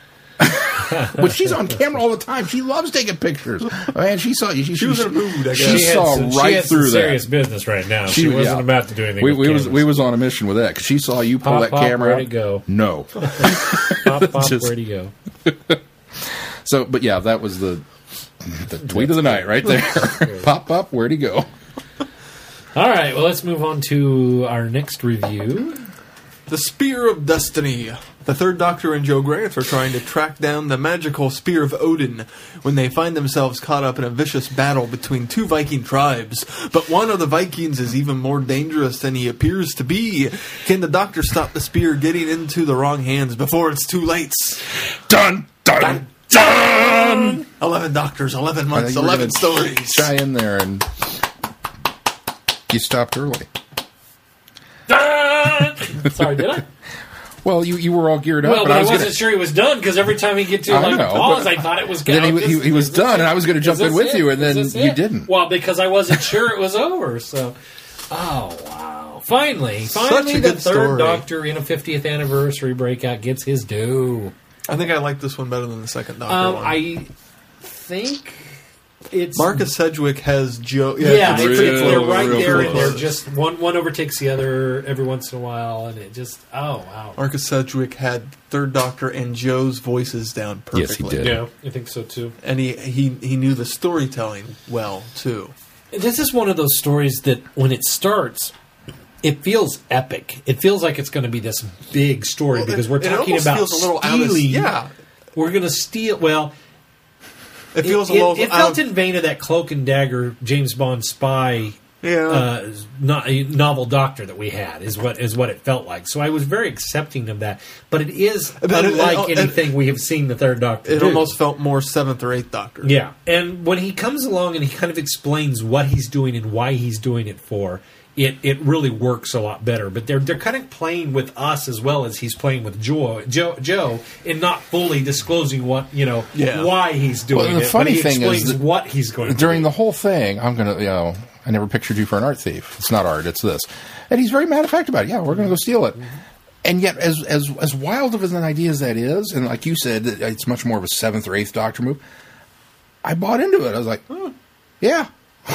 Speaker 3: but she's on camera all the time. She loves taking pictures. Man, she saw you. She,
Speaker 2: She was in a mood, I
Speaker 3: She
Speaker 2: guess.
Speaker 3: saw right
Speaker 4: she had
Speaker 3: through
Speaker 4: some
Speaker 3: that.
Speaker 4: serious business right now. She, wasn't
Speaker 3: yeah.
Speaker 4: about to do anything.
Speaker 3: We,
Speaker 4: with
Speaker 3: we was
Speaker 4: cameras.
Speaker 3: we was on a mission with that because she saw you pull
Speaker 4: Pop,
Speaker 3: that
Speaker 4: pop,
Speaker 3: camera.
Speaker 4: where'd
Speaker 3: out.
Speaker 4: it go?
Speaker 3: No.
Speaker 4: pop, pop,
Speaker 3: just-
Speaker 4: where'd he go?
Speaker 3: So, but yeah, that was the the tweet of the night right there. Pop up. Where'd he go?
Speaker 4: All right, well, let's move on to our next review.
Speaker 2: the Spear of Destiny. The third Doctor and Joe Grant are trying to track down the magical Spear of Odin when they find themselves caught up in a vicious battle between two Viking tribes. But one of the Vikings is even more dangerous than he appears to be. Can the Doctor stop the Spear getting into the wrong hands before it's too late?
Speaker 3: Dun dun dun.
Speaker 2: 11 Doctors, 11
Speaker 3: I
Speaker 2: months,
Speaker 3: think Uh, we're
Speaker 2: 11
Speaker 3: gonna
Speaker 2: stories.
Speaker 3: Try in there and you stopped early.
Speaker 4: Sorry, did I?
Speaker 3: Well, you, you were all geared up,
Speaker 4: Well,
Speaker 3: but,
Speaker 4: but I,
Speaker 3: was
Speaker 4: wasn't
Speaker 3: gonna,
Speaker 4: sure he was done because every time he get to
Speaker 3: I
Speaker 4: like
Speaker 3: know,
Speaker 4: pause,
Speaker 3: but-
Speaker 4: I thought it was.
Speaker 3: then he
Speaker 4: oh,
Speaker 3: w- he-
Speaker 4: this-
Speaker 3: he was
Speaker 4: is this
Speaker 3: done,
Speaker 4: it?
Speaker 3: and I was gonna
Speaker 4: Is
Speaker 3: jump in
Speaker 4: this
Speaker 3: with you, and
Speaker 4: Is
Speaker 3: then
Speaker 4: this
Speaker 3: you
Speaker 4: it?
Speaker 3: didn't.
Speaker 4: Well, because I wasn't sure it was over. So, oh wow! Finally,
Speaker 2: Such
Speaker 4: finally,
Speaker 2: a
Speaker 4: the
Speaker 2: good
Speaker 4: third
Speaker 2: story.
Speaker 4: Doctor in a 50th anniversary breakout gets his due.
Speaker 2: I think I like this one better than the second Doctor
Speaker 4: Um,
Speaker 2: one.
Speaker 4: I think it's
Speaker 2: Marcus Sedgwick has Joe.
Speaker 4: Yeah, it's,
Speaker 3: it's
Speaker 4: it's,
Speaker 3: real-
Speaker 4: they're
Speaker 3: real
Speaker 4: right there, and they're
Speaker 3: close.
Speaker 4: just one one overtakes the other every once in a while, and it just oh wow.
Speaker 2: Marcus Sedgwick had Third Doctor and Joe's voices down perfectly.
Speaker 3: Yes, he did.
Speaker 4: Yeah, I think so too.
Speaker 2: And he, he, he knew the storytelling well, too.
Speaker 4: This is one of those stories that when it starts, it feels epic. It feels like it's going to be this big story because we're
Speaker 2: it- it
Speaker 4: talking
Speaker 2: almost
Speaker 4: about
Speaker 2: feels a little out of-
Speaker 4: stealing.
Speaker 2: yeah.
Speaker 4: we're going to steal. Well,
Speaker 2: It
Speaker 4: it,
Speaker 2: feels
Speaker 4: it-
Speaker 2: a little. uh,
Speaker 4: it
Speaker 2: out
Speaker 4: felt
Speaker 2: of-
Speaker 4: in vain of that cloak and dagger James Bond spy
Speaker 2: yeah.
Speaker 4: uh, no, novel doctor that we had is what is what it felt like. So I was very accepting of that, but it is
Speaker 2: But it-
Speaker 4: unlike
Speaker 2: it- it-
Speaker 4: anything we have seen the third Doctor.
Speaker 2: it
Speaker 4: do.
Speaker 2: almost felt more seventh or eighth Doctor.
Speaker 4: yeah. And when he comes along and he kind of explains what he's doing and why he's doing it for, it it really works a lot better. But they're they're kind of playing with us as well as he's playing with Joe Joe Joe and not fully disclosing what you know
Speaker 2: Yeah.
Speaker 4: why he's doing
Speaker 3: Well, and
Speaker 4: it.
Speaker 3: the funny
Speaker 4: but he
Speaker 3: thing is
Speaker 4: explains
Speaker 3: that
Speaker 4: what he's going to do.
Speaker 3: During the whole thing, I'm gonna you know I never pictured you for an art thief. It's not art, it's this. And he's very matter of fact about it. Yeah, we're gonna go steal it.
Speaker 4: Mm-hmm.
Speaker 3: And yet, as as as wild of an idea as that is, and like you said, that it's much more of a seventh or eighth Doctor move. I bought into it. I was like, "Hmm, yeah,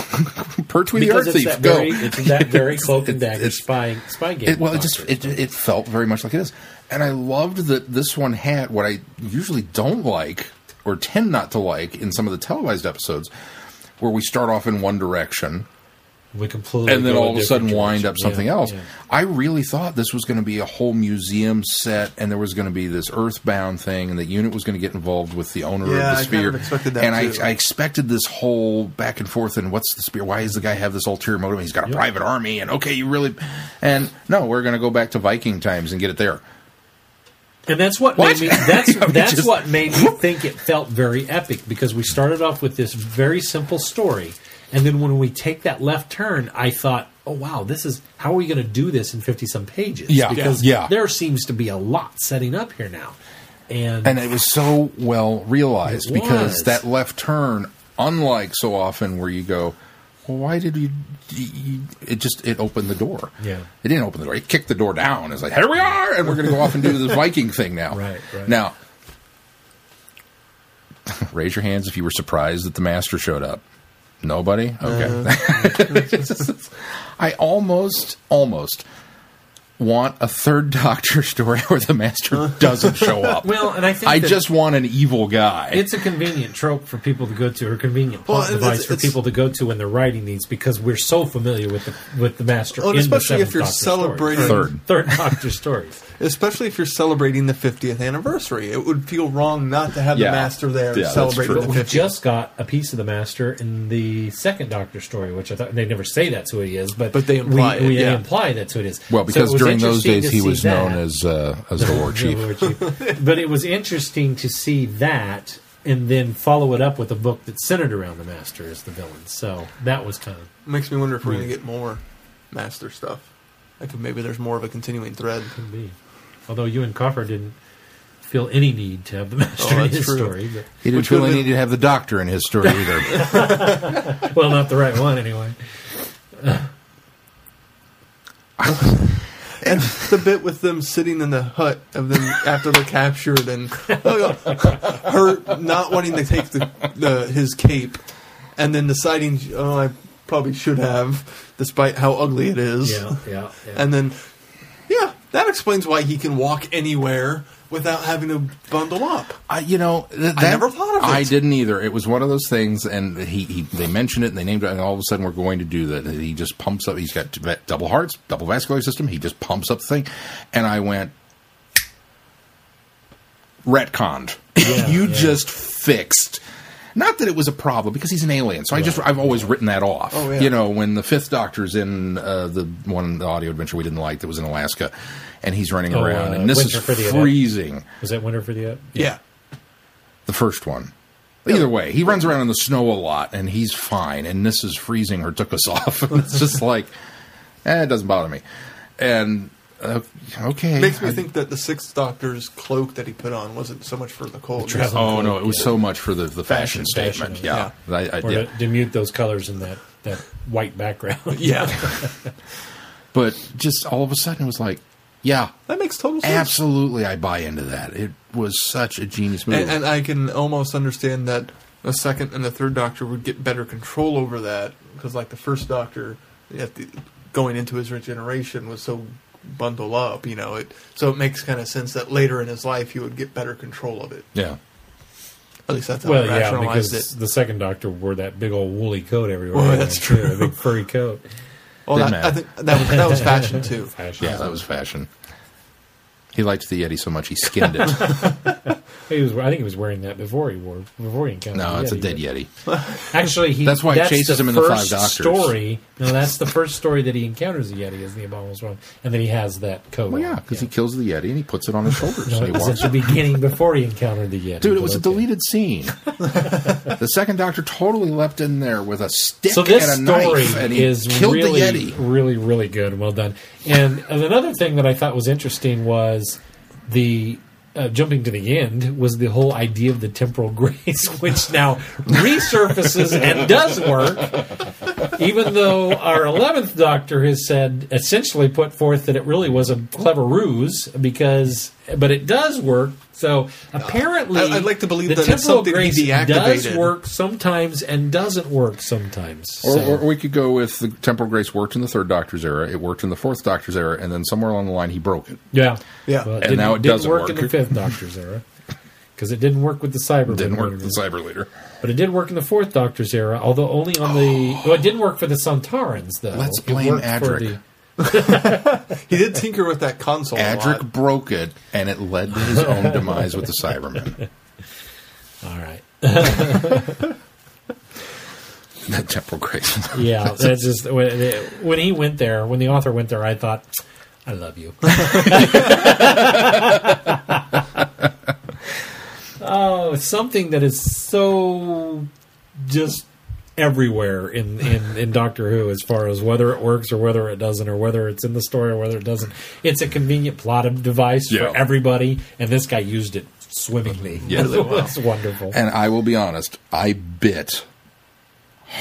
Speaker 3: perch with
Speaker 4: because
Speaker 3: the art
Speaker 4: it's
Speaker 3: thief.
Speaker 4: that
Speaker 3: go.
Speaker 4: very it's that very cloak and
Speaker 3: it-
Speaker 4: dagger
Speaker 3: it's-
Speaker 4: spy spy game.
Speaker 3: It, well, it just
Speaker 4: doctor.
Speaker 3: it, it felt very much like it is, and I loved that this one had what I usually don't like or tend not to like in some of the televised episodes, where we start off in one direction
Speaker 4: we completely
Speaker 3: and then
Speaker 4: go
Speaker 3: all of a
Speaker 4: different
Speaker 3: sudden wind up
Speaker 4: direction.
Speaker 3: something
Speaker 4: Yeah,
Speaker 3: else.
Speaker 4: yeah.
Speaker 3: I really thought this was going to be a whole museum set, and there was going to be this Earthbound thing, and the unit was going to get involved with the owner
Speaker 2: Yeah,
Speaker 3: of
Speaker 2: I
Speaker 3: the
Speaker 2: kind
Speaker 3: spear.
Speaker 2: of expected that,
Speaker 3: and
Speaker 2: too.
Speaker 3: I, I expected this whole back and forth. And what's the spear? Why does the guy have this ulterior motive? He's got a private army, and okay, you really. And no, we're going to go back to Viking times and get it there.
Speaker 4: And that's what,
Speaker 3: What?
Speaker 4: made me that's
Speaker 3: I mean,
Speaker 4: that's
Speaker 3: just-
Speaker 4: what made me think it felt very epic because we started off with this very simple story and then when we take that left turn I thought, "Oh wow, this is how are we going to do this in 50 some pages?"
Speaker 3: Yeah,
Speaker 4: because
Speaker 3: yeah.
Speaker 4: there seems to be a lot setting up here now. And,
Speaker 3: And it was so well realized
Speaker 4: It
Speaker 3: because
Speaker 4: was.
Speaker 3: that left turn, unlike so often where you go, well, why did you, you? It just it opened the door.
Speaker 4: Yeah.
Speaker 3: it didn't open the door. It kicked the door down. It's like here we are, and we're going to go off and do this Viking thing now.
Speaker 4: Right, right.
Speaker 3: now. Raise your hands if you were surprised that the master showed up. Nobody. Okay.
Speaker 4: Uh-huh.
Speaker 3: I almost, almost want a third Doctor story where the Master doesn't show up.
Speaker 4: well, and I think
Speaker 3: I
Speaker 4: that
Speaker 3: just want an evil guy.
Speaker 4: it's a convenient trope for people to go to, or convenient plot
Speaker 2: Well, it's-
Speaker 4: device for
Speaker 2: it's-
Speaker 4: people to go to when they're writing these, because we're so familiar with the with the master.
Speaker 2: Well,
Speaker 4: in
Speaker 2: and
Speaker 4: the
Speaker 2: especially if
Speaker 4: Seventh
Speaker 2: you're
Speaker 4: Doctor
Speaker 2: celebrating-
Speaker 4: stories.
Speaker 3: Third.
Speaker 4: third Doctor stories.
Speaker 2: Especially if you're celebrating the 50th anniversary. It would feel wrong not to have
Speaker 3: Yeah.
Speaker 2: the Master there
Speaker 3: Yeah, that's
Speaker 2: celebrating
Speaker 3: true.
Speaker 2: the
Speaker 4: But we
Speaker 2: 50th.
Speaker 4: just got a piece of the master in the second Doctor story, which I thought they never say that's who it is, but
Speaker 2: But they imply
Speaker 4: we,
Speaker 2: it,
Speaker 4: we- they
Speaker 2: yeah.
Speaker 4: imply that's who it is.
Speaker 3: well,
Speaker 4: So
Speaker 3: because
Speaker 4: it was
Speaker 8: during those
Speaker 4: interesting
Speaker 8: days,
Speaker 4: to
Speaker 8: he
Speaker 4: see
Speaker 8: was known
Speaker 4: that.
Speaker 8: as uh, as the war chief.
Speaker 4: Yeah, Lord Chief. but it was interesting to see that and then follow it up with a book that's centered around the master as the villain. So that was kind of
Speaker 2: Makes me wonder if we're going to get more master stuff. I could maybe there's more of a continuing thread.
Speaker 4: could be. Although you and Coffer didn't feel any need to have the master in
Speaker 2: Oh, that's
Speaker 4: his
Speaker 2: true.
Speaker 4: story. But,
Speaker 8: He didn't
Speaker 2: Which
Speaker 8: feel
Speaker 2: would've
Speaker 8: any
Speaker 2: been-
Speaker 8: need to have the doctor in his story either.
Speaker 4: well, not the right one anyway.
Speaker 2: And the bit with them sitting in the hut of them after they're captured and oh, yeah, her not wanting to take the, the his cape and then deciding, oh, I probably should have, despite how ugly it is.
Speaker 4: Yeah, yeah, yeah.
Speaker 2: And then, yeah, that explains why he can walk anywhere without having to bundle up.
Speaker 3: I, you know, th-
Speaker 2: I
Speaker 3: that-
Speaker 2: never thought of it.
Speaker 3: I didn't either. It was one of those things, and he, he they mentioned it, and they named it, and all of a sudden we're going to do that. He just pumps up. He's got t- va- double hearts, double vascular system. He just pumps up the thing, and I went retconned. you just fixed. Not that it was a problem because he's an alien, so I just I've always written that off.
Speaker 2: Oh, yeah.
Speaker 3: You know, when the Fifth Doctor's in uh, the one the audio adventure we didn't like that was in Alaska, and he's running
Speaker 4: Oh,
Speaker 3: around,
Speaker 4: uh,
Speaker 3: and this
Speaker 4: Winter for the
Speaker 3: is
Speaker 4: Adept.
Speaker 3: freezing
Speaker 4: was that Winter for the Up?
Speaker 2: Yeah.
Speaker 3: the first one. Either way, he runs around in the snow a lot, and he's fine. And Mrs. Freezing her took us off. it's just like, eh, it doesn't bother me. And uh, okay,
Speaker 2: Makes me
Speaker 3: I-
Speaker 2: think that the Sixth Doctor's cloak that he put on wasn't so much for the cold.
Speaker 4: travel-
Speaker 3: Oh no, it was so much for the, the fashion,
Speaker 4: Fashion,
Speaker 3: statement.
Speaker 4: fashion,
Speaker 3: yeah, I, I,
Speaker 4: Or
Speaker 3: yeah.
Speaker 4: to, to mute those colors in that, that white background.
Speaker 2: Yeah.
Speaker 3: But just all of a sudden, it was like, yeah,
Speaker 2: that makes total sense.
Speaker 3: absolutely, I buy into that. It was such a genius move.
Speaker 2: And, and I can almost understand that the second and the third doctor would get better control over that because, like, the first doctor at the, going into his regeneration was so bundle up, you know. It so it makes kind of sense that later in his life he would get better control of it.
Speaker 3: yeah,
Speaker 2: At least that's how
Speaker 4: Well,
Speaker 2: I
Speaker 4: yeah,
Speaker 2: rationalized
Speaker 4: because
Speaker 2: it.
Speaker 4: the second Doctor wore that big old woolly coat everywhere.
Speaker 2: Well,
Speaker 4: he
Speaker 2: that's
Speaker 4: went, too, A big furry coat.
Speaker 2: Well,
Speaker 3: Didn't
Speaker 2: that, I
Speaker 3: matter.
Speaker 2: think that was, that was fashion too.
Speaker 4: Fashion.
Speaker 3: yeah, that was fashion. He liked the Yeti so much he skinned it.
Speaker 4: He was. I think he was wearing that before he wore before he encountered.
Speaker 3: no,
Speaker 4: the
Speaker 3: it's a
Speaker 4: Yeti,
Speaker 3: dead
Speaker 4: but-
Speaker 3: Yeti.
Speaker 4: Actually, he,
Speaker 3: That's why it
Speaker 4: that's
Speaker 3: chases him in the
Speaker 4: first
Speaker 3: Five Doctors.
Speaker 4: Story. No, that's the first story that he encounters the Yeti is the Abominable Swarm, and then he has that coat.
Speaker 3: Well,
Speaker 4: on.
Speaker 3: yeah, because he kills the Yeti and he puts it on his shoulders.
Speaker 4: No,
Speaker 3: and
Speaker 4: it
Speaker 3: he
Speaker 4: was
Speaker 3: walks
Speaker 4: at the beginning before he encountered the Yeti.
Speaker 3: Dude, it
Speaker 4: but
Speaker 3: was a
Speaker 4: okay.
Speaker 3: deleted scene. the second Doctor totally leapt in there with a stick
Speaker 4: So this
Speaker 3: and a
Speaker 4: story
Speaker 3: knife, and he
Speaker 4: is
Speaker 3: killed
Speaker 4: really,
Speaker 3: the Yeti.
Speaker 4: really, really good. Well done. And, and another thing that I thought was interesting was the uh, jumping to the end was the whole idea of the temporal grace, which now resurfaces and does work, even though our eleventh Doctor has said essentially put forth that it really was a clever ruse because, but it does work. So apparently,
Speaker 2: Uh, I- I'd like to believe
Speaker 4: the
Speaker 2: that it's
Speaker 4: temporal
Speaker 2: something he
Speaker 4: grace does
Speaker 2: deactivated.
Speaker 4: work sometimes and doesn't work sometimes.
Speaker 3: Or,
Speaker 4: So-
Speaker 3: or we could go with the temporal grace worked in the third Doctor's era, it worked in the fourth Doctor's era, and then somewhere along the line he broke it.
Speaker 4: Yeah,
Speaker 2: Yeah.
Speaker 4: Well,
Speaker 2: And
Speaker 4: didn't,
Speaker 3: now it
Speaker 4: didn't
Speaker 3: doesn't
Speaker 4: work, in
Speaker 3: work.
Speaker 4: the Fifth Doctor's era because it didn't work with the Cyber.
Speaker 3: Didn't work with the Cyber Leader.
Speaker 4: but it did work in the Fourth Doctor's era. Although only on the well, it didn't work for the Santarans though.
Speaker 3: Let's
Speaker 4: It
Speaker 3: blame
Speaker 4: worked for
Speaker 3: Adric.
Speaker 4: the-
Speaker 2: He did tinker with that console. a lot.
Speaker 3: Adric broke it, and it led to his own demise with the Cybermen.
Speaker 4: All right,
Speaker 3: That temporal grace.
Speaker 4: yeah, that's just when, it- when he went there. When the author went there, I thought, I love you. oh, something that is so just everywhere in, in, in Doctor Who as far as whether it works or whether it doesn't or whether it's in the story or whether it doesn't. It's a convenient plot of device
Speaker 3: Yeah.
Speaker 4: for everybody, and this guy used it swimmingly.
Speaker 3: Yes.
Speaker 4: it was wonderful.
Speaker 3: and I will be honest, I bit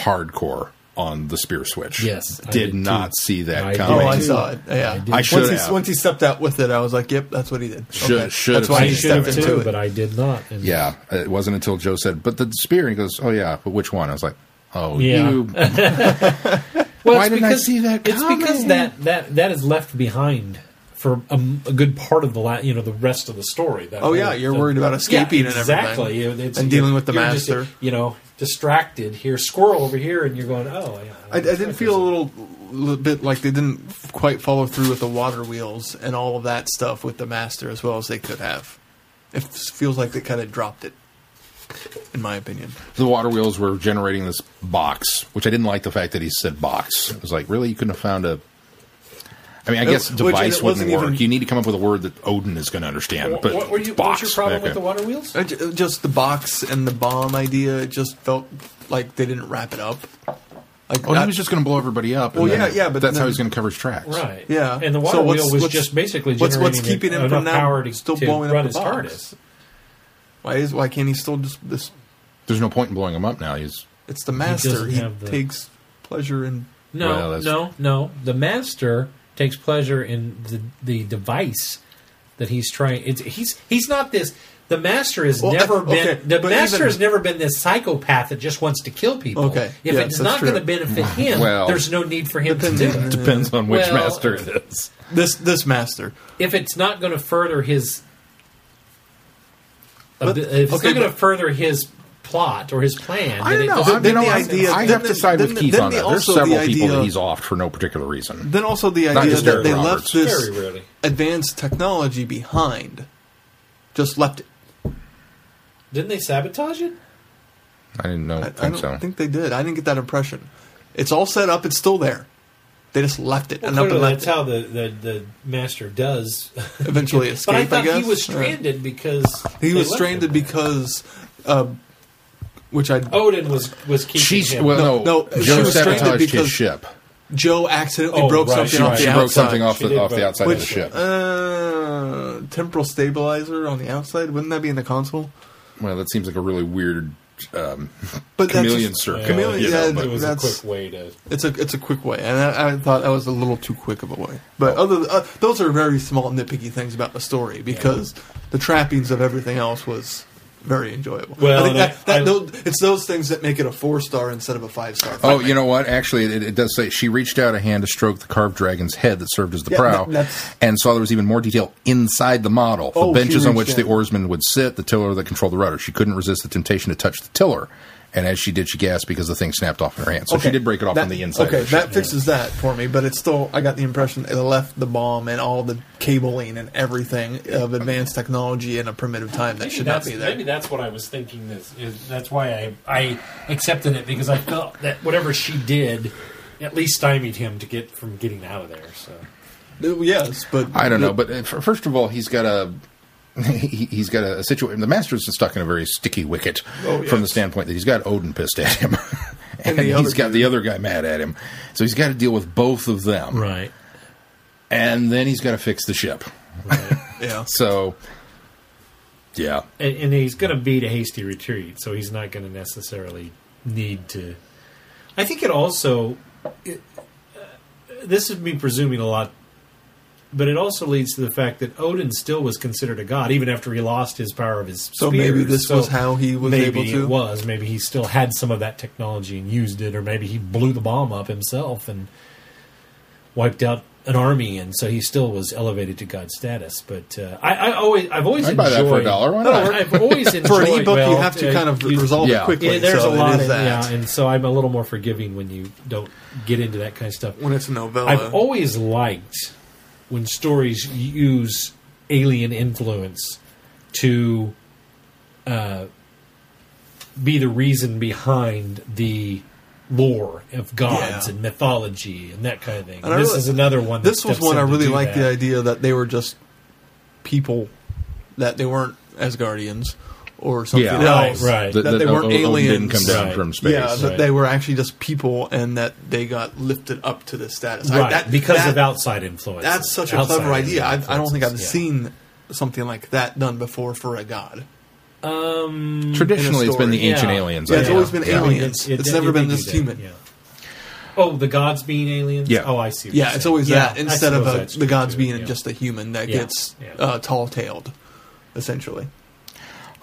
Speaker 3: hardcore on the spear switch.
Speaker 4: Yes, I
Speaker 3: Did,
Speaker 4: did too.
Speaker 3: not see that
Speaker 4: I did
Speaker 3: coming.
Speaker 2: Oh, I
Speaker 4: Amazing.
Speaker 2: saw it. Yeah,
Speaker 3: I should
Speaker 2: once,
Speaker 3: have.
Speaker 2: he, once he stepped out with it, I was like, "Yep, that's what he did."
Speaker 3: Should- should
Speaker 2: that's
Speaker 3: have seen
Speaker 4: I
Speaker 2: why he
Speaker 3: it.
Speaker 4: should have
Speaker 2: stepped into
Speaker 4: too,
Speaker 2: it.
Speaker 4: but I did not. And
Speaker 3: Yeah, it wasn't until Joe said, "But the spear," and he goes, "Oh yeah, but which one?" I was like, "Oh,
Speaker 4: Yeah.
Speaker 3: you."
Speaker 4: Well,
Speaker 3: Why
Speaker 4: it's
Speaker 3: didn't I see that
Speaker 4: It's because
Speaker 3: coming?
Speaker 4: that, that that is left behind for a, m- a good part of the la- you know the rest of the story. That
Speaker 2: Oh, yeah,
Speaker 4: whole
Speaker 2: you're
Speaker 4: thing.
Speaker 2: worried about escaping and everything.
Speaker 4: exactly. You- it's-
Speaker 2: And dealing with the
Speaker 4: you're just,
Speaker 2: master.
Speaker 4: you know, distracted here, squirrel over here, and you're going, oh. Yeah,
Speaker 2: I, I did feel a little, little bit like they didn't quite follow through with the water wheels and all of that stuff with the master as well as they could have. It feels like they kind of dropped it, in my opinion.
Speaker 3: the water wheels were generating this box, which I didn't like the fact that he said box. It was like, really, you couldn't have found a.
Speaker 9: I mean, I guess
Speaker 2: Which- and
Speaker 9: device
Speaker 2: it wasn't
Speaker 9: wouldn't work.
Speaker 2: even-
Speaker 9: you need to come up with a word that Odin is going to understand. But
Speaker 4: what were you,
Speaker 9: box,
Speaker 4: what's your problem
Speaker 9: okay.
Speaker 4: with the water wheels?
Speaker 2: I ju- Just the box and the bomb idea it just felt like they didn't wrap it up. Like
Speaker 3: Well,
Speaker 2: I-
Speaker 3: he Oh, was just going to blow everybody up. and
Speaker 2: Well, yeah,
Speaker 3: then
Speaker 2: yeah, but
Speaker 3: that's
Speaker 2: then-
Speaker 3: how he's going to cover his tracks.
Speaker 4: Right.
Speaker 2: Yeah.
Speaker 4: And the water
Speaker 2: So what's-
Speaker 4: wheel was
Speaker 2: what's-
Speaker 4: just basically
Speaker 2: what's- what's
Speaker 4: generating
Speaker 2: keeping him
Speaker 4: enough
Speaker 2: from now
Speaker 4: power to,
Speaker 2: still
Speaker 4: to
Speaker 2: blowing up
Speaker 4: run
Speaker 2: the
Speaker 4: his
Speaker 2: box?
Speaker 4: TARDIS.
Speaker 2: why is why can't he still just this?
Speaker 3: There's no point in blowing him up now. He's
Speaker 2: It's the master.
Speaker 4: doesn't
Speaker 2: He,
Speaker 4: have the-
Speaker 2: takes pleasure in.
Speaker 4: No,
Speaker 3: Well, that's-
Speaker 4: no, no. The master takes pleasure in the the device that he's trying. It's, he's he's not this. The master has
Speaker 2: Well,
Speaker 4: never
Speaker 2: I-
Speaker 4: been.
Speaker 2: okay,
Speaker 4: the
Speaker 2: but
Speaker 4: master
Speaker 2: even-
Speaker 4: has never been this psychopath that just wants to kill people.
Speaker 2: Okay,
Speaker 4: If
Speaker 2: yeah,
Speaker 4: it's
Speaker 2: that's
Speaker 4: not going to
Speaker 2: true.
Speaker 4: benefit him,
Speaker 3: Well-
Speaker 4: there's no need for him to do
Speaker 2: Depends
Speaker 4: it.
Speaker 2: on-
Speaker 3: depends on which
Speaker 4: Well-
Speaker 3: master it is.
Speaker 2: This this master.
Speaker 4: If it's not going to further his,
Speaker 2: But-
Speaker 4: if it's
Speaker 2: okay,
Speaker 4: not going to
Speaker 2: but-
Speaker 4: further his plot or his plan,
Speaker 9: I
Speaker 4: then
Speaker 9: don't
Speaker 4: it
Speaker 9: know.
Speaker 4: doesn't
Speaker 9: I,
Speaker 2: then
Speaker 9: you know,
Speaker 2: the
Speaker 9: I-
Speaker 2: idea-
Speaker 9: I
Speaker 2: then
Speaker 9: have to
Speaker 2: the-
Speaker 9: side with
Speaker 2: then-
Speaker 9: Keith
Speaker 2: then
Speaker 9: on
Speaker 2: the-
Speaker 9: that. There's
Speaker 2: also the
Speaker 9: several people that
Speaker 2: idea-
Speaker 9: he's offed for no particular reason.
Speaker 2: Then also the
Speaker 9: Not
Speaker 2: idea
Speaker 9: just
Speaker 2: that
Speaker 9: Eric
Speaker 2: they
Speaker 9: Roberts.
Speaker 2: left this
Speaker 4: Very rarely.
Speaker 2: advanced technology behind, just left it.
Speaker 4: Didn't they sabotage it?
Speaker 3: I didn't know.
Speaker 2: I, I
Speaker 3: think
Speaker 2: don't
Speaker 3: so.
Speaker 2: think they did. I didn't get that impression. It's all set up. It's still there. They just left it
Speaker 4: Well,
Speaker 2: and up and
Speaker 4: clearly
Speaker 2: left
Speaker 4: that's
Speaker 2: it.
Speaker 4: how the, the, the master does.
Speaker 2: Eventually
Speaker 4: but
Speaker 2: escape.
Speaker 4: I thought
Speaker 2: guess
Speaker 4: he was
Speaker 2: Or-
Speaker 4: stranded because
Speaker 2: He
Speaker 4: they
Speaker 2: was
Speaker 4: left
Speaker 2: stranded
Speaker 4: him.
Speaker 2: because, uh, which I
Speaker 4: Odin was was keeping
Speaker 3: She's
Speaker 4: him.
Speaker 3: well,
Speaker 2: No,
Speaker 3: no,
Speaker 2: no, she
Speaker 3: Joe
Speaker 2: was stranded
Speaker 3: sabotaged
Speaker 2: because-
Speaker 3: his ship.
Speaker 2: Joe accidentally
Speaker 4: Oh,
Speaker 2: broke
Speaker 4: right,
Speaker 2: something
Speaker 4: right.
Speaker 2: off the
Speaker 4: She
Speaker 3: She
Speaker 2: outside.
Speaker 3: broke something off
Speaker 4: She
Speaker 3: the
Speaker 4: did
Speaker 3: off
Speaker 4: break-
Speaker 3: the outside of
Speaker 2: Which
Speaker 3: the ship.
Speaker 2: uh, temporal stabilizer on the outside wouldn't that be in the console?
Speaker 3: well, that seems like a really weird um,
Speaker 2: But that's
Speaker 3: chameleon
Speaker 2: just-
Speaker 3: circuit.
Speaker 2: chameleon-
Speaker 3: you
Speaker 2: yeah,
Speaker 3: know,
Speaker 2: but
Speaker 3: but-
Speaker 4: it was a
Speaker 2: that's-
Speaker 4: quick way to.
Speaker 2: It's a it's a quick way, and I, I thought that was a little too quick of a way. But other uh, those are very small nitpicky things about the story because the trappings of everything else was very enjoyable.
Speaker 4: Well,
Speaker 2: I think
Speaker 4: and
Speaker 2: that,
Speaker 4: I-
Speaker 2: that,
Speaker 4: I-
Speaker 2: those, it's those things that make it a four star instead of a five star.
Speaker 3: Oh, you know what? Actually, it, it does say she reached out a hand to stroke the carved dragon's head that served as the
Speaker 2: Yeah,
Speaker 3: prow,
Speaker 2: that- that's-
Speaker 3: and saw there was even more detail inside the model.
Speaker 2: Oh, she
Speaker 3: the benches on
Speaker 2: reached
Speaker 3: which the
Speaker 2: in.
Speaker 3: oarsmen would sit, the tiller that controlled the rudder. She couldn't resist the temptation to touch the tiller, and as she did, she gasped because the thing snapped off in her hand. So she did break it off
Speaker 2: that,
Speaker 3: on the inside.
Speaker 2: Okay,
Speaker 3: of the ship.
Speaker 2: that fixes that for me, but it's still I got the impression it left the bomb and all the cabling and everything of advanced technology in a primitive time that
Speaker 4: Maybe
Speaker 2: should not
Speaker 4: that's,
Speaker 2: be there.
Speaker 4: maybe that's what I was thinking. This is that's why I I accepted it because I felt that whatever she did, at least stymied him to get from getting out of there. So
Speaker 2: Uh, Yes, but
Speaker 3: I don't know, but uh, f- first of all, he's got a he, he's got a, situation. The master's stuck in a very sticky wicket
Speaker 2: Oh,
Speaker 3: from
Speaker 2: yes.
Speaker 3: the standpoint that he's got Odin pissed at him, and,
Speaker 2: And the other
Speaker 3: he's got
Speaker 2: dude.
Speaker 3: the other guy mad at him. So he's got to deal with both of them,
Speaker 4: right.
Speaker 3: and then he's got to fix the ship.
Speaker 2: yeah.
Speaker 3: So, yeah,
Speaker 4: and, and he's going to beat a hasty retreat, so he's not going to necessarily need to. I think it also. It, uh, this is me presuming a lot, but it also leads to the fact that Odin still was considered a god even after he lost his power of his.
Speaker 2: So
Speaker 4: spears.
Speaker 2: maybe this
Speaker 4: So
Speaker 2: was how he was
Speaker 4: maybe
Speaker 2: able to.
Speaker 4: It was maybe he still had some of that technology and used it, or maybe he blew the bomb up himself and wiped out an army, and so he still was elevated to god status. But uh, I, I always, I've always
Speaker 3: I'd
Speaker 4: enjoyed
Speaker 3: buy that for a dollar. Why
Speaker 4: No,
Speaker 3: not?
Speaker 4: I've always enjoyed
Speaker 2: For an ebook,
Speaker 4: well,
Speaker 2: you have to
Speaker 4: uh,
Speaker 2: kind of
Speaker 4: you-
Speaker 2: resolve
Speaker 3: yeah.
Speaker 2: it quickly.
Speaker 4: yeah, there's
Speaker 2: so
Speaker 4: a
Speaker 2: it
Speaker 4: lot
Speaker 2: is
Speaker 4: in,
Speaker 2: that.
Speaker 4: yeah, and so I'm a little more forgiving when you don't get into that kind of stuff.
Speaker 2: when it's a novella.
Speaker 4: I've always liked when stories use alien influence to uh, be the reason behind the lore of gods
Speaker 2: Yeah.
Speaker 4: and mythology and that kind of thing.
Speaker 2: And I
Speaker 4: this
Speaker 2: really-
Speaker 4: is another one. That
Speaker 2: this was
Speaker 4: steps
Speaker 2: one I
Speaker 4: in to
Speaker 2: really
Speaker 4: do
Speaker 2: liked the
Speaker 4: that.
Speaker 2: idea that they were just people that they weren't Asgardians or something
Speaker 3: Yeah.
Speaker 4: Right,
Speaker 2: else.
Speaker 4: right.
Speaker 2: That they weren't
Speaker 3: O- O- Odin didn't come
Speaker 2: aliens.
Speaker 3: down
Speaker 4: Right.
Speaker 3: from space.
Speaker 2: Yeah, that
Speaker 4: Right.
Speaker 2: they were actually just people, and that they got lifted up to this status. I-
Speaker 4: Right,
Speaker 2: that-
Speaker 4: because
Speaker 2: that-
Speaker 4: of outside influence.
Speaker 2: That's such a
Speaker 4: Outside
Speaker 2: clever idea. I, I don't think I've
Speaker 4: influences, yeah.
Speaker 2: seen something like that done before for a god.
Speaker 4: Um,
Speaker 3: Traditionally, it's been the
Speaker 2: story.
Speaker 3: ancient
Speaker 4: Yeah.
Speaker 3: aliens.
Speaker 2: Yeah,
Speaker 3: I
Speaker 2: it's
Speaker 3: think.
Speaker 2: always been
Speaker 3: Yeah.
Speaker 2: aliens.
Speaker 4: It- it-
Speaker 2: it's
Speaker 4: it
Speaker 2: never
Speaker 4: did
Speaker 2: been
Speaker 4: do
Speaker 2: this
Speaker 4: that,
Speaker 2: human.
Speaker 4: yeah. Oh, the gods being aliens.
Speaker 3: Yeah.
Speaker 4: Oh, I see. what
Speaker 2: Yeah,
Speaker 4: you're
Speaker 2: it's
Speaker 4: saying.
Speaker 2: always
Speaker 4: Yeah,
Speaker 2: that
Speaker 4: I
Speaker 2: instead of
Speaker 4: suppose
Speaker 2: a,
Speaker 4: that's
Speaker 2: the
Speaker 4: true,
Speaker 2: gods
Speaker 4: too,
Speaker 2: being
Speaker 4: yeah.
Speaker 2: just a human that
Speaker 4: Yeah,
Speaker 2: gets
Speaker 4: yeah.
Speaker 2: uh, tall tailed, essentially.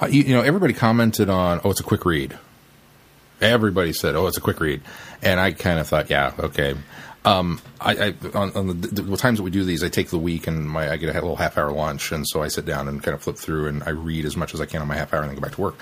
Speaker 3: Uh, you, you know, everybody commented on, oh, it's a quick read. Everybody said, oh, it's a quick read, and I kind of thought, yeah, okay. Um, I, I on, on the, the, times that we do these, I take the week and my I get a little half hour lunch, and so I sit down and kind of flip through and I read as much as I can on my half hour and then go back to work.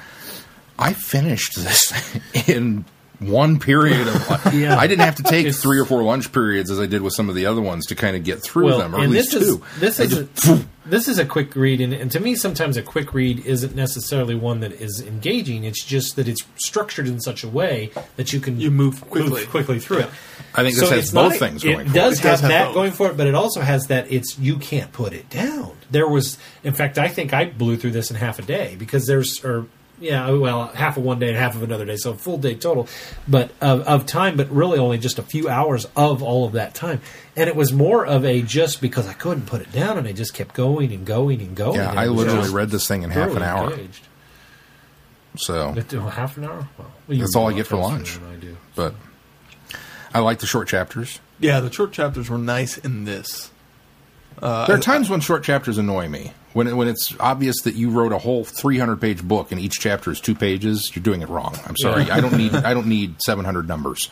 Speaker 3: I finished this in one period of
Speaker 4: Yeah.
Speaker 3: I didn't have to take
Speaker 4: It's-
Speaker 3: three or four lunch periods as I did with some of the other ones to kind of get through them, or at
Speaker 4: and
Speaker 3: least
Speaker 4: this
Speaker 3: two.
Speaker 4: Is, this
Speaker 3: I
Speaker 4: is
Speaker 3: just-
Speaker 4: a, Oh this is a quick read, and, and to me, sometimes a quick read isn't necessarily one that is engaging. It's just that it's structured in such a way that you can
Speaker 2: You move quickly.
Speaker 4: quickly through it.
Speaker 3: I think this
Speaker 4: So
Speaker 3: has
Speaker 4: it's not
Speaker 3: both
Speaker 4: a-
Speaker 3: things
Speaker 4: it
Speaker 3: going. for it.
Speaker 4: Does
Speaker 2: It
Speaker 4: have
Speaker 2: does have
Speaker 4: that
Speaker 2: both.
Speaker 4: going for it, but it also has that it's you can't put it down. There was, in fact, I think I blew through this in half a day because there's or yeah, well, half of one day and half of another day, so a full day total, but of, of time, but really only just a few hours of all of that time, and it was more of a just because I couldn't put it down and I just kept going and going and going.
Speaker 3: Yeah,
Speaker 4: and
Speaker 3: I
Speaker 4: it was
Speaker 3: literally
Speaker 4: just
Speaker 3: read this thing in half an
Speaker 4: thoroughly
Speaker 3: hour.
Speaker 4: engaged.
Speaker 3: So,
Speaker 4: But, oh, half an hour. Well, you
Speaker 3: That's all I
Speaker 4: know
Speaker 3: get for
Speaker 4: faster
Speaker 3: lunch.
Speaker 4: than I do.
Speaker 3: but I like the short chapters.
Speaker 2: Yeah, the short chapters were nice in this.
Speaker 3: there are times when short chapters annoy me. When it, when it's obvious that you wrote a whole 300 page book and each chapter is two pages, you're doing it wrong. I'm sorry. I don't need I don't need 700 numbers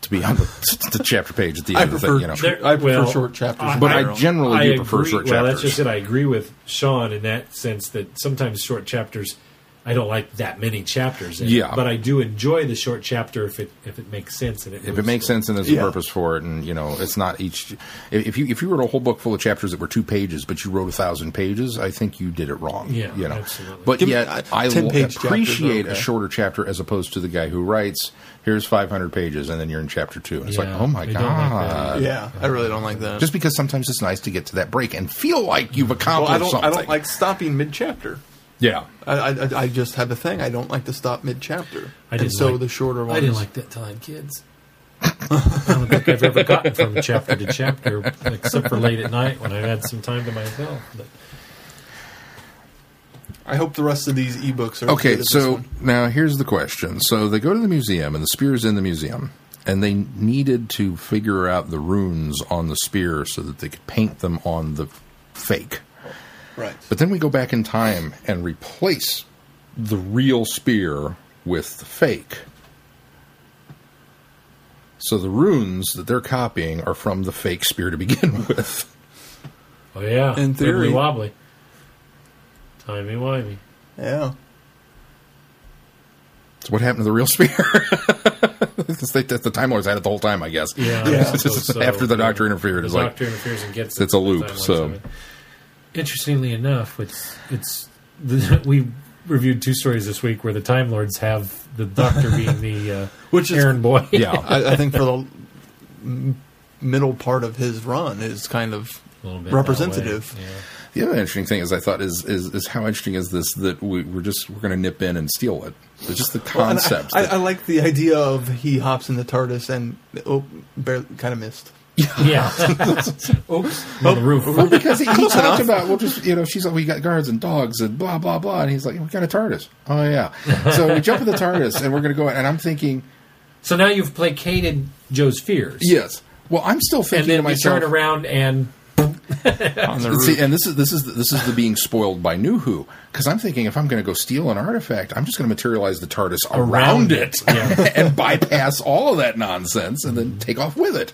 Speaker 3: to be on the, the chapter page at the
Speaker 2: I
Speaker 3: end of the
Speaker 2: prefer,
Speaker 3: thing. You know,
Speaker 2: tr-
Speaker 4: There-
Speaker 2: I prefer
Speaker 4: well,
Speaker 2: short chapters. in
Speaker 3: but I
Speaker 2: general.
Speaker 3: generally do prefer
Speaker 4: agree.
Speaker 3: short
Speaker 4: Well,
Speaker 3: chapters.
Speaker 4: that's just it. I agree with Sean in that sense that sometimes short chapters, I don't like that many chapters. In it.
Speaker 3: Yeah.
Speaker 4: but I do enjoy the short chapter if it if it makes sense and it
Speaker 3: if it
Speaker 4: moves
Speaker 3: makes
Speaker 4: the-
Speaker 3: sense and there's a
Speaker 2: Yeah.
Speaker 3: purpose for it, and you know, it's not each. If if you if you wrote a whole book full of chapters that were two pages, but you wrote a thousand pages, I think you did it wrong.
Speaker 4: Yeah,
Speaker 3: you know.
Speaker 4: absolutely.
Speaker 3: But
Speaker 2: Give me-
Speaker 3: yet,
Speaker 2: I-
Speaker 3: I
Speaker 2: 10
Speaker 3: will
Speaker 2: page chapters are
Speaker 3: appreciate a
Speaker 2: okay.
Speaker 3: shorter chapter as opposed to the guy who writes. Here's 500 pages, and then you're in chapter two, and it's
Speaker 4: Yeah,
Speaker 3: like, oh my
Speaker 4: I don't like that
Speaker 3: god.
Speaker 4: either.
Speaker 2: Yeah, I really don't like that.
Speaker 3: Just because sometimes it's nice to get to that break and feel like you've
Speaker 2: well,
Speaker 3: accomplished
Speaker 2: I don't.
Speaker 3: something.
Speaker 2: I don't like stopping mid chapter.
Speaker 3: Yeah.
Speaker 2: I, I I- I just have a thing. I don't like to stop mid chapter.
Speaker 4: I didn't
Speaker 2: And so
Speaker 4: like-
Speaker 2: the shorter ones.
Speaker 4: I didn't like that till I had kids. I don't think I've ever gotten from chapter to chapter, except for late at night when I had some time to myself. But
Speaker 2: I hope the rest of these ebooks are
Speaker 3: Okay,
Speaker 2: good as this
Speaker 3: so
Speaker 2: one.
Speaker 3: now here's the question. So they go to the museum, and the spear's in the museum, and they needed to figure out the runes on the spear so that they could paint them on the fake.
Speaker 2: right?
Speaker 3: But then we go back in time and replace the real spear with the fake. So the runes that they're copying are from the fake spear to begin with.
Speaker 4: oh yeah,
Speaker 2: In theory-
Speaker 4: Wibbly wobbly, timey wimey.
Speaker 2: yeah,
Speaker 3: So what happened to the real spear? That's the that's the Time Lords had it the whole time, I guess.
Speaker 4: Yeah,
Speaker 2: Yeah.
Speaker 4: I suppose so.
Speaker 3: After the doctor interfered,
Speaker 4: the
Speaker 3: it's like-
Speaker 4: doctor interferes and gets
Speaker 3: it's a
Speaker 4: it.
Speaker 3: loop,
Speaker 4: That's
Speaker 3: so-
Speaker 4: what I'm saying. interestingly enough, it's it's the, we reviewed two stories this week where the Time Lords have the doctor being the uh,
Speaker 2: Which is-
Speaker 4: Aaron boy.
Speaker 3: Yeah.
Speaker 2: I, I think for the m- middle part of his run is kind of
Speaker 4: A little bit that
Speaker 2: representative.
Speaker 4: way, yeah.
Speaker 3: The other interesting thing is I thought is is, is how interesting is this that we, we're just we're going to nip in and steal it. It's just the
Speaker 2: And
Speaker 3: concept.
Speaker 2: I, I,
Speaker 3: that-
Speaker 2: I like the idea of he hops in the TARDIS and oh, kind of missed.
Speaker 4: Yeah. Oops. On the
Speaker 3: well,
Speaker 4: roof.
Speaker 3: because he, he talked about well, just you know, she's like, we got guards and dogs and blah blah blah, and he's like, we got a TARDIS. Oh yeah, so we jump in the TARDIS and we're going to go. And I'm thinking,
Speaker 4: So now you've placated Joe's fears.
Speaker 3: yes. Well, I'm still
Speaker 4: And
Speaker 3: thinking
Speaker 4: then
Speaker 3: to
Speaker 4: we
Speaker 3: myself.
Speaker 4: turn around and
Speaker 3: See, and this is this is this is the being spoiled by New Who because I'm thinking if I'm going to go steal an artifact, I'm just going to materialize the TARDIS around,
Speaker 4: Around
Speaker 3: it,
Speaker 4: it, yeah.
Speaker 3: and bypass all of that nonsense and then take off with it.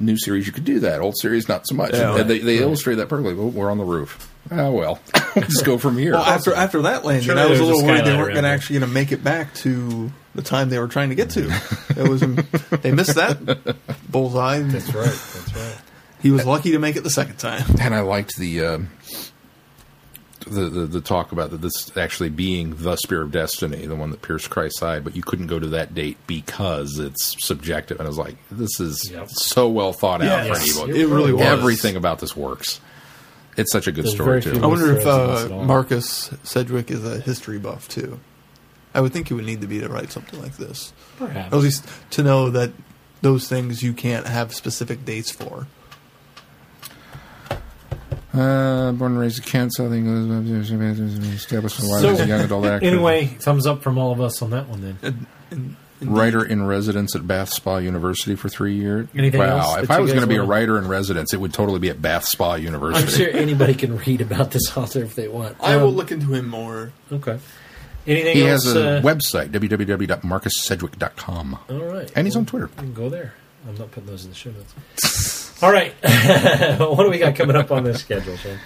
Speaker 3: New series, you could do that. Old series, not so much.
Speaker 2: Yeah,
Speaker 3: And
Speaker 2: right,
Speaker 3: they they illustrate that perfectly. Well, we're on the roof. Oh well, just go from here.
Speaker 2: Well, after after that landing,
Speaker 4: Surely
Speaker 2: I was a
Speaker 4: there's a
Speaker 2: little worried they
Speaker 4: skylight
Speaker 2: weren't
Speaker 4: around
Speaker 2: going to
Speaker 4: there.
Speaker 2: actually going to make it back to the time they were trying to get to. It was um, they missed that bullseye.
Speaker 4: that's right. That's right.
Speaker 2: He was lucky to make it the second time.
Speaker 3: and I liked the. Uh, the, the the talk about that this actually being the spear of destiny, the one that pierced Christ's side, but you couldn't go to that date because it's subjective. And I was like, this is
Speaker 4: Yep.
Speaker 3: so well thought out
Speaker 4: Yes.
Speaker 3: for an
Speaker 4: It
Speaker 3: ebook.
Speaker 4: really
Speaker 2: was.
Speaker 3: Everything about this works. It's such a good
Speaker 4: There's
Speaker 3: story
Speaker 4: very
Speaker 3: too.
Speaker 4: few-
Speaker 2: I wonder if
Speaker 4: threads in this
Speaker 2: uh,
Speaker 4: at all.
Speaker 2: Marcus Sedgwick is a history buff too. I would think he would need to be to write something like this,
Speaker 4: Perhaps.
Speaker 3: Oh,
Speaker 2: at least to know that those things you can't have specific dates for.
Speaker 3: Uh, born and raised in Kansas, I think uh, established in
Speaker 4: So,
Speaker 3: as a young adult actor.
Speaker 4: Anyway, thumbs up from all of us on that one then.
Speaker 3: writer in residence at Bath Spa University for three years.
Speaker 4: Anything
Speaker 3: wow!
Speaker 4: else
Speaker 3: if
Speaker 4: that
Speaker 3: I
Speaker 4: you
Speaker 3: was
Speaker 4: guys
Speaker 3: going to be a
Speaker 4: wanna-
Speaker 3: writer in residence, it would totally be at Bath Spa University.
Speaker 4: I'm sure anybody can read about this author if they want.
Speaker 2: I will
Speaker 4: Um,
Speaker 2: look into him more.
Speaker 4: Okay. Anything
Speaker 3: He
Speaker 4: else?
Speaker 3: has a
Speaker 4: uh,
Speaker 3: website, www.marcussedgwick.com.
Speaker 4: All right.
Speaker 3: And he's
Speaker 4: Well,
Speaker 3: on Twitter.
Speaker 4: You can go there. I'm not putting those in the show notes. All right. what do we got coming up on this schedule, Sean?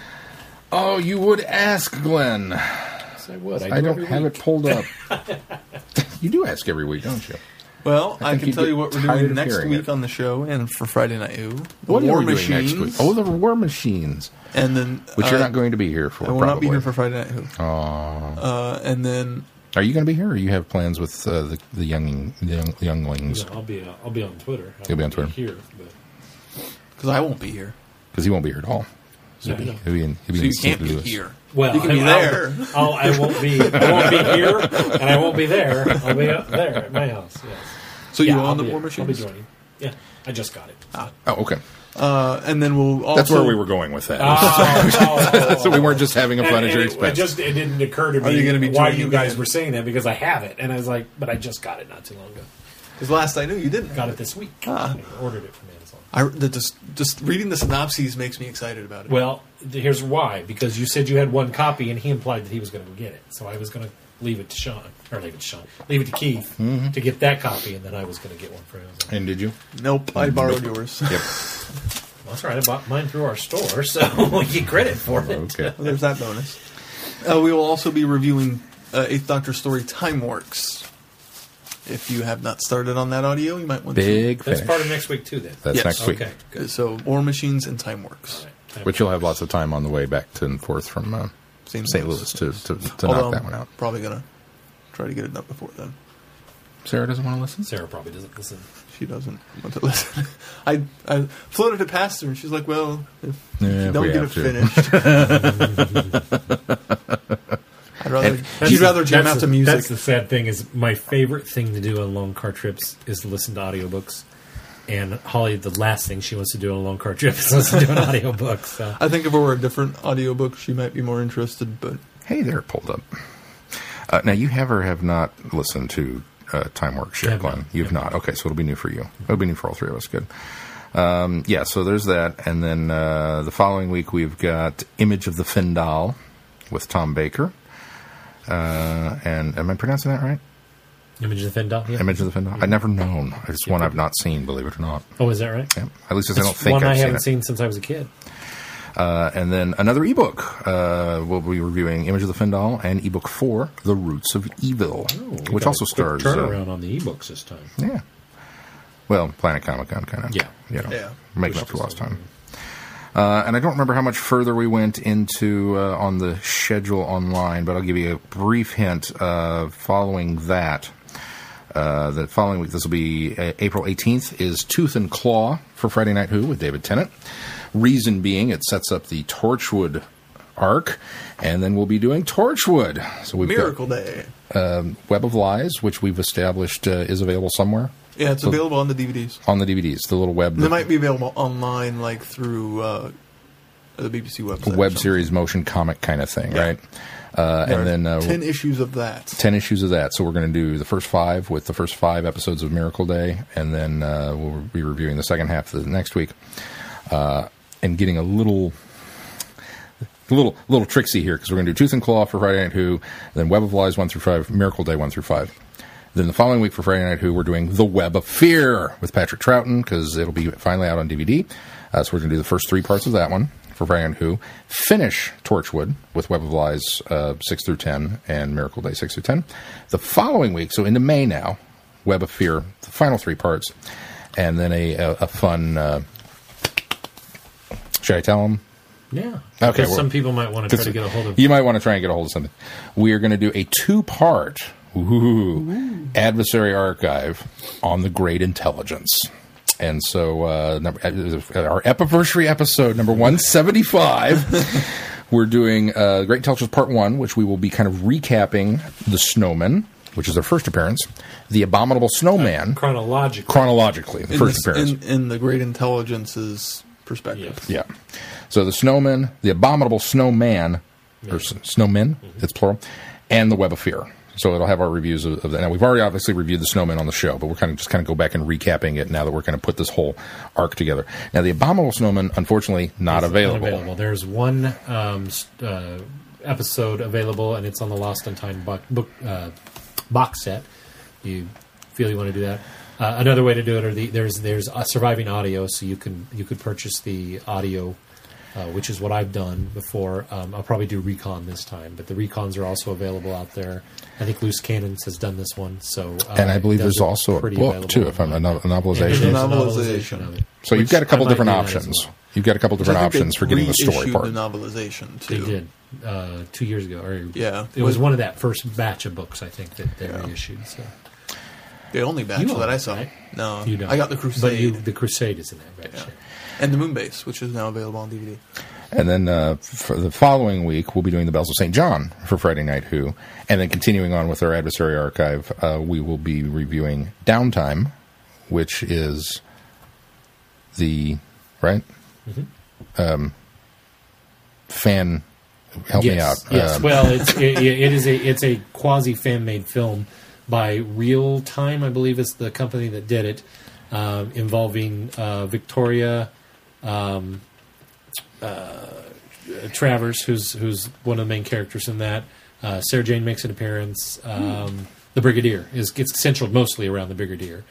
Speaker 3: Oh, you would ask, Glenn.
Speaker 4: Yes, I would.
Speaker 3: I don't have it pulled up. You do ask every week, don't you?
Speaker 2: Well,
Speaker 3: I
Speaker 2: I,
Speaker 3: think
Speaker 2: can
Speaker 3: you'd
Speaker 2: tell
Speaker 3: get
Speaker 2: you what we're
Speaker 3: tired
Speaker 2: doing
Speaker 3: of
Speaker 2: next
Speaker 3: hearing
Speaker 2: week
Speaker 3: it.
Speaker 2: on the show and for Friday Night Ooh. The
Speaker 3: What are
Speaker 2: War
Speaker 3: we doing next
Speaker 2: Machines.
Speaker 3: week? Oh, the War Machines,
Speaker 2: And then.
Speaker 3: which you're
Speaker 2: uh,
Speaker 3: not going to be here for.
Speaker 2: I will
Speaker 3: probably.
Speaker 2: not be here for Friday Night Who. Uh, and then
Speaker 3: Are you going to be here, or you have plans with uh, the the younging the young, younglings?
Speaker 4: I'll be uh, I'll be on Twitter. I
Speaker 3: You'll be on
Speaker 4: won't
Speaker 3: Twitter.
Speaker 4: here, but
Speaker 2: because I won't be here,
Speaker 3: Because he won't be here at all. So
Speaker 4: Yeah,
Speaker 3: he'll
Speaker 4: I know.
Speaker 3: be, he'll be in, he'll be
Speaker 2: so
Speaker 3: in
Speaker 2: you
Speaker 3: St.
Speaker 2: can't be
Speaker 3: Louis.
Speaker 2: here.
Speaker 4: well,
Speaker 2: you can be
Speaker 4: I,
Speaker 2: there.
Speaker 4: I'll, I'll, I won't be. I won't be here, and I won't be there. I'll be up there at my house. Yes.
Speaker 2: So you
Speaker 4: I'll
Speaker 2: on the
Speaker 4: be- I'll
Speaker 2: War
Speaker 4: be
Speaker 2: Machines?
Speaker 4: joining. Yeah, I just got it.
Speaker 3: Oh, okay.
Speaker 2: Uh, and then we'll also. Uh,
Speaker 3: That's where we were going with that.
Speaker 4: Oh, oh,
Speaker 3: so we weren't just having a
Speaker 4: And-
Speaker 3: fun at
Speaker 4: and
Speaker 3: your
Speaker 4: it- It
Speaker 3: expense.
Speaker 4: just it didn't occur to me
Speaker 2: Are you gonna be
Speaker 4: why
Speaker 2: joining
Speaker 4: you guys
Speaker 2: in?
Speaker 4: were saying that because I have it, and I was like, but I just got it not too long ago.
Speaker 2: Because last I knew, you didn't.
Speaker 4: Got it this week.
Speaker 2: Ah.
Speaker 4: I ordered it from Amazon.
Speaker 2: I, the, just, just reading the synopses makes me excited about it.
Speaker 4: Well, th- here's why: because you said you had one copy, and he implied that he was going to go get it. So I was going to leave it to Sean, or leave it to Sean, leave it to Keith
Speaker 3: Mm-hmm.
Speaker 4: to get that copy, and then I was going to get one for Amazon.
Speaker 3: and did you?
Speaker 2: nope, I borrowed yours.
Speaker 3: Yep.
Speaker 4: Well, that's right. I bought mine through our store, so you get credit for it.
Speaker 3: Okay.
Speaker 2: Well, there's that bonus. Uh, we will also be reviewing uh, Eighth Doctor story Time Works. If you have not started on that audio, you might want
Speaker 3: Big
Speaker 4: That's
Speaker 3: finish.
Speaker 4: part of next week too. Then
Speaker 3: That's
Speaker 2: Yes.
Speaker 3: next week.
Speaker 4: okay,
Speaker 2: to. So War Machines and Time Works.
Speaker 4: Time
Speaker 3: Which you'll have lots of time on the way back to and forth from uh,
Speaker 2: St.
Speaker 3: St.
Speaker 2: Louis.
Speaker 3: Louis to, to, to
Speaker 2: Although
Speaker 3: knock that one out.
Speaker 2: I'm probably gonna try to get it up before then.
Speaker 3: Sarah doesn't want to listen?
Speaker 4: Sarah probably doesn't listen.
Speaker 2: She doesn't want to listen. I I floated it past her, and she's like, "Well, if
Speaker 3: Yeah,
Speaker 2: you
Speaker 3: if
Speaker 2: don't
Speaker 3: we
Speaker 2: get it
Speaker 3: have to.
Speaker 2: finished." I'd rather,
Speaker 3: And-
Speaker 2: she'd rather jam
Speaker 4: That's the-
Speaker 2: out to music.
Speaker 4: That's the sad thing is my favorite thing to do on long car trips is listen to audiobooks. And Holly, the last thing she wants to do on a long car trip is listen to an audiobook. So
Speaker 2: I think if it were a different audiobook, she might be more interested, but
Speaker 3: Hey there, pulled up. Uh, now, you have or have not listened to uh, Time Works
Speaker 4: I
Speaker 3: yet,
Speaker 4: have
Speaker 3: Glenn?
Speaker 4: not.
Speaker 3: You have not. Okay, so it'll be new for you. It'll be new for all three of us. Good. Um, yeah, so there's that. And then uh, the following week, we've got Image of the Findal with Tom Baker. Uh, and am I pronouncing that right?
Speaker 4: Image of the Fendal. Yeah.
Speaker 3: Image of the Findal? I've never known. It's one I've not seen, believe it or not.
Speaker 4: Oh, is that right?
Speaker 3: Yeah, at least I don't think
Speaker 4: One
Speaker 3: I've
Speaker 4: I
Speaker 3: seen
Speaker 4: haven't
Speaker 3: it.
Speaker 4: seen since I was a kid.
Speaker 3: Uh, and then another ebook. Uh, we'll be reviewing Image of the Findal and ebook four, The Roots of Evil,
Speaker 4: Oh, We
Speaker 3: which
Speaker 4: got
Speaker 3: also
Speaker 4: a quick
Speaker 3: stars. uh,
Speaker 4: turnaround on the ebooks this time.
Speaker 3: yeah. Well, Planet Comic Con kind of.
Speaker 4: Yeah.
Speaker 3: You know,
Speaker 2: Yeah.
Speaker 3: Make
Speaker 4: Which
Speaker 3: up for lost
Speaker 4: episode?
Speaker 3: time. Uh, and I don't remember how much further we went into uh, on the schedule online, but I'll give you a brief hint. Uh, following that, uh, the following week, this will be uh, April 18th, is Tooth and Claw for Friday Night Who with David Tennant. Reason being, it sets up the Torchwood arc, and then we'll be doing Torchwood. So we've
Speaker 2: Miracle Day.
Speaker 3: got Web of Lies, which we've established uh, is available somewhere
Speaker 2: Yeah, it's
Speaker 3: So-
Speaker 2: available on the DVDs.
Speaker 3: on the DVDs, the little web.
Speaker 2: And it might be available online, like through uh, the BBC website. or
Speaker 3: web
Speaker 2: something.
Speaker 3: series motion comic kind of thing,
Speaker 2: Yeah.
Speaker 3: right? Uh,
Speaker 2: There are
Speaker 3: and then uh,
Speaker 2: ten issues of that.
Speaker 3: 10 issues of that. So we're going to do the first five with the first five episodes of Miracle Day, and then uh, we'll be reviewing the second half of the next week. Uh, and getting a little. A little, little tricksy here because we're going to do Tooth and Claw for Friday Night Who, then Web of Lies 1 through 5, Miracle Day 1 through 5. Then the following week for Friday Night Who, we're doing The Web of Fear with Patrick Troughton because it'll be finally out on DVD. Uh, so we're going to do the first three parts of that one for Friday Night Who. Finish Torchwood with Web of Lies uh, 6 through 10 and Miracle Day 6 through 10. The following week, so into May now, Web of Fear, the final three parts, and then a, a, a fun. Uh, should I tell them?
Speaker 4: Yeah.
Speaker 3: Okay,
Speaker 4: Because
Speaker 3: well-
Speaker 4: some people might want to try to get a hold of.
Speaker 3: You might want to try and get a hold of something. We are going to do a two-part ooh, adversary archive on the great intelligence. And so, uh, number, uh, our epiversary episode number one seventy-five. we're doing uh, Great Intelligence Part One, which we will be kind of recapping the Snowman, which is their first appearance, the Abominable
Speaker 4: Uh,
Speaker 3: Snowman
Speaker 4: Chronological.
Speaker 3: chronologically, the
Speaker 2: In,
Speaker 3: first
Speaker 2: the,
Speaker 3: appearance.
Speaker 2: in, in the Great Intelligence's perspective.
Speaker 4: Yes.
Speaker 3: Yeah. So the snowman, the abominable snowman, or s- snowmen,
Speaker 2: Mm-hmm.
Speaker 3: it's plural, and the web of fear. So it'll have our reviews of, of that. Now we've already obviously reviewed the snowman on the show, but we're kind of just kind of go back and recapping it now that we're going to put this whole arc together. Now the abominable snowman, unfortunately, not available.
Speaker 4: Unavailable. There's one um, s- uh, episode available, and it's on the Lost in Time bo- book uh, box set. You feel you want to do that? Uh, another way to do it, or the, there's there's uh, surviving audio, so you can you could purchase the audio uh, which is what I've done before. Um, I'll probably do recon this time, but the recons are also available out there. I think Loose Cannons has done this one, so uh,
Speaker 3: and I believe
Speaker 4: those
Speaker 3: there's
Speaker 4: are
Speaker 3: also a
Speaker 4: pretty
Speaker 3: book
Speaker 4: available
Speaker 3: too, if I'm a
Speaker 4: online.
Speaker 3: no- a
Speaker 4: And
Speaker 3: novelization.
Speaker 4: there's a
Speaker 2: Novelization.
Speaker 4: novelization of it.
Speaker 3: So you've
Speaker 4: which
Speaker 3: got a couple
Speaker 4: I might
Speaker 3: different
Speaker 4: do that as
Speaker 3: options.
Speaker 4: well.
Speaker 3: You've got a couple
Speaker 2: Which I
Speaker 3: different
Speaker 2: think they
Speaker 3: options for getting the story
Speaker 2: reissued
Speaker 3: part.
Speaker 2: The novelization
Speaker 4: They
Speaker 2: too.
Speaker 4: did uh, two years ago, or
Speaker 2: Yeah.
Speaker 4: it was one of that first batch of books I think that they reissued. So
Speaker 2: The only batch
Speaker 4: You
Speaker 2: that
Speaker 4: own
Speaker 2: I
Speaker 4: it,
Speaker 2: saw.
Speaker 4: right?
Speaker 2: No,
Speaker 4: you don't.
Speaker 2: Uh, I got the
Speaker 4: but you,
Speaker 2: Crusade
Speaker 4: the Crusade is in that batch.
Speaker 2: Yeah. and the Moonbase, which is now available on DVD.
Speaker 3: And then uh, for the following week, we'll be doing the Bells of St. John for Friday Night Who. And then continuing on with our adversary archive, uh, we will be reviewing Downtime, which is the, right?
Speaker 4: Mm-hmm.
Speaker 3: Um, fan, help
Speaker 4: yes,
Speaker 3: me out.
Speaker 4: Yes.
Speaker 3: Um,
Speaker 4: well, it's it, it is a it's a quasi fan made film by Real Time, I believe is the company that did it, um, involving uh, Victoria um, uh, Travers, who's who's one of the main characters in that. Uh, Sarah Jane makes an appearance. Um, The Brigadier is gets centered mostly around the Brigadier,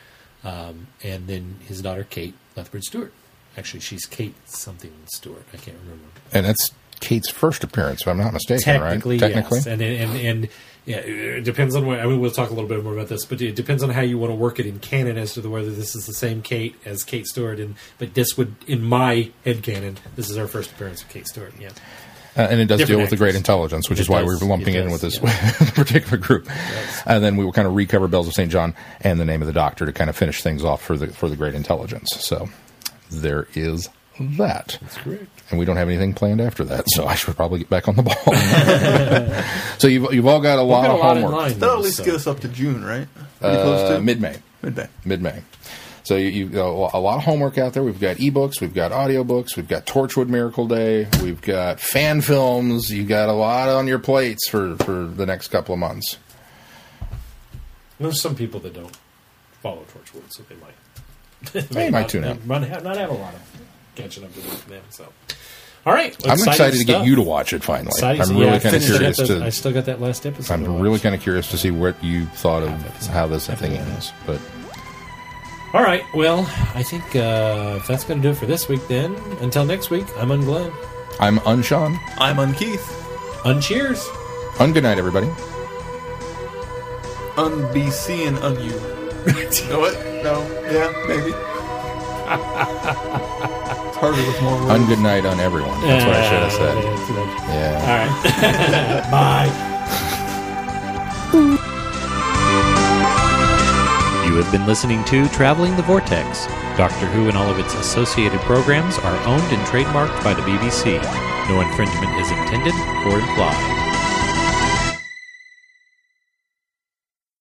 Speaker 4: um, and then his daughter Kate Lethbridge Stewart. Actually, she's Kate something Stewart. I can't remember
Speaker 3: and that's Kate's first appearance, if I'm not mistaken,
Speaker 4: technically,
Speaker 3: right?
Speaker 4: yes. And and and, and yeah, it depends on where. I mean, we'll talk a little bit more about this, but it depends on how you want to work it in canon as to the, whether this is the same Kate as Kate Stewart. And but this would, in my head canon, this is our first appearance of Kate Stewart. Yeah,
Speaker 3: Uh, and it does
Speaker 4: Different
Speaker 3: deal with the great
Speaker 4: actors.
Speaker 3: intelligence, which
Speaker 4: It
Speaker 3: is why
Speaker 4: does.
Speaker 3: we're lumping
Speaker 4: It
Speaker 3: it in with
Speaker 4: does,
Speaker 3: this particular group. And then we will kind of recover Bells of St. John and the name of the doctor to kind of finish things off for the for the great intelligence. So there is that. That's
Speaker 4: correct.
Speaker 3: And we don't have anything planned after that, so I should probably get back on the ball. so you've, you've all got a lot
Speaker 4: got a
Speaker 3: of
Speaker 4: lot in
Speaker 3: Oh, homework.
Speaker 4: line.
Speaker 2: That'll at least
Speaker 4: So-
Speaker 2: get us up to June, right? Pretty close
Speaker 3: Uh,
Speaker 2: to
Speaker 3: Mid May.
Speaker 2: mid-May.
Speaker 3: mid May. So you, you got a lot of homework out there. We've got ebooks, we've got audiobooks, we've got Torchwood Miracle Day, we've got fan films. You got a lot on your plates for for the next couple of months.
Speaker 4: There's some people that don't follow Torchwood, so they might.
Speaker 3: They might tune out.
Speaker 4: Not, not have a lot of catching up to do from them. So, all right,
Speaker 3: I'm excited to get
Speaker 4: stuff.
Speaker 3: you to watch it finally.
Speaker 4: Exciting.
Speaker 3: I'm
Speaker 4: So,
Speaker 3: really
Speaker 4: yeah, I
Speaker 3: kind of
Speaker 4: finished it
Speaker 3: curious
Speaker 4: at the- I
Speaker 3: to.
Speaker 4: still got that last episode. to
Speaker 3: I'm
Speaker 4: watch.
Speaker 3: really kind of curious to see what you thought of how this thing ends. But
Speaker 4: All right. Well, I think uh, if that's going to do it for this week, then until next week, I'm Unglenn.
Speaker 3: I'm Unshawn.
Speaker 2: I'm Unkeith.
Speaker 4: Uncheers.
Speaker 3: Ungood night, everybody.
Speaker 2: Un-BC and un-U. you know what? No. Yeah, maybe. it's harder with more words.
Speaker 3: Ungood night on everyone. That's what I should have said. Yeah.
Speaker 4: All right. Bye.
Speaker 10: You have been listening to Traveling the Vortex. Doctor Who and all of its associated programs are owned and trademarked by the BBC. No infringement is intended or implied.